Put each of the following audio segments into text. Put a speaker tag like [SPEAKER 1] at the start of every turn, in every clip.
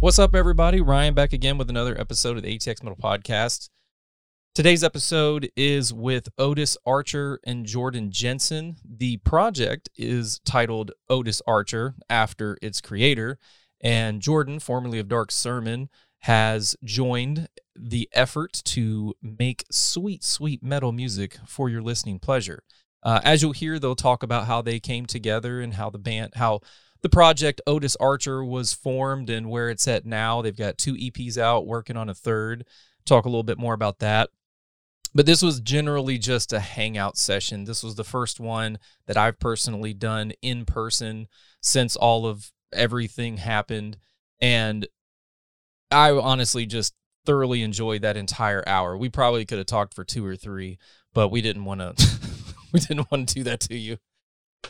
[SPEAKER 1] What's up, everybody? Ryan back again with another episode of the ATX Metal Podcast. Today's episode is with Otis Archer and Jordan Jensen. The project is titled Otis Archer after its creator, and Jordan, formerly of Dark Sermon, has joined the effort to make sweet, sweet metal music for your listening pleasure. Uh, as you'll hear, they'll talk about how they came together and how the band, how the project Otis Archer was formed and where it's at now. They've got two EPs out, working on a third. Talk a little bit more about that. But this was generally just a hangout session. This was the first one that I've personally done in person since all of everything happened. And I honestly just thoroughly enjoyed that entire hour. We probably could have talked for two or three, but we didn't want to we didn't want to do that to you.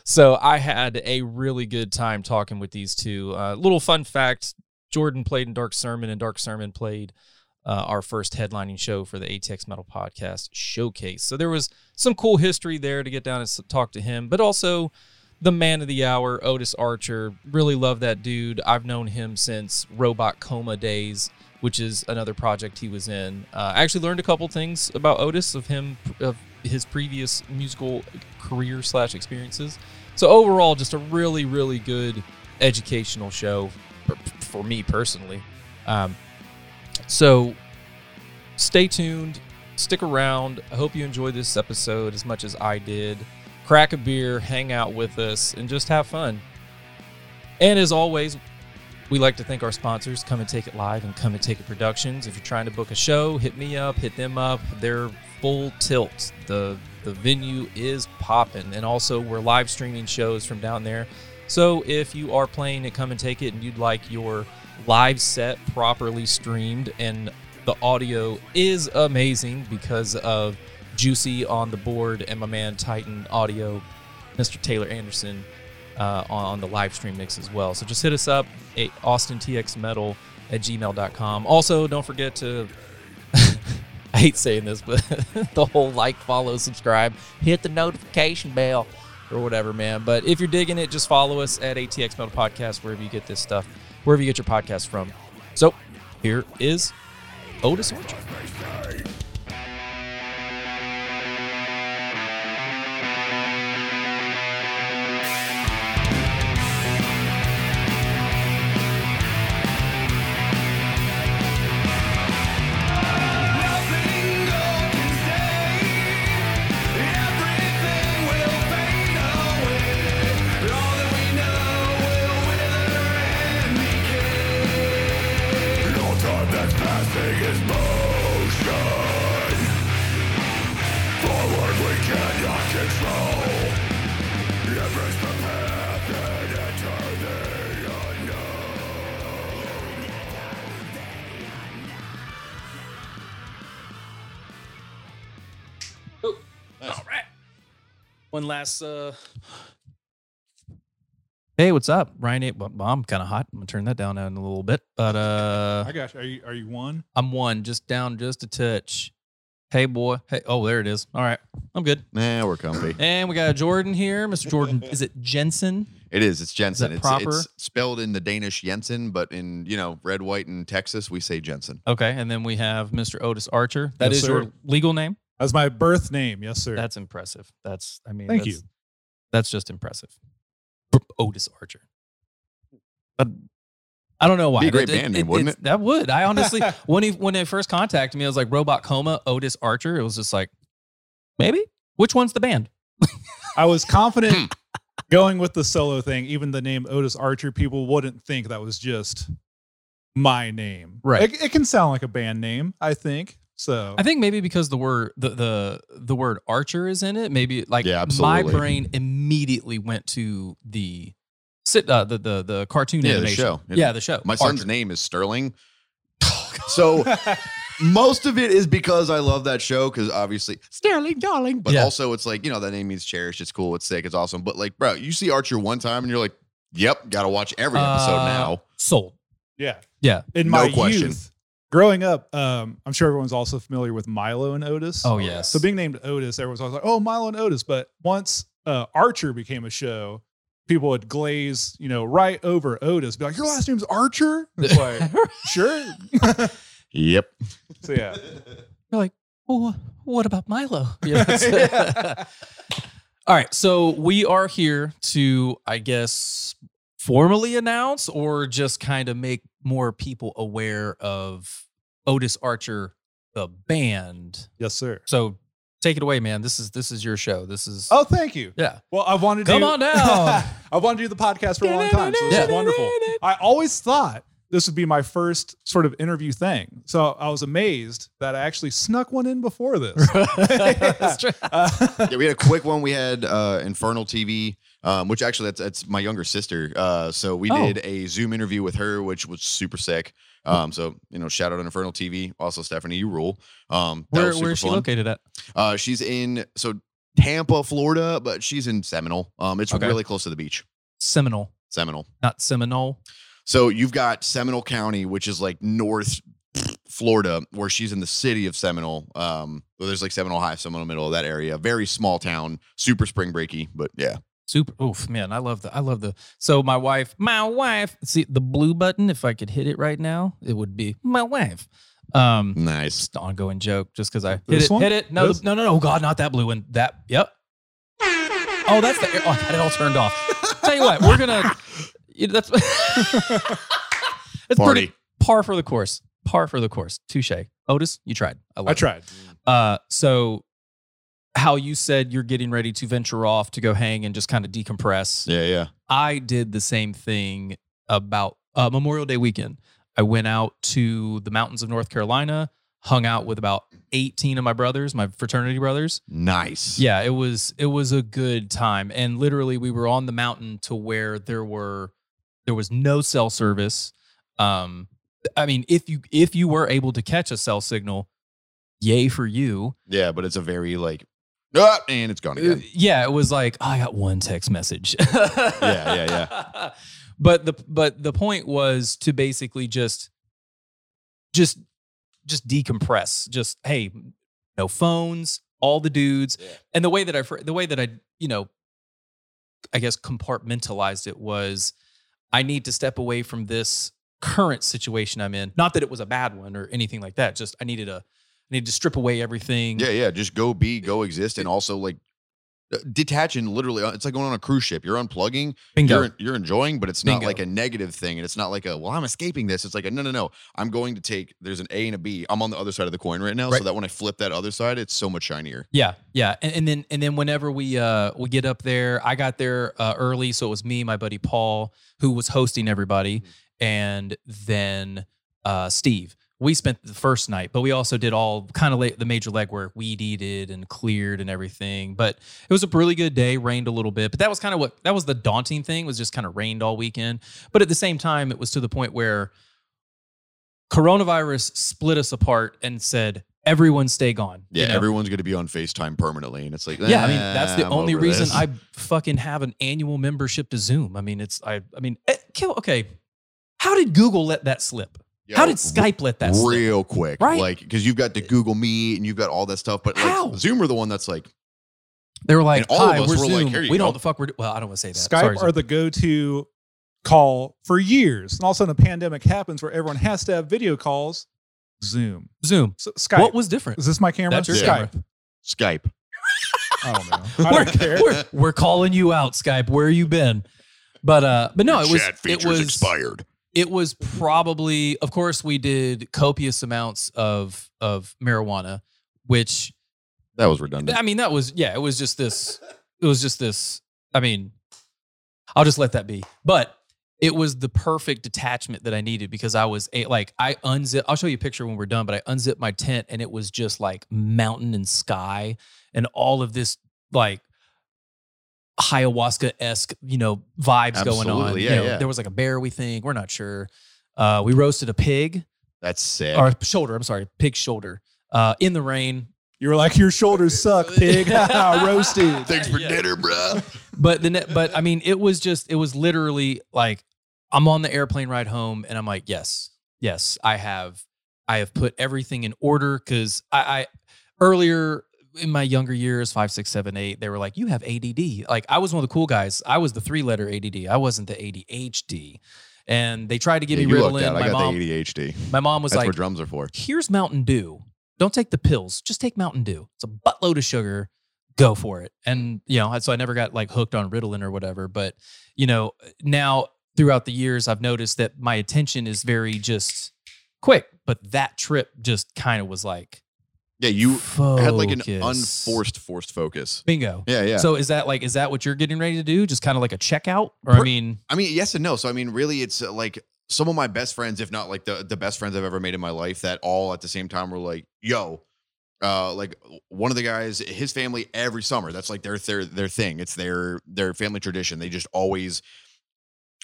[SPEAKER 1] So I had a really good time talking with these two. Uh, little fun fact: Jordan played in Dark Sermon, and Dark Sermon played uh, our first headlining show for the ATX Metal Podcast Showcase. So there was some cool history there to get down and s- talk to him, but also the man of the hour, Otis Archer. Really love that dude. I've known him since Robot Coma days. Which is another project he was in. Uh, I actually learned a couple things about Otis of him, of his previous musical career slash experiences. So overall, just a really, really good educational show for, for me personally. Um, so stay tuned, stick around. I hope you enjoyed this episode as much as I did. Crack a beer, hang out with us, and just have fun. And as always, we like to thank our sponsors, Come and Take It Live and Come and Take It Productions. If you're trying to book a show, hit me up, hit them up. They're full tilt. The the venue is popping. And also we're live streaming shows from down there. So if you are playing at Come and Take It and you'd like your live set properly streamed and the audio is amazing because of Juicy on the board and my man Titan Audio, Mr. Taylor Anderson uh, on, on the live stream mix as well. So just hit us up at austintxmetal at gmail.com. Also, don't forget to, I hate saying this, but the whole like, follow, subscribe, hit the notification bell or whatever, man. But if you're digging it, just follow us at ATX Metal Podcast, wherever you get this stuff, wherever you get your podcast from. So here is Otis Orchard.
[SPEAKER 2] No time that's passing is motion. Forward we cannot control. Embrace the path and enter the unknown.
[SPEAKER 1] One last. uh Hey, what's up, Ryan? Eight, well, I'm kind of hot. I'm gonna turn that down in a little bit, but uh,
[SPEAKER 3] I got you. Are you are you one?
[SPEAKER 1] I'm one just down, just a touch. Hey, boy. Hey, oh, there it is. All right, I'm good.
[SPEAKER 4] Nah, we're comfy.
[SPEAKER 1] And we got Jordan here, Mr. Jordan. is it Jensen?
[SPEAKER 4] It is. It's Jensen.
[SPEAKER 1] that
[SPEAKER 4] it's,
[SPEAKER 1] proper?
[SPEAKER 4] it's spelled in the Danish Jensen, but in you know red, white, and Texas we say Jensen.
[SPEAKER 1] Okay, and then we have Mr. Otis Archer. That is
[SPEAKER 3] Yes,
[SPEAKER 1] your
[SPEAKER 3] sir.
[SPEAKER 1] legal name.
[SPEAKER 3] That's my birth name. Yes, sir.
[SPEAKER 1] That's impressive. That's I mean,
[SPEAKER 3] Thank
[SPEAKER 1] that's,
[SPEAKER 3] you.
[SPEAKER 1] That's just impressive. B- Otis Archer. But I don't know why.
[SPEAKER 4] Be a great
[SPEAKER 1] That-
[SPEAKER 4] band name, wouldn't
[SPEAKER 1] it's- That would. I honestly, when he when they first contacted me, I was like Robot Coma, Otis Archer. It was just like, maybe which one's the band?
[SPEAKER 3] I was confident going with the solo thing. Even the name Otis Archer, people wouldn't think that was just my name.
[SPEAKER 1] Right.
[SPEAKER 3] It, it can sound like a band name. I think so.
[SPEAKER 1] I think maybe because the word the the the word Archer is in it. Maybe like
[SPEAKER 4] Yeah,
[SPEAKER 1] my
[SPEAKER 4] absolutely.
[SPEAKER 1] brain immediately went to the sit uh, the the the cartoon
[SPEAKER 4] Yeah, the
[SPEAKER 1] animation.
[SPEAKER 4] show.
[SPEAKER 1] Yeah, the show.
[SPEAKER 4] My son's
[SPEAKER 1] Archer. Oh,
[SPEAKER 4] name is Sterling. so most of it is because I love that show because obviously Sterling, darling. But
[SPEAKER 1] Yeah.
[SPEAKER 4] also it's like you know that name means cherished. It's cool. It's sick. It's awesome. But like, bro, you see Archer one time and you're like, yep, got to watch every episode
[SPEAKER 1] Uh,
[SPEAKER 4] now.
[SPEAKER 1] sold.
[SPEAKER 3] yeah.
[SPEAKER 1] Yeah.
[SPEAKER 3] In
[SPEAKER 4] No
[SPEAKER 3] my
[SPEAKER 4] question.
[SPEAKER 3] youth, growing up, um, I'm sure everyone's also familiar with Milo and Otis.
[SPEAKER 1] Oh yes.
[SPEAKER 3] So being named Otis, everyone's always like, "Oh, Milo and Otis." But once uh, Archer became a show, people would glaze, you know, right over Otis, be like, "Your last name's Archer." It's like, sure.
[SPEAKER 4] Yep.
[SPEAKER 3] So yeah,
[SPEAKER 1] Well, what about Milo? Yeah, that's- All right, so we are here to, I guess, formally announce or just kind of make more people aware of Otis Archer, the band.
[SPEAKER 3] yes, sir.
[SPEAKER 1] So take it away, man. This is this is your show. This is
[SPEAKER 3] Oh, thank you.
[SPEAKER 1] yeah.
[SPEAKER 3] Well, I've wanted to
[SPEAKER 1] Come on down.
[SPEAKER 3] I've wanted to do the podcast for a long time, so this
[SPEAKER 1] Yeah.
[SPEAKER 3] is wonderful. I always thought this would be my first sort of interview thing, so I was amazed that I actually snuck one in before this.
[SPEAKER 1] That's true.
[SPEAKER 3] Uh,
[SPEAKER 4] yeah, we had a quick one. We had uh, Infernal TV, um, which actually that's, that's my younger sister. Uh, so we
[SPEAKER 1] Oh.
[SPEAKER 4] did a Zoom interview with her, which was super sick. Um, so you know, shout out on Infernal TV. Also, Stephanie, you rule. Um, that
[SPEAKER 1] Where
[SPEAKER 4] was super
[SPEAKER 1] where is she
[SPEAKER 4] fun.
[SPEAKER 1] located at?
[SPEAKER 4] Uh, she's in so Tampa, Florida, but she's in Seminole. Um, it's
[SPEAKER 1] Okay.
[SPEAKER 4] really close to the beach,
[SPEAKER 1] Seminole,
[SPEAKER 4] Seminole.
[SPEAKER 1] not Seminole.
[SPEAKER 4] So you've got Seminole County, which is like North Florida, where she's in the city of Seminole. Um, well, there's like Seminole High, Seminole Middle, that area. Very small town, super spring breaky, but yeah.
[SPEAKER 1] Super. Oof, man, I love the. I love the. So my wife, my wife. See the blue button. If I could hit it right now, it would be my wife. Um,
[SPEAKER 4] Nice.
[SPEAKER 1] just an ongoing joke. Just because I hit
[SPEAKER 3] This
[SPEAKER 1] it,
[SPEAKER 3] one?
[SPEAKER 1] hit it. No,
[SPEAKER 3] This?
[SPEAKER 1] the, no, no, no. Oh God, not that blue one. That. Yep. Oh, that's the. Oh, I had it all turned off. Tell you what, we're gonna. you know, that's. that's
[SPEAKER 4] Party.
[SPEAKER 1] pretty par for the course. Par for the course. Touche. Otis, you tried. love
[SPEAKER 3] I
[SPEAKER 1] it.
[SPEAKER 3] tried.
[SPEAKER 1] Uh, so how you said you're getting ready to venture off to go hang and just kind of decompress.
[SPEAKER 4] Yeah, yeah.
[SPEAKER 1] I did the same thing about uh, Memorial Day weekend. I went out to the mountains of North Carolina, hung out with about 18 of my brothers, my fraternity brothers.
[SPEAKER 4] Nice.
[SPEAKER 1] Yeah, it was it was a good time. And literally we were on the mountain to where there were there was no cell service. Um I mean, if you if you were able to catch a cell signal, yay for you.
[SPEAKER 4] Yeah, but it's a very like, ah, and it's gone
[SPEAKER 1] Uh,
[SPEAKER 4] again.
[SPEAKER 1] yeah, it was like "Oh, I got one text message. yeah,
[SPEAKER 4] yeah,
[SPEAKER 1] yeah. But the but the point was to basically just just just decompress. Just hey, no phones, all the dudes.
[SPEAKER 4] Yeah.
[SPEAKER 1] And the way that I fr- the way that I, you know, I guess compartmentalized it was I need to step away from this current situation I'm in. Not that it was a bad one or anything like that. Just I needed a I needed to strip away everything.
[SPEAKER 4] Yeah, yeah. Just go be, go exist, and also like uh, detach and literally, uh, it's like going on a cruise ship. You're unplugging,
[SPEAKER 1] Bingo.
[SPEAKER 4] you're you're enjoying, but it's not
[SPEAKER 1] Bingo.
[SPEAKER 4] like a negative thing, and it's not like a well, I'm escaping this. It's like a no, no, no. I'm going to take. There's an A and a B. I'm on the other side of the coin right now,
[SPEAKER 1] Right.
[SPEAKER 4] so that when I flip that other side, it's so much shinier.
[SPEAKER 1] Yeah, yeah, and, and then and then whenever we uh we get up there, I got there uh, early, so it was me, my buddy Paul, who was hosting everybody, and then uh Steve. We spent the first night, but we also did all kind of late, the major legwork. We deeded and cleared and everything, but it was a really good day. Rained a little bit, but that was kind of what that was the daunting thing was just kind of rained all weekend. But at the same time, it was to the point where coronavirus split us apart and said everyone stay gone. you
[SPEAKER 4] Yeah,
[SPEAKER 1] know?
[SPEAKER 4] everyone's going to be on Facetime permanently, and it's like
[SPEAKER 1] Yeah, I mean that's the
[SPEAKER 4] "Ah, I'm
[SPEAKER 1] only
[SPEAKER 4] over
[SPEAKER 1] reason
[SPEAKER 4] this."
[SPEAKER 1] I fucking have an annual membership to Zoom. I mean, it's I I mean, eh, kill okay. How did Google let that slip? How
[SPEAKER 4] Yo,
[SPEAKER 1] did Skype let that slip?
[SPEAKER 4] real quick,
[SPEAKER 1] Right?
[SPEAKER 4] Like because you've got the Google Meet and you've got all that stuff, but like
[SPEAKER 1] How?
[SPEAKER 4] Zoomer the one that's like
[SPEAKER 1] They were like,
[SPEAKER 4] And all of
[SPEAKER 1] "Hi,
[SPEAKER 4] us
[SPEAKER 1] we're
[SPEAKER 4] were like,
[SPEAKER 1] Zoom.
[SPEAKER 4] "Here
[SPEAKER 1] we
[SPEAKER 4] you
[SPEAKER 1] don't
[SPEAKER 4] go."
[SPEAKER 1] know what the fuck we're do-" well, I don't want to say that.
[SPEAKER 3] Skype
[SPEAKER 1] Sorry,
[SPEAKER 3] are the go-to call for years, and all of a sudden a pandemic happens where everyone has to have video calls. Zoom,
[SPEAKER 1] Zoom.
[SPEAKER 3] so, Skype.
[SPEAKER 1] What was different?
[SPEAKER 3] is this my camera?
[SPEAKER 1] That's your
[SPEAKER 3] Skype.
[SPEAKER 4] Skype.
[SPEAKER 3] I don't know. I
[SPEAKER 1] We're,
[SPEAKER 3] don't care.
[SPEAKER 1] we're, we're calling you out, Skype. Where you been? But uh, but no, it was
[SPEAKER 4] Chat
[SPEAKER 1] it
[SPEAKER 4] features
[SPEAKER 1] was
[SPEAKER 4] expired.
[SPEAKER 1] it was probably of course we did copious amounts of of marijuana, which
[SPEAKER 4] That was redundant.
[SPEAKER 1] I mean, that was yeah. It was just this. It was just this. I mean, I'll just let that be. But it was the perfect detachment that I needed because I was a, like I unzip. I'll show you a picture when we're done. But I unzipped my tent and it was just like mountain and sky and all of this like ayahuasca esque you know vibes going on.
[SPEAKER 4] Absolutely,
[SPEAKER 1] You
[SPEAKER 4] yeah,
[SPEAKER 1] know,
[SPEAKER 4] yeah.
[SPEAKER 1] There was like a bear. We think we're not sure. Uh, we roasted a pig
[SPEAKER 4] That's sick.
[SPEAKER 1] or shoulder. I'm sorry, pig shoulder. Uh, in the rain,
[SPEAKER 3] You were like, your shoulders suck, pig. Roasted.
[SPEAKER 4] Thanks for
[SPEAKER 1] Yeah.
[SPEAKER 4] dinner, bruh.
[SPEAKER 1] but the ne- but I mean, it was just it was literally like I'm on the airplane ride home, and I'm like, yes, yes, I have I have put everything in order because I, I earlier in my younger years, five, six, seven, eight, they were like, "You have ADD." Like I was one of the cool guys. I was the three letter ADD. I wasn't the ADHD. And they tried to give
[SPEAKER 4] Yeah,
[SPEAKER 1] me
[SPEAKER 4] you lucked
[SPEAKER 1] Ritalin.
[SPEAKER 4] out. I
[SPEAKER 1] My
[SPEAKER 4] got
[SPEAKER 1] mom,
[SPEAKER 4] the ADHD.
[SPEAKER 1] my mom was
[SPEAKER 4] That's
[SPEAKER 1] like,
[SPEAKER 4] what drums are for.
[SPEAKER 1] here's Mountain Dew. Don't take the pills. Just take Mountain Dew. It's a buttload of sugar. Go for it. And, you know, so I never got like hooked on Ritalin or whatever. But, you know, now throughout the years, I've noticed that my attention is very just quick. But that trip just kind of was like,
[SPEAKER 4] Yeah, you
[SPEAKER 1] focus.
[SPEAKER 4] had like an unforced forced focus.
[SPEAKER 1] bingo.
[SPEAKER 4] Yeah, yeah.
[SPEAKER 1] So is that like, is that what you're getting ready to do? Just kind of like a checkout? Or, I
[SPEAKER 4] Per-
[SPEAKER 1] mean,
[SPEAKER 4] I mean, yes and no. So I mean, really, it's uh, like some of my best friends, if not like the the best friends I've ever made in my life, that all at the same time were like, "Yo." Uh, like one of the guys, his family every summer. That's like their their their thing. It's their their family tradition. They just always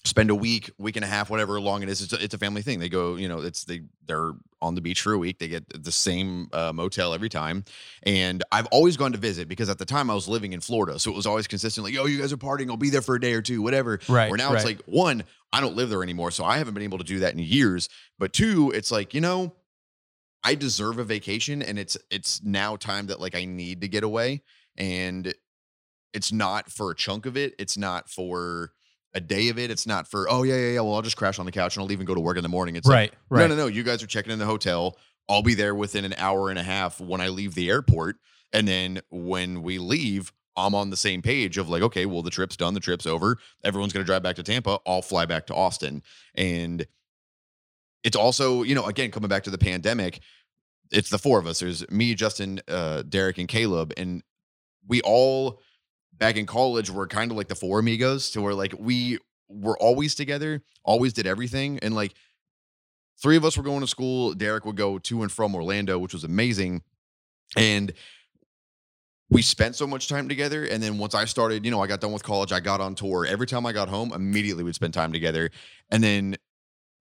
[SPEAKER 4] spend a week, week and a half, whatever long it is. It's a, it's a family thing. They go, you know, it's they they're on the beach for a week. They get the same uh, motel every time. And I've always gone to visit because at the time I was living in Florida, so it was always consistently, "Yo, you guys are partying. I'll be there for a day or two, whatever."
[SPEAKER 1] right.
[SPEAKER 4] Where now it's
[SPEAKER 1] right.
[SPEAKER 4] like, one, I don't live there anymore. So I haven't been able to do that in years. But two, it's like, you know, I deserve a vacation and it's it's now time that like I need to get away. And it's not for a chunk of it. It's not for a day of it. It's not for, oh yeah, yeah, yeah. Well, I'll just crash on the couch and I'll leave and go to work in the morning. It's like,
[SPEAKER 1] right. Right.
[SPEAKER 4] no, no, no. You guys are checking in the hotel. I'll be there within an hour and a half when I leave the airport. And then when we leave, I'm on the same page of like, okay, well, the trip's done. The trip's over. Everyone's going to drive back to Tampa. I'll fly back to Austin. And it's also, you know, again, coming back to the pandemic, it's the four of us. There's me, Justin, uh, Derek, and Caleb. And we all back in college were kind of like the four amigos to where like we were always together, always did everything. And like three of us were going to school. Derek would go to and from Orlando, which was amazing. And we spent so much time together. And then once I started, you know, I got done with college, I got on tour. Every time I got home, immediately we'd spend time together. And then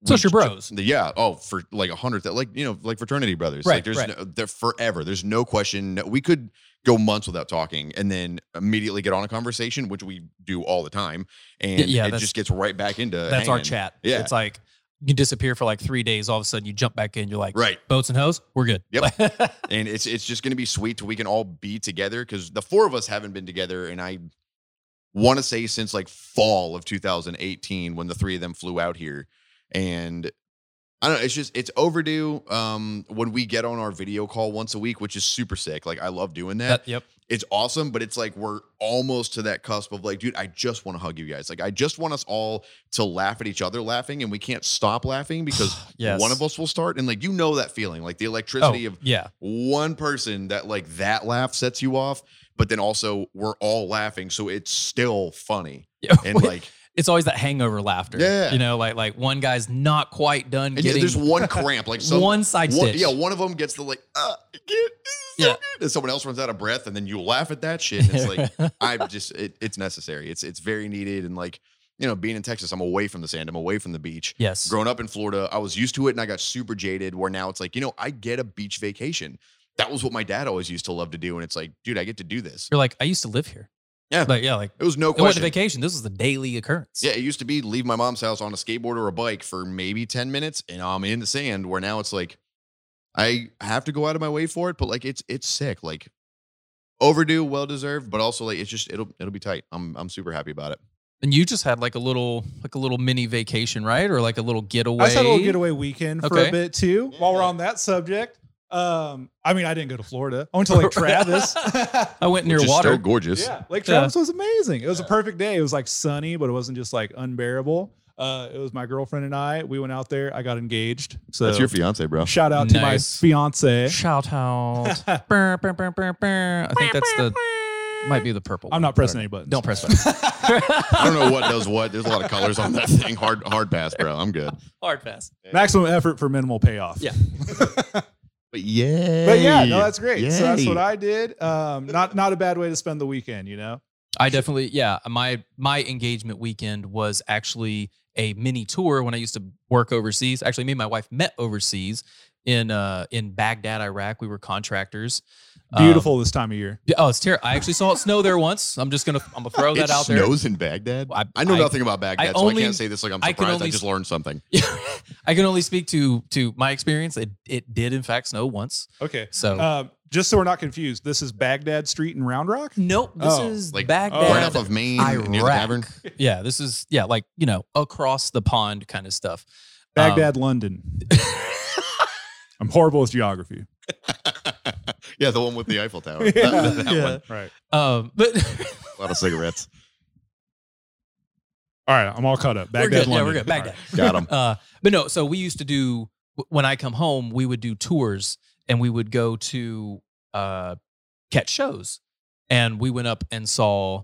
[SPEAKER 1] So it's
[SPEAKER 4] we-
[SPEAKER 1] your bros.
[SPEAKER 4] the- yeah. Oh, for like a hundred, that like you know, like fraternity brothers.
[SPEAKER 1] Right,
[SPEAKER 4] like there's
[SPEAKER 1] right.
[SPEAKER 4] no, they're forever. There's no question. No- We could go months without talking, and then immediately get on a conversation, which we do all the time, and
[SPEAKER 1] yeah,
[SPEAKER 4] it
[SPEAKER 1] that's-
[SPEAKER 4] just gets right back into
[SPEAKER 1] That's our
[SPEAKER 4] hanging.
[SPEAKER 1] chat.
[SPEAKER 4] Yeah.
[SPEAKER 1] It's like you disappear for like three days. All of a sudden you jump back in. You're like,
[SPEAKER 4] Right.
[SPEAKER 1] boats and hoes, we're good. Yep.
[SPEAKER 4] and it's it's just going to be sweet to we can all be together because the four of us haven't been together and i want to say since like fall of 2018 when the three of them flew out here and i don't know it's just it's overdue um when we get on our video call once a week which is super sick like i love doing that,
[SPEAKER 1] yep.
[SPEAKER 4] it's awesome but it's like we're almost to that cusp of like dude i just want to hug you guys like i just want us all to laugh at each other laughing and we can't stop laughing because
[SPEAKER 1] Yes. Oh,
[SPEAKER 4] one of us will start and like you know that feeling like the electricity of
[SPEAKER 1] yeah.
[SPEAKER 4] one person that like that laugh sets you off, but then also we're all laughing, so it's still funny
[SPEAKER 1] Yeah.
[SPEAKER 4] and like
[SPEAKER 1] it's always that hangover laughter.
[SPEAKER 4] Yeah.
[SPEAKER 1] You know, like like one guy's not quite done
[SPEAKER 4] and yeah,
[SPEAKER 1] getting
[SPEAKER 4] there's one cramp like some
[SPEAKER 1] one side
[SPEAKER 4] one-
[SPEAKER 1] stitch.
[SPEAKER 4] yeah one of them gets the like uh, I can't, this is so
[SPEAKER 1] Yeah.
[SPEAKER 4] good," and someone else runs out of breath and then you laugh at that shit. And it's like I just it, it's necessary. It's it's very needed and like you know being in Texas, I'm away from the sand, I'm away from the beach.
[SPEAKER 1] yes.
[SPEAKER 4] Growing up in Florida, I was used to it and I got super jaded where now it's like, you know, I get a beach vacation. That was what my dad always used to love to do. And it's like, dude, I get to do this.
[SPEAKER 1] You're like, I used to live here.
[SPEAKER 4] Yeah.
[SPEAKER 1] Like, yeah, like
[SPEAKER 4] It was no
[SPEAKER 1] it wasn't
[SPEAKER 4] question.
[SPEAKER 1] a vacation. This was a daily occurrence.
[SPEAKER 4] Yeah, it used to be leave my mom's house on a skateboard or a bike for maybe 10 minutes and I'm in the sand where now it's like I have to go out of my way for it, but like it's it's sick. Like overdue, well deserved, but also like it's just it'll it'll be tight. I'm I'm super happy about it.
[SPEAKER 1] And you just had like a little like a little mini vacation, right? Or like a little getaway.
[SPEAKER 3] I just had a little getaway weekend for
[SPEAKER 1] Okay.
[SPEAKER 3] a bit too. While we're
[SPEAKER 4] Yeah.
[SPEAKER 3] on that subject, um, I mean, I didn't go to Florida. I went to Lake Travis.
[SPEAKER 1] I went near
[SPEAKER 4] Which is
[SPEAKER 1] water.
[SPEAKER 4] still gorgeous.
[SPEAKER 3] yeah, Lake
[SPEAKER 1] Yeah.
[SPEAKER 3] Travis was amazing. It was a perfect day. It was like sunny, but it wasn't just like unbearable. Uh, it was my girlfriend and I. We went out there. I got engaged. So
[SPEAKER 4] That's your fiance, bro.
[SPEAKER 3] shout out to my
[SPEAKER 1] Nice.
[SPEAKER 3] fiance.
[SPEAKER 1] Shout out. Brr, brr, brr, brr, brr. I think that's the might be the purple.
[SPEAKER 3] I'm
[SPEAKER 1] one.
[SPEAKER 3] not pressing any buttons.
[SPEAKER 1] Don't press buttons.
[SPEAKER 4] I don't know what does what. There's a lot of colors on that thing. Hard hard pass, bro. I'm good.
[SPEAKER 1] Hard pass.
[SPEAKER 3] Maximum effort for minimal payoff.
[SPEAKER 1] Yeah.
[SPEAKER 4] But yeah.
[SPEAKER 3] But yeah, no, that's great. So that's what I did. Um, not not a bad way to spend the weekend, you know.
[SPEAKER 1] I definitely, yeah. My my engagement weekend was actually a mini tour when I used to work overseas. Actually, me and my wife met overseas in uh in Baghdad, Iraq. We were contractors. Um,
[SPEAKER 3] Beautiful this time of year.
[SPEAKER 1] yeah, oh, it's terrible. I actually saw it snow there once. I'm just gonna I'm gonna throw that
[SPEAKER 4] it
[SPEAKER 1] out there.
[SPEAKER 4] snows in Baghdad.
[SPEAKER 1] I-
[SPEAKER 4] I, know
[SPEAKER 1] I-
[SPEAKER 4] nothing about Baghdad, so
[SPEAKER 1] only-
[SPEAKER 4] I can't say this like I'm
[SPEAKER 1] I can
[SPEAKER 4] surprised. I,
[SPEAKER 1] only
[SPEAKER 4] just
[SPEAKER 1] s-
[SPEAKER 4] learned something.
[SPEAKER 1] I can only speak to to my experience. It it did in fact snow once.
[SPEAKER 3] Okay.
[SPEAKER 5] Uh,
[SPEAKER 1] So
[SPEAKER 3] Um, just so we're not confused, this is Baghdad Street in Round Rock.
[SPEAKER 1] Um,
[SPEAKER 5] Nope. This
[SPEAKER 3] Oh,
[SPEAKER 5] is
[SPEAKER 4] like, right
[SPEAKER 5] Baghdad.
[SPEAKER 4] off of Maine near the
[SPEAKER 5] Iraq.
[SPEAKER 4] tavern.
[SPEAKER 1] Yeah, this is yeah, like you know, across the pond kind of stuff. Um,
[SPEAKER 3] Baghdad, London. I'm horrible with geography.
[SPEAKER 4] yeah, the one with the Eiffel
[SPEAKER 1] Oh,
[SPEAKER 4] Tower.
[SPEAKER 3] Yeah.
[SPEAKER 4] That- that
[SPEAKER 1] Yeah.
[SPEAKER 4] one.
[SPEAKER 3] Right.
[SPEAKER 1] Um, but
[SPEAKER 4] A lot of cigarettes.
[SPEAKER 3] All right. I'm all caught up.
[SPEAKER 1] we're
[SPEAKER 3] Baghdad,
[SPEAKER 1] good. Yeah,
[SPEAKER 3] London.
[SPEAKER 1] we're good.
[SPEAKER 3] All right.
[SPEAKER 1] Baghdad.
[SPEAKER 4] Got them.
[SPEAKER 1] Uh, but no, so we used to do when I come home, we would do tours and we would go to uh, catch shows, and we went up and saw.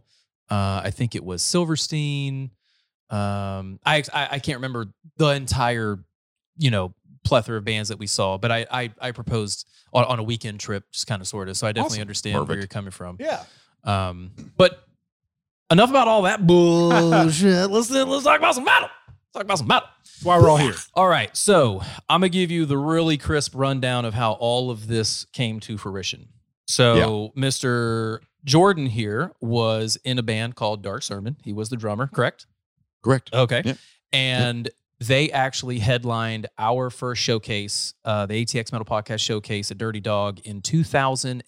[SPEAKER 1] Uh, I think it was Silverstein. Um, I, I I can't remember the entire, you know, plethora of bands that we saw, but I I, I proposed on, on a weekend trip, just kind of sort of. So I definitely
[SPEAKER 3] Awesome.
[SPEAKER 1] understand where
[SPEAKER 4] Perfect.
[SPEAKER 1] you're coming from.
[SPEAKER 3] Yeah.
[SPEAKER 1] Um, but enough about all that bullshit. let's let's talk about some metal. Let's talk about some metal.
[SPEAKER 3] That's why we're all here.
[SPEAKER 1] All right, so I'm gonna give you the really crisp rundown of how all of this came to fruition. So, Mr. Jordan here was in a band called Dark Sermon. He was the drummer, correct?
[SPEAKER 4] Correct.
[SPEAKER 1] Okay.
[SPEAKER 4] Yep.
[SPEAKER 1] And they actually headlined our first showcase, uh, the ATX Metal Podcast Showcase at Dirty Dog in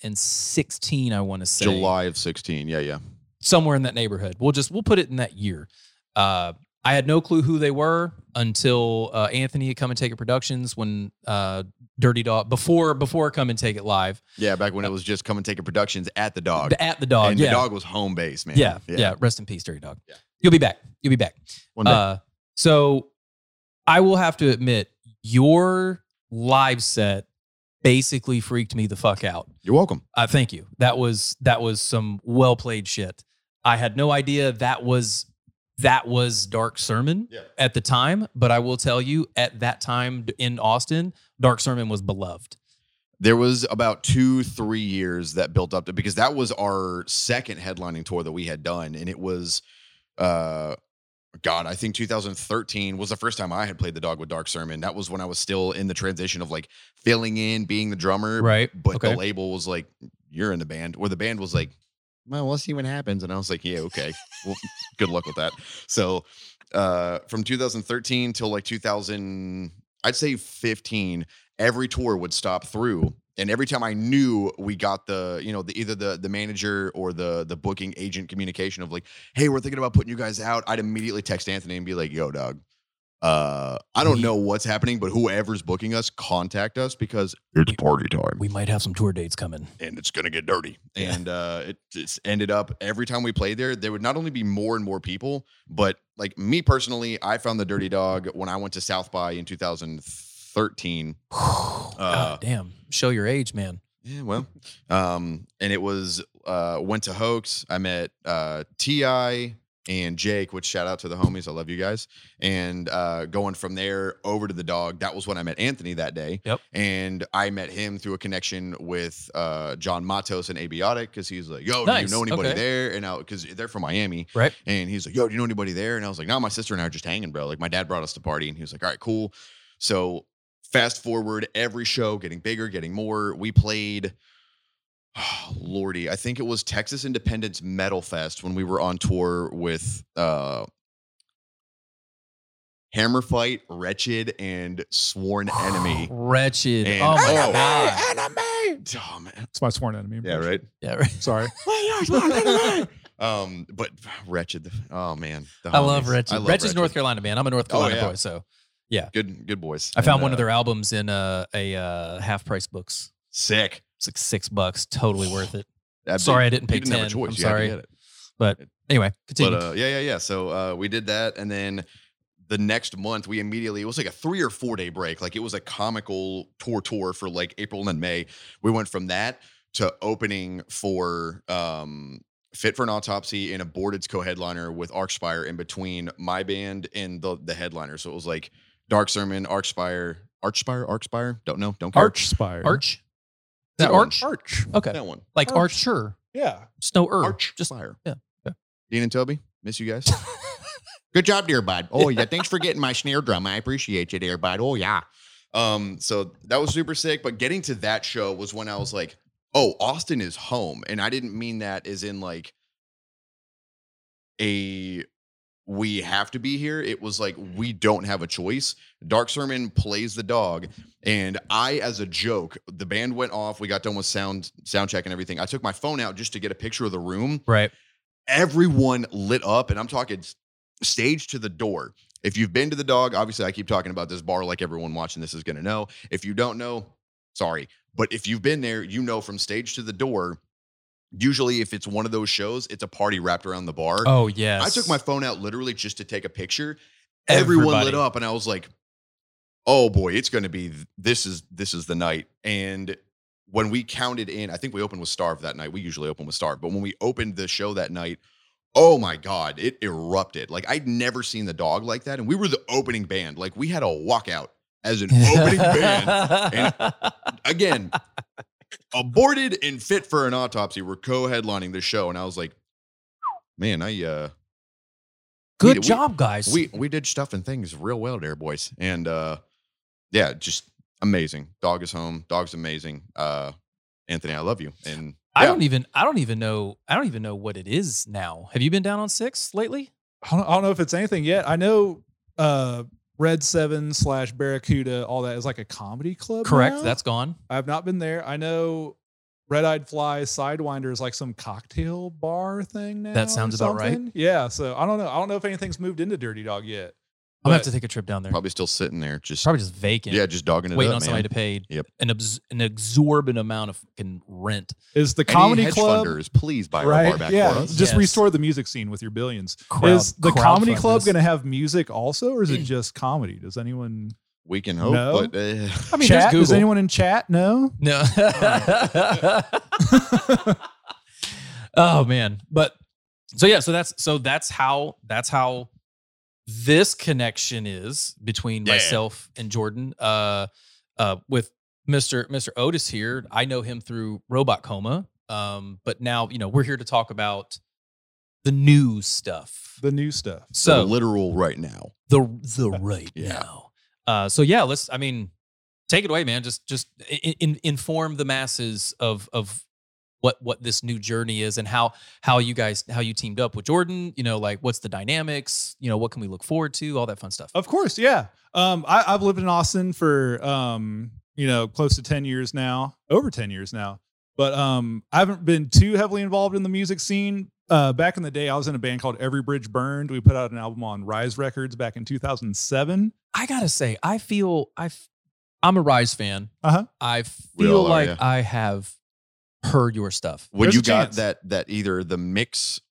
[SPEAKER 1] 2016, I want to say
[SPEAKER 4] July of 16. Yeah, yeah.
[SPEAKER 1] somewhere in that neighborhood. We'll just we'll put it in that year. Uh, I had no clue who they were until uh, Anthony had come and take it productions when uh, Dirty Dog before before come and take it live
[SPEAKER 4] Yeah, back when it was just come and take your productions at the dog.
[SPEAKER 1] The- at the dog.
[SPEAKER 4] and
[SPEAKER 1] yeah.
[SPEAKER 4] the dog was home base, man.
[SPEAKER 1] yeah, yeah, Rest in peace, Dirty Dog.
[SPEAKER 4] Yeah.
[SPEAKER 1] You'll be back. You'll be back.
[SPEAKER 4] One day.
[SPEAKER 1] Uh, so I will have to admit, your live set basically freaked me the fuck out.
[SPEAKER 4] You're welcome.
[SPEAKER 1] Uh, thank you. That was that was some well played shit. I had no idea that was that was Dark Sermon
[SPEAKER 4] Yeah.
[SPEAKER 1] at the time, but I will tell you, at that time d- in Austin, Dark Sermon was beloved.
[SPEAKER 4] There was about two, three years that built up to because that was our second headlining tour that we had done. And it was uh God, I think 2013 was the first time I had played the dog with Dark Sermon. That was when I was still in the transition of like filling in, being the drummer.
[SPEAKER 1] Right.
[SPEAKER 4] But
[SPEAKER 1] Okay.
[SPEAKER 4] the label was like, You're in the band. Or the band was like, Well, we'll see what happens. And I was like, Yeah, okay. well, good luck with that. So uh from 2013 till like 2000 I'd say 15 every tour would stop through and every time I knew we got the you know the either the the manager or the the booking agent communication of like hey we're thinking about putting you guys out I'd immediately text Anthony and be like yo dog uh I don't know what's happening but whoever's booking us contact us because it's party time
[SPEAKER 1] We might have some tour dates coming.
[SPEAKER 4] and it's gonna get dirty.
[SPEAKER 1] Yeah.
[SPEAKER 4] And uh, it just ended up every time we played there, there would not only be more and more people, but like me personally, I found the Dirty Dog when I went to South by in 2013. Uh.
[SPEAKER 1] God damn, show your age, man.
[SPEAKER 4] Yeah, well, um, and it was uh, went to Hoax. I met uh, Ti and Jake, which shout out to the homies. I love you guys. And uh, going from there over to the dog, that was when I met Anthony that day.
[SPEAKER 1] Yep.
[SPEAKER 4] And I met him through a connection with uh, John Matos and Abiotic because he's like, "Yo,
[SPEAKER 1] Nice,
[SPEAKER 4] do you know anybody
[SPEAKER 1] okay.
[SPEAKER 4] there?" And I because they're from Miami,
[SPEAKER 1] Right.
[SPEAKER 4] And he's like, "Yo, do you know anybody there?" And I was like, "No, my sister and I are just hanging, bro. Like my dad brought us to party." And he was like, "All right, cool." So fast forward every show getting bigger getting more we played lordy i think it was texas independence metal fest when we were on tour with uh hammer fight wretched and sworn enemy
[SPEAKER 1] Wretched.
[SPEAKER 4] And-
[SPEAKER 1] oh my
[SPEAKER 4] Oh.
[SPEAKER 1] god.
[SPEAKER 4] oh man
[SPEAKER 3] It's my sworn enemy.
[SPEAKER 4] yeah right
[SPEAKER 1] Yeah, right.
[SPEAKER 3] Sorry.
[SPEAKER 4] um but wretched oh man the
[SPEAKER 1] I love
[SPEAKER 4] homies.
[SPEAKER 1] Wretched.
[SPEAKER 4] love
[SPEAKER 1] Wretched's North Carolina man. I'm a North
[SPEAKER 4] Oh,
[SPEAKER 1] Carolina
[SPEAKER 4] yeah.
[SPEAKER 1] boy, so
[SPEAKER 4] good good boys uh,
[SPEAKER 1] I found one of
[SPEAKER 4] their
[SPEAKER 1] their albums in uh, a uh, half price books.
[SPEAKER 4] sick
[SPEAKER 1] It's like six bucks, totally worth it.
[SPEAKER 4] That
[SPEAKER 1] Sorry,
[SPEAKER 4] big-
[SPEAKER 1] I didn't
[SPEAKER 4] you
[SPEAKER 1] pay
[SPEAKER 4] didn't have a
[SPEAKER 1] ten.
[SPEAKER 4] choice.
[SPEAKER 1] I'm
[SPEAKER 4] You had to
[SPEAKER 1] sorry.
[SPEAKER 4] get it.
[SPEAKER 1] But anyway,
[SPEAKER 4] But
[SPEAKER 1] continue.
[SPEAKER 4] uh, yeah, yeah, yeah. So uh, we did that, and then the next month we immediately it was like a three or four day break. Like it was a comical tour tour for like April and then May. We went from that to opening for um, Fit for an Autopsy and Aborted's co-headliner with Archspire in between my band and the the headliner. So it was like Dark Sermon, Archspire, Archspire, Archspire. Don't know, don't care.
[SPEAKER 3] Arch Spire.
[SPEAKER 1] Arch.
[SPEAKER 4] That
[SPEAKER 1] Is it
[SPEAKER 4] one.
[SPEAKER 1] Arch?
[SPEAKER 3] Arch.
[SPEAKER 1] Okay.
[SPEAKER 4] that one.
[SPEAKER 1] Like
[SPEAKER 3] Arch.
[SPEAKER 1] Archer.
[SPEAKER 3] Yeah.
[SPEAKER 1] Snow Earl.
[SPEAKER 4] Arch
[SPEAKER 1] Just
[SPEAKER 4] fire.
[SPEAKER 1] yeah, yeah.
[SPEAKER 4] Dean and Toby, miss you guys. Good job, dear bud. Oh yeah, thanks for getting my snare drum. I appreciate you, dear bud. Oh yeah. Um, so that was super sick. But getting to that show was when I was like, oh, Austin is home, and I didn't mean that as in like a we have to be here. It was like we don't have a choice. Dark Sermon plays the dog, and I, as a joke, the band went off. We got done with sound sound check and everything. I took my phone out just to get a picture of the room.
[SPEAKER 1] Right.
[SPEAKER 4] Everyone lit up, and I'm talking s- stage to the door. If you've been to the dog, obviously I keep talking about this bar like everyone watching this is going to know. If you don't know, sorry. But if you've been there, you know from stage to the door. Usually, if it's one of those shows, it's a party wrapped around the bar.
[SPEAKER 1] Oh yes.
[SPEAKER 4] I took my phone out literally just to take a picture. Everyone
[SPEAKER 1] Everybody.
[SPEAKER 4] lit up, and I was like, "Oh boy, it's going to be this is this is the night." And when we counted in, I think we opened with Starve that night. We usually open with Starve, but when we opened the show that night, oh my god, it erupted! Like I'd never seen the dog like that, and we were the opening band. Like we had a walkout as an opening band again, aborted and fit for an autopsy were co-headlining the show, and I was like, "Man, I uh,
[SPEAKER 1] Good
[SPEAKER 4] we-
[SPEAKER 1] job, guys.
[SPEAKER 4] we we did stuff and things real well there, boys." And uh, yeah, just amazing. Dog is home. Dog's amazing. Uh, Anthony, I love you. And
[SPEAKER 1] I
[SPEAKER 4] yeah,
[SPEAKER 1] don't even. I don't even know. I don't even know what it is now. Have you been down on six lately?
[SPEAKER 3] I don't, I don't know if it's anything yet. I know uh, Red Seven slash Barracuda, all that is like a comedy club.
[SPEAKER 1] Correct.
[SPEAKER 3] now?
[SPEAKER 1] That's gone.
[SPEAKER 3] I've not been there. I know Red Eyed Fly Sidewinder is like some cocktail bar thing now.
[SPEAKER 1] That
[SPEAKER 3] or
[SPEAKER 1] sounds about right.
[SPEAKER 3] something. Yeah. So I don't know. I don't know if anything's moved into Dirty Dog yet.
[SPEAKER 1] I'm gonna have
[SPEAKER 3] But-
[SPEAKER 1] to take a trip down there. Probably,
[SPEAKER 4] probably still sitting there, just
[SPEAKER 1] just vacant.
[SPEAKER 4] yeah, just dogging it
[SPEAKER 1] waiting
[SPEAKER 4] up,
[SPEAKER 1] on somebody
[SPEAKER 4] man.
[SPEAKER 1] to pay
[SPEAKER 4] Yep.
[SPEAKER 1] an abs- an exorbitant amount of fucking rent.
[SPEAKER 3] Is the
[SPEAKER 4] Any
[SPEAKER 3] comedy
[SPEAKER 4] hedge
[SPEAKER 3] club
[SPEAKER 4] funders, please buy our bar
[SPEAKER 3] right?
[SPEAKER 4] back for
[SPEAKER 3] Yeah.
[SPEAKER 4] us.
[SPEAKER 3] Just
[SPEAKER 1] Yes.
[SPEAKER 3] restore the music scene with your billions.
[SPEAKER 1] Crowd-
[SPEAKER 3] is the
[SPEAKER 1] crowdfund
[SPEAKER 3] comedy club
[SPEAKER 1] this.
[SPEAKER 3] going to have music also, or is it just comedy? Does anyone?
[SPEAKER 4] We can hope,
[SPEAKER 3] No.
[SPEAKER 4] but uh,
[SPEAKER 3] I
[SPEAKER 1] Chat?
[SPEAKER 3] mean, chat, does
[SPEAKER 1] Google.
[SPEAKER 3] anyone in chat know?
[SPEAKER 1] No. oh man. But so yeah, so that's so that's how that's how this connection is between
[SPEAKER 4] Yeah.
[SPEAKER 1] myself and Jordan. Uh uh with Mr. Mr. Otis here. I know him through Robot Coma. Um, but now, you know, we're here to talk about the new stuff.
[SPEAKER 3] The new stuff.
[SPEAKER 1] So
[SPEAKER 4] so literal right now.
[SPEAKER 1] the the right
[SPEAKER 4] Yeah.
[SPEAKER 1] now. Uh, so yeah, let's. I mean, take it away, man. Just just in, in, inform the masses of of what what this new journey is and how how you guys how you teamed up with Jordan. You know, like what's the dynamics? You know, what can we look forward to? All that fun stuff.
[SPEAKER 3] Of course, yeah. Um, I, I've lived in Austin for um, you know, close to ten years now, over ten years now. But um, I haven't been too heavily involved in the music scene. Uh, back in the day, I was in a band called Every Bridge Burned. We put out an album on Rise Records back in 2007.
[SPEAKER 1] I gotta say, I feel I f- I'm a Rise fan.
[SPEAKER 3] Uh-huh.
[SPEAKER 1] I
[SPEAKER 4] We
[SPEAKER 1] feel
[SPEAKER 4] all are,
[SPEAKER 1] like
[SPEAKER 4] yeah.
[SPEAKER 1] I have heard your stuff.
[SPEAKER 4] when
[SPEAKER 3] There's
[SPEAKER 4] you
[SPEAKER 3] a
[SPEAKER 4] got
[SPEAKER 3] chance.
[SPEAKER 4] that that either the mix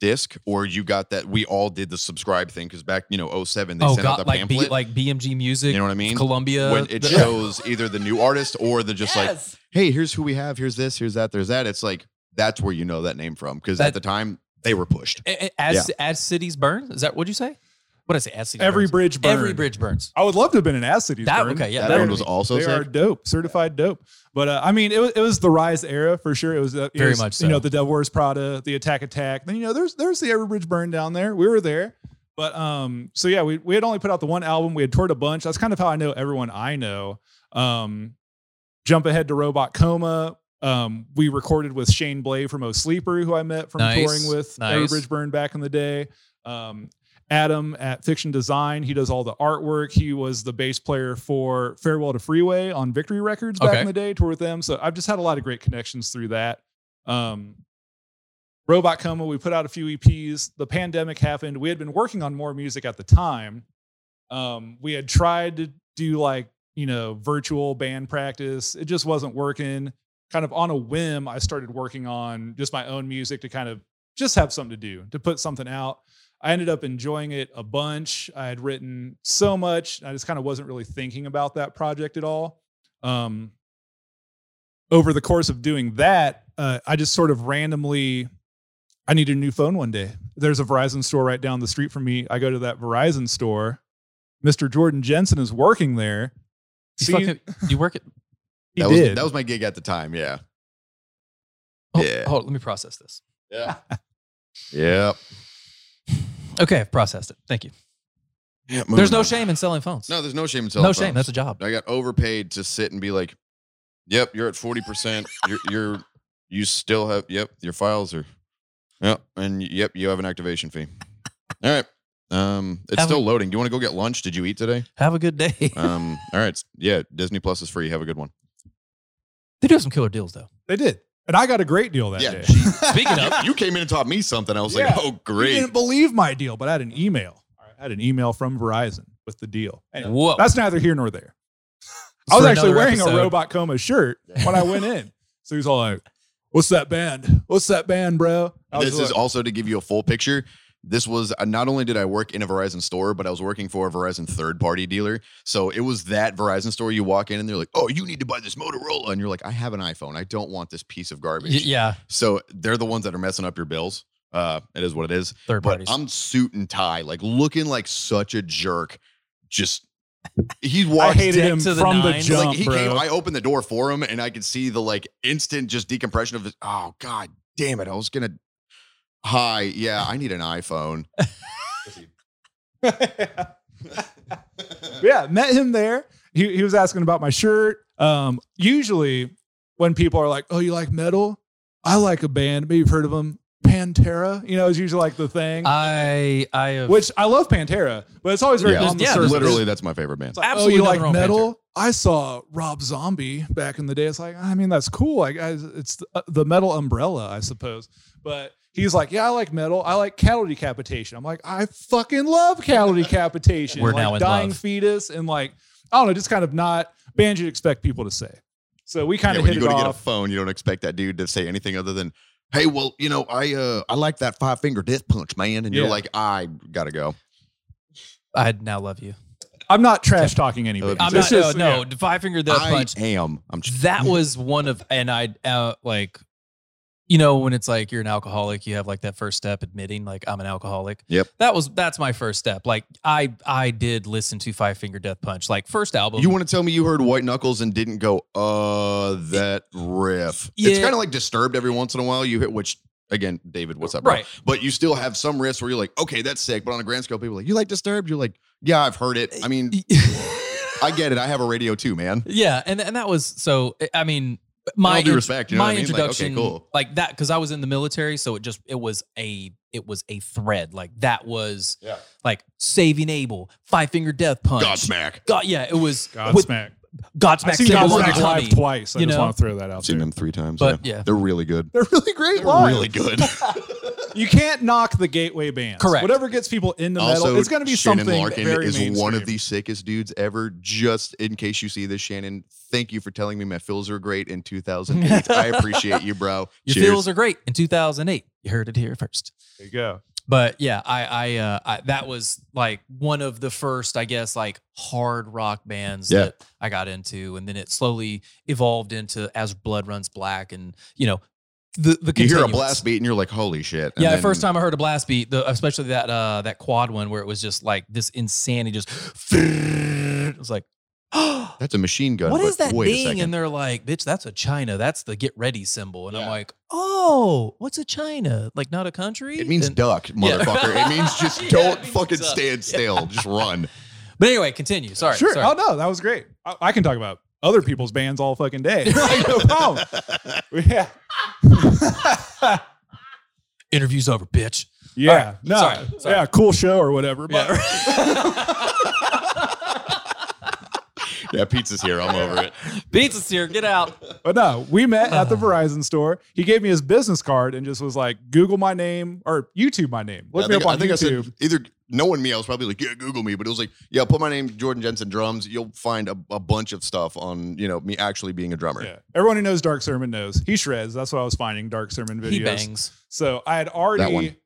[SPEAKER 4] disc or you got that we all did the subscribe thing because back you know 07 they
[SPEAKER 1] oh
[SPEAKER 4] sent out
[SPEAKER 1] God,
[SPEAKER 4] the
[SPEAKER 1] like B,
[SPEAKER 4] pamphlet
[SPEAKER 1] like BMG Music,
[SPEAKER 4] you know what i mean
[SPEAKER 1] Columbia.
[SPEAKER 4] when it
[SPEAKER 1] the-
[SPEAKER 4] shows either the new artist or the just like
[SPEAKER 1] Yes.
[SPEAKER 4] hey here's who we have here's this here's that there's that it's like that's where you know that name from because
[SPEAKER 1] That-
[SPEAKER 4] at the time they were pushed
[SPEAKER 1] A- a- as as cities burn. Is that what you say? What I say? As cities
[SPEAKER 3] Every
[SPEAKER 1] burn.
[SPEAKER 3] Bridge Burned.
[SPEAKER 1] every bridge burns.
[SPEAKER 3] I would love to have been an Acid Youth
[SPEAKER 1] That
[SPEAKER 3] Burned.
[SPEAKER 1] okay? Yeah,
[SPEAKER 4] that,
[SPEAKER 1] that
[SPEAKER 4] one
[SPEAKER 1] would
[SPEAKER 4] was
[SPEAKER 1] be-
[SPEAKER 4] also
[SPEAKER 3] they
[SPEAKER 4] sick.
[SPEAKER 3] are dope, certified dope. But uh, I mean, it was it was the rise era for sure. It was uh, it
[SPEAKER 1] Very
[SPEAKER 3] was,
[SPEAKER 1] much
[SPEAKER 3] You know,
[SPEAKER 1] so.
[SPEAKER 3] the Devil Wears Prada, the Attack Attack. Then you know, there's there's the Everbridge Burn down there. We were there, but um, so yeah, we we had only put out the one album. We had toured a bunch. That's kind of how I know everyone I know. Um, jump ahead to Robot Coma. Um, we recorded with Shane Blay from O Sleeper, who I met from
[SPEAKER 1] Nice,
[SPEAKER 3] touring with
[SPEAKER 1] nice.
[SPEAKER 3] Everbridge Burn back in the day. Um, Adam at Fiction Design, he does all the artwork. He was the bass player for Farewell to Freeway on Victory Records back
[SPEAKER 1] Okay.
[SPEAKER 3] in the day, toured with them. So I've just had a lot of great connections through that. Um, Robot Coma, we put out a few EPs. The pandemic happened. We had been working on more music at the time. Um, we had tried to do like, you know, virtual band practice. It just wasn't working. Kind of on a whim, I started working on just my own music to kind of just have something to do, to put something out. I ended up enjoying it a bunch. I had written so much. I just kind of wasn't really thinking about that project at all. Um, over the course of doing that, uh, I just sort of randomly, I needed a new phone one day. There's a Verizon store right down the street from me. I go to that Verizon store. Mr. Jordan Jensen is working there.
[SPEAKER 1] You,
[SPEAKER 3] See,
[SPEAKER 1] fucking, you work it.
[SPEAKER 3] he
[SPEAKER 4] that, was,
[SPEAKER 3] did.
[SPEAKER 4] that was my gig at the time yeah
[SPEAKER 1] Hold,
[SPEAKER 4] Yeah.
[SPEAKER 1] hold, Oh, let me process this.
[SPEAKER 4] yeah yeah,
[SPEAKER 1] Okay, I've processed it. Thank you.
[SPEAKER 4] yeah
[SPEAKER 1] There's
[SPEAKER 4] moving
[SPEAKER 1] no
[SPEAKER 4] on.
[SPEAKER 1] shame in selling phones.
[SPEAKER 4] no there's no shame in
[SPEAKER 1] no
[SPEAKER 4] selling
[SPEAKER 1] shame.
[SPEAKER 4] phones.
[SPEAKER 1] That's a job.
[SPEAKER 4] I got overpaid to sit and be like, "Yep, you're at forty percent. You're you're you still have yep. Your files are yep, and yep, you have an activation fee. All right. Um, it's
[SPEAKER 1] Have
[SPEAKER 4] still loading. Do you want to go get lunch? Did you eat today?
[SPEAKER 1] Have a good day.
[SPEAKER 4] Um, all right. Yeah, Disney Plus is free. Have a good one.
[SPEAKER 1] they do have some killer deals though.
[SPEAKER 3] They did. And I got a great deal that
[SPEAKER 4] Yeah,
[SPEAKER 3] day.
[SPEAKER 4] gee.
[SPEAKER 1] Speaking of,
[SPEAKER 4] you came in and taught me something. I was
[SPEAKER 3] Yeah.
[SPEAKER 4] like, oh,
[SPEAKER 3] You
[SPEAKER 4] great.
[SPEAKER 3] didn't believe my deal, but I had an email. All right, I had an email from Verizon with the deal. Anyway,
[SPEAKER 1] whoa,
[SPEAKER 3] that's neither here nor there. I was
[SPEAKER 1] For
[SPEAKER 3] actually
[SPEAKER 1] another
[SPEAKER 3] wearing
[SPEAKER 1] episode.
[SPEAKER 3] a Robot Coma shirt when I went in. So he's all like, What's that band? What's that band, bro? I was
[SPEAKER 4] this is
[SPEAKER 3] like,
[SPEAKER 4] also to give you a full picture. This was uh, not only did I work in a Verizon store, but I was working for a Verizon third party dealer. So it was that Verizon store you walk in and they're like, oh, you need to buy this Motorola. And you're like, I have an iPhone. I don't want this piece of
[SPEAKER 1] Y-
[SPEAKER 4] garbage.
[SPEAKER 1] yeah,
[SPEAKER 4] So they're the ones that are messing up your bills. Uh, it is what it is.
[SPEAKER 1] third
[SPEAKER 4] But
[SPEAKER 1] parties.
[SPEAKER 4] I'm suit and tie, like looking like such a jerk. Just he walks
[SPEAKER 3] I hated
[SPEAKER 1] dead
[SPEAKER 3] him
[SPEAKER 1] to the
[SPEAKER 3] from the
[SPEAKER 1] nines.
[SPEAKER 4] like
[SPEAKER 3] jump,
[SPEAKER 4] he
[SPEAKER 3] bro.
[SPEAKER 4] came, I opened the door for him, and I could see the like instant just decompression of his. Oh god, damn it! I was gonna. Hi, yeah, I need an iPhone.
[SPEAKER 3] yeah, met him there. He, he was asking about my shirt. Um, usually, when people are like, "Oh, you like metal? I like a band. Maybe you've heard of them, Pantera." You know, it's usually like the thing.
[SPEAKER 1] I I have
[SPEAKER 3] which I love Pantera, but it's always very
[SPEAKER 4] Yeah.
[SPEAKER 3] on the
[SPEAKER 1] Yeah,
[SPEAKER 3] surface.
[SPEAKER 4] Literally, that's my favorite band.
[SPEAKER 3] It's like,
[SPEAKER 1] Absolutely
[SPEAKER 3] oh, you
[SPEAKER 1] nothing
[SPEAKER 3] like
[SPEAKER 1] wrong with
[SPEAKER 3] metal? I saw Rob Zombie back in the day. It's like, I mean, that's cool. I, I, it's the, uh, the metal umbrella, I suppose. But he's like, yeah, I like metal. I like cattle decapitation. I'm like, I fucking love cattle decapitation.
[SPEAKER 1] We're
[SPEAKER 3] like
[SPEAKER 1] now in
[SPEAKER 3] dying
[SPEAKER 1] love.
[SPEAKER 3] fetus and like, I don't know, just kind of not bands you'd expect people to say. So we kind of
[SPEAKER 4] Yeah, when
[SPEAKER 3] hit
[SPEAKER 4] you
[SPEAKER 3] it
[SPEAKER 4] go to get a
[SPEAKER 3] off.
[SPEAKER 4] phone, you don't expect that dude to say anything other than, "Hey, well, you know, I uh, I like that five finger death punch, man," and you're
[SPEAKER 3] Yeah.
[SPEAKER 4] like, "I gotta go."
[SPEAKER 1] I now love you.
[SPEAKER 3] I'm not trash talking anybody.
[SPEAKER 1] I'm
[SPEAKER 3] It's
[SPEAKER 1] not uh,
[SPEAKER 3] just-
[SPEAKER 1] no,
[SPEAKER 3] yeah.
[SPEAKER 1] no five finger death
[SPEAKER 4] I
[SPEAKER 1] punch.
[SPEAKER 4] am. I'm. Just,
[SPEAKER 1] That was one of and I uh, like, you know, when it's like you're an alcoholic, you have like that first step admitting like I'm an alcoholic.
[SPEAKER 4] Yep.
[SPEAKER 1] That was that's my first step. Like I I did listen to Five Finger Death Punch like first album.
[SPEAKER 4] you want to tell me you heard White Knuckles and didn't go, uh, that riff? It's
[SPEAKER 1] Yeah.
[SPEAKER 4] kind of like disturbed every once in a while. You hit which. Again, David, what's up, bro?
[SPEAKER 1] right?
[SPEAKER 4] but you still have some riffs where you're like, okay, that's sick. But on a grand scale, people are like, you like Disturbed? You're like, yeah, I've heard it. I mean, I get it. I have a radio too, man.
[SPEAKER 1] yeah, and and that was so. eh, I mean, my
[SPEAKER 4] My due
[SPEAKER 1] in-
[SPEAKER 4] respect, you know
[SPEAKER 1] my
[SPEAKER 4] what I mean?
[SPEAKER 1] introduction
[SPEAKER 4] like,
[SPEAKER 1] like,
[SPEAKER 4] okay, cool.
[SPEAKER 1] that because i was in the military so it just it was a it was a thread like that was
[SPEAKER 4] Yeah.
[SPEAKER 1] like saving abel five finger death punch
[SPEAKER 4] Godsmack.
[SPEAKER 1] god yeah it was with
[SPEAKER 3] Godsmack.
[SPEAKER 1] godsmack
[SPEAKER 3] I've seen
[SPEAKER 1] Symbol
[SPEAKER 3] Godsmack
[SPEAKER 1] and Honey.
[SPEAKER 3] live twice. I
[SPEAKER 1] you
[SPEAKER 3] just
[SPEAKER 1] know?
[SPEAKER 3] want to throw that out
[SPEAKER 4] I've seen
[SPEAKER 3] there.
[SPEAKER 4] them three times.
[SPEAKER 1] But, yeah.
[SPEAKER 4] they're really good.
[SPEAKER 3] They're really great
[SPEAKER 4] They're
[SPEAKER 3] live.
[SPEAKER 4] really good.
[SPEAKER 3] You can't knock the gateway bands.
[SPEAKER 1] Correct.
[SPEAKER 3] Whatever gets people into metal,
[SPEAKER 4] also,
[SPEAKER 3] it's going to be
[SPEAKER 4] Shannon
[SPEAKER 3] something
[SPEAKER 4] Larkin
[SPEAKER 3] very
[SPEAKER 4] is one
[SPEAKER 3] mainstream.
[SPEAKER 4] of the sickest dudes ever. Just in case you see this, Shannon, thank you for telling me my fills are great in 2008. I appreciate you, bro.
[SPEAKER 1] your
[SPEAKER 4] Cheers.
[SPEAKER 1] feels are great in 2008 you heard it here first
[SPEAKER 3] There you go.
[SPEAKER 1] but yeah i i uh I, that was like one of the first i guess like hard rock bands
[SPEAKER 4] Yeah.
[SPEAKER 1] that i got into and then it slowly evolved into as blood runs black and you know the the
[SPEAKER 4] you hear a
[SPEAKER 1] continuance.
[SPEAKER 4] blast beat and you're like, holy shit. And
[SPEAKER 1] Yeah,
[SPEAKER 4] then-
[SPEAKER 1] the first time I heard a blast beat, the, especially that uh, that quad one where it was just like this insanity, just it was like, what
[SPEAKER 4] That's a machine gun. but
[SPEAKER 1] is that
[SPEAKER 4] wait A
[SPEAKER 1] thing?
[SPEAKER 4] second.
[SPEAKER 1] And they're like, bitch, that's a China. That's the get ready symbol. And I'm
[SPEAKER 3] Yeah.
[SPEAKER 1] like, oh, what's a China? Like not a country?
[SPEAKER 4] It means
[SPEAKER 1] And-
[SPEAKER 4] duck, motherfucker. It means just
[SPEAKER 1] Yeah,
[SPEAKER 4] don't
[SPEAKER 1] it means
[SPEAKER 4] fucking
[SPEAKER 1] duck.
[SPEAKER 4] stand still. Just run.
[SPEAKER 1] but anyway, continue. Sorry,
[SPEAKER 3] sure.
[SPEAKER 1] sorry.
[SPEAKER 3] Oh no, that was great. I, I can talk about other people's bands all fucking day. Like, no problem. Yeah.
[SPEAKER 1] Interviews over, bitch.
[SPEAKER 3] yeah.
[SPEAKER 1] All right.
[SPEAKER 3] No.
[SPEAKER 1] Sorry. Sorry.
[SPEAKER 3] Yeah. Cool show or whatever. But
[SPEAKER 4] Yeah, pizza's here. I'm over it.
[SPEAKER 1] Pizza's here. Get out.
[SPEAKER 3] But no, we met at the
[SPEAKER 1] Uh.
[SPEAKER 3] Verizon store. He gave me his business card and just was like, "Google my name or YouTube my name. Look
[SPEAKER 4] I
[SPEAKER 3] me
[SPEAKER 4] think,
[SPEAKER 3] up on
[SPEAKER 4] I think I
[SPEAKER 3] YouTube."
[SPEAKER 4] said either knowing me, I was probably like, yeah, Google me. But it was like, yeah, put my name Jordan Jensen drums. You'll find a, a bunch of stuff on you know me actually being a drummer.
[SPEAKER 3] yeah. Everyone who knows Dark Sermon knows he shreds. That's what I was finding Dark Sermon videos.
[SPEAKER 1] He bangs.
[SPEAKER 3] So I had
[SPEAKER 4] That one.
[SPEAKER 3] already.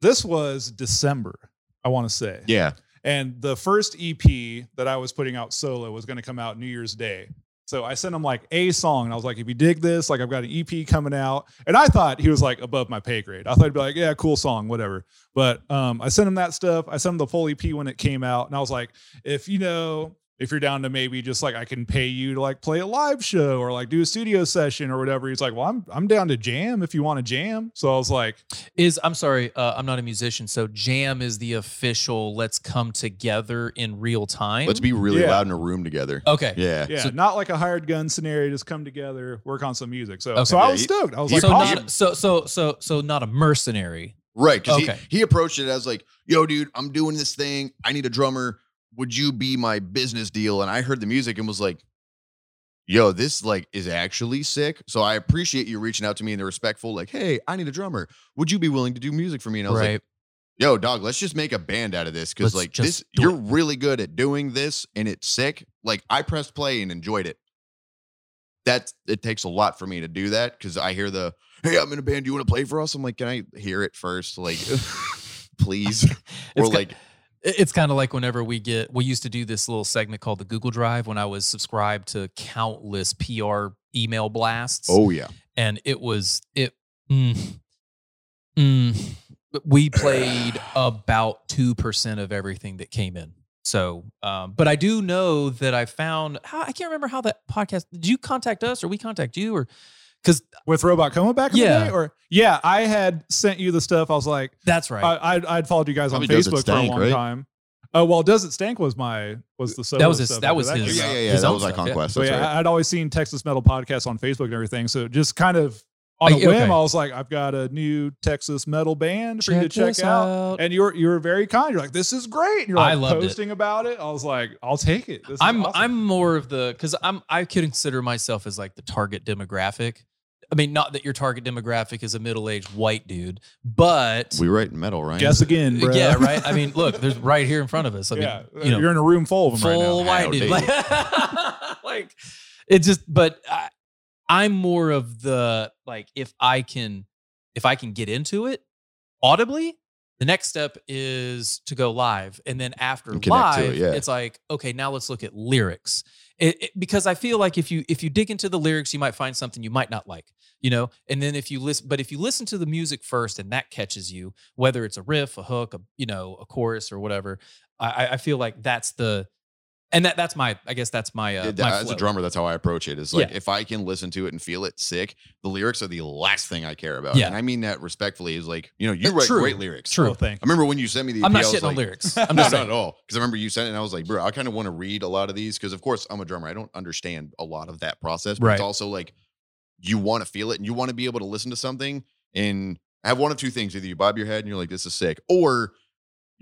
[SPEAKER 3] This was December, I want to say.
[SPEAKER 4] Yeah.
[SPEAKER 3] And the first EP that I was putting out solo was going to come out New Year's Day. So I sent him like a song, and I was like, "If you dig this, like I've got an EP coming out." And I thought he was like above my pay grade. I thought he'd be like, "Yeah, cool song, whatever." But um, I sent him that stuff. I sent him the full EP when it came out, and I was like, "If you know, if you're down to maybe just like I can pay you to like play a live show or like do a studio session or whatever," he's like, "Well, I'm I'm down to jam if you want to jam." So I was like,
[SPEAKER 1] Is I'm sorry, uh, I'm not a musician. So jam is the official. Let's come together in real time.
[SPEAKER 4] Let's be really
[SPEAKER 3] Yeah. Oh,
[SPEAKER 4] loud in a room together.
[SPEAKER 1] okay.
[SPEAKER 4] Yeah.
[SPEAKER 3] Yeah,
[SPEAKER 1] So-
[SPEAKER 3] not like a hired gun scenario. Just come together, work on some music. So,
[SPEAKER 1] Okay.
[SPEAKER 3] so
[SPEAKER 4] Yeah,
[SPEAKER 3] I was
[SPEAKER 4] you-
[SPEAKER 3] stoked. I was
[SPEAKER 4] you-
[SPEAKER 3] like,
[SPEAKER 1] so
[SPEAKER 3] awesome.
[SPEAKER 1] not so so so so not a mercenary,
[SPEAKER 4] Right. Because
[SPEAKER 1] Okay.
[SPEAKER 4] he, he approached it as like, yo, dude, I'm doing this thing. I need a drummer. Would you be my business deal? And I heard the music and was like, yo, this like is actually sick. So I appreciate you reaching out to me in the respectful, like, hey, I need a drummer. Would you be willing to do music for me? And I was like,
[SPEAKER 1] right.
[SPEAKER 4] yo, dog, let's just make a band out of this. Cause
[SPEAKER 1] Let's
[SPEAKER 4] like
[SPEAKER 1] just
[SPEAKER 4] this,
[SPEAKER 1] do
[SPEAKER 4] you're really good at doing this and it's sick. Like I pressed play and enjoyed it. That it takes a lot for me to do that because I hear the hey, I'm in a band. Do you want to play for us? I'm like, can I hear it first? Like, please. or
[SPEAKER 1] It's ki-
[SPEAKER 4] like,
[SPEAKER 1] It- It's kind of like whenever we get, we used to do this little segment called the Google Drive when I was subscribed to countless PR email blasts.
[SPEAKER 4] oh yeah,
[SPEAKER 1] And it was, it, mm, mm, But we played about 2% of everything that came in. So, um, but I do know that I found, how, I can't remember how that podcast, did you contact us or we contact you or, because
[SPEAKER 3] with Robot Coma back in
[SPEAKER 1] Yeah.
[SPEAKER 3] the day, or yeah, I had sent you the stuff. I was like,
[SPEAKER 1] that's right.
[SPEAKER 3] I, I'd, I'd followed you guys
[SPEAKER 4] Probably
[SPEAKER 3] on
[SPEAKER 4] Does It
[SPEAKER 3] Facebook for a
[SPEAKER 4] Stank,
[SPEAKER 3] long
[SPEAKER 4] right?
[SPEAKER 3] time. Oh well, does it stank was my was the solo
[SPEAKER 1] was his-
[SPEAKER 3] stuff
[SPEAKER 1] that
[SPEAKER 3] after
[SPEAKER 1] was
[SPEAKER 4] yeah,
[SPEAKER 1] his- uh,
[SPEAKER 3] came out.
[SPEAKER 4] yeah, yeah.
[SPEAKER 1] his
[SPEAKER 4] That
[SPEAKER 1] own
[SPEAKER 4] was
[SPEAKER 1] stuff, yeah.
[SPEAKER 4] Iconquest.
[SPEAKER 3] So
[SPEAKER 4] That's
[SPEAKER 3] yeah,
[SPEAKER 4] right.
[SPEAKER 3] I- I'd always seen Texas Metal Podcast on Facebook and everything. So just kind of on
[SPEAKER 1] Like,
[SPEAKER 3] a whim,
[SPEAKER 1] okay.
[SPEAKER 3] I was like, I've got a new Texas metal band for you to check
[SPEAKER 1] this
[SPEAKER 3] out. And you were you were very kind. You're like, this is great. And you're
[SPEAKER 1] I
[SPEAKER 3] like
[SPEAKER 1] loved it.
[SPEAKER 3] posting about it. I was like, I'll take it. This is
[SPEAKER 1] I'm
[SPEAKER 3] awesome.
[SPEAKER 1] I'm more of the because I'm I could consider myself as like the target demographic. I mean, not that your target demographic is a middle aged white dude, but
[SPEAKER 4] We write metal, right?
[SPEAKER 3] guess again, bro.
[SPEAKER 1] Uh, yeah, right. I mean, look, there's right here in front of us. I mean,
[SPEAKER 3] yeah, uh,
[SPEAKER 1] you know,
[SPEAKER 3] you're in a room full of them right now.
[SPEAKER 1] full
[SPEAKER 4] How
[SPEAKER 1] white dude.
[SPEAKER 4] dare
[SPEAKER 1] Like, like, it just, but I, I'm more of the like if I can if I can get into it audibly. The next step is to go live, and then after
[SPEAKER 4] And connect to it,
[SPEAKER 1] live,
[SPEAKER 4] yeah.
[SPEAKER 1] it's like okay, now let's look at lyrics. It, it- because I feel like if you if you dig into the lyrics, you might find something you might not like, you know. And then if you listen, but if you listen to the music first, and that catches you, whether it's a riff, a hook, a you know, a chorus or whatever, I, I- I feel like that's the, and that that's my, I guess that's my, uh,
[SPEAKER 4] Yeah,
[SPEAKER 1] my
[SPEAKER 4] that- as a
[SPEAKER 1] flow.
[SPEAKER 4] drummer, that's how I approach it. It's like if I can listen to it and feel it sick, the lyrics are the last thing I care about.
[SPEAKER 1] Yeah.
[SPEAKER 4] And I mean that respectfully. Is like, you know, you
[SPEAKER 1] Uh,
[SPEAKER 4] write
[SPEAKER 1] true.
[SPEAKER 4] great lyrics.
[SPEAKER 1] True.
[SPEAKER 3] Oh, thank
[SPEAKER 4] I remember when you sent me the.
[SPEAKER 1] I'm not
[SPEAKER 4] EP, I was
[SPEAKER 1] shitting on
[SPEAKER 4] like,
[SPEAKER 1] lyrics. I'm
[SPEAKER 4] no,
[SPEAKER 1] just
[SPEAKER 4] not
[SPEAKER 1] saying.
[SPEAKER 4] at all. Because I remember you sent it, and I was like, bro, I kind of want to read a lot of these because, of course, I'm a drummer. I don't understand a lot of that process, but
[SPEAKER 1] Right.
[SPEAKER 4] it's also like you want to feel it and you want to be able to listen to something and have one of two things: either you bob your head and you're like, "This is sick," or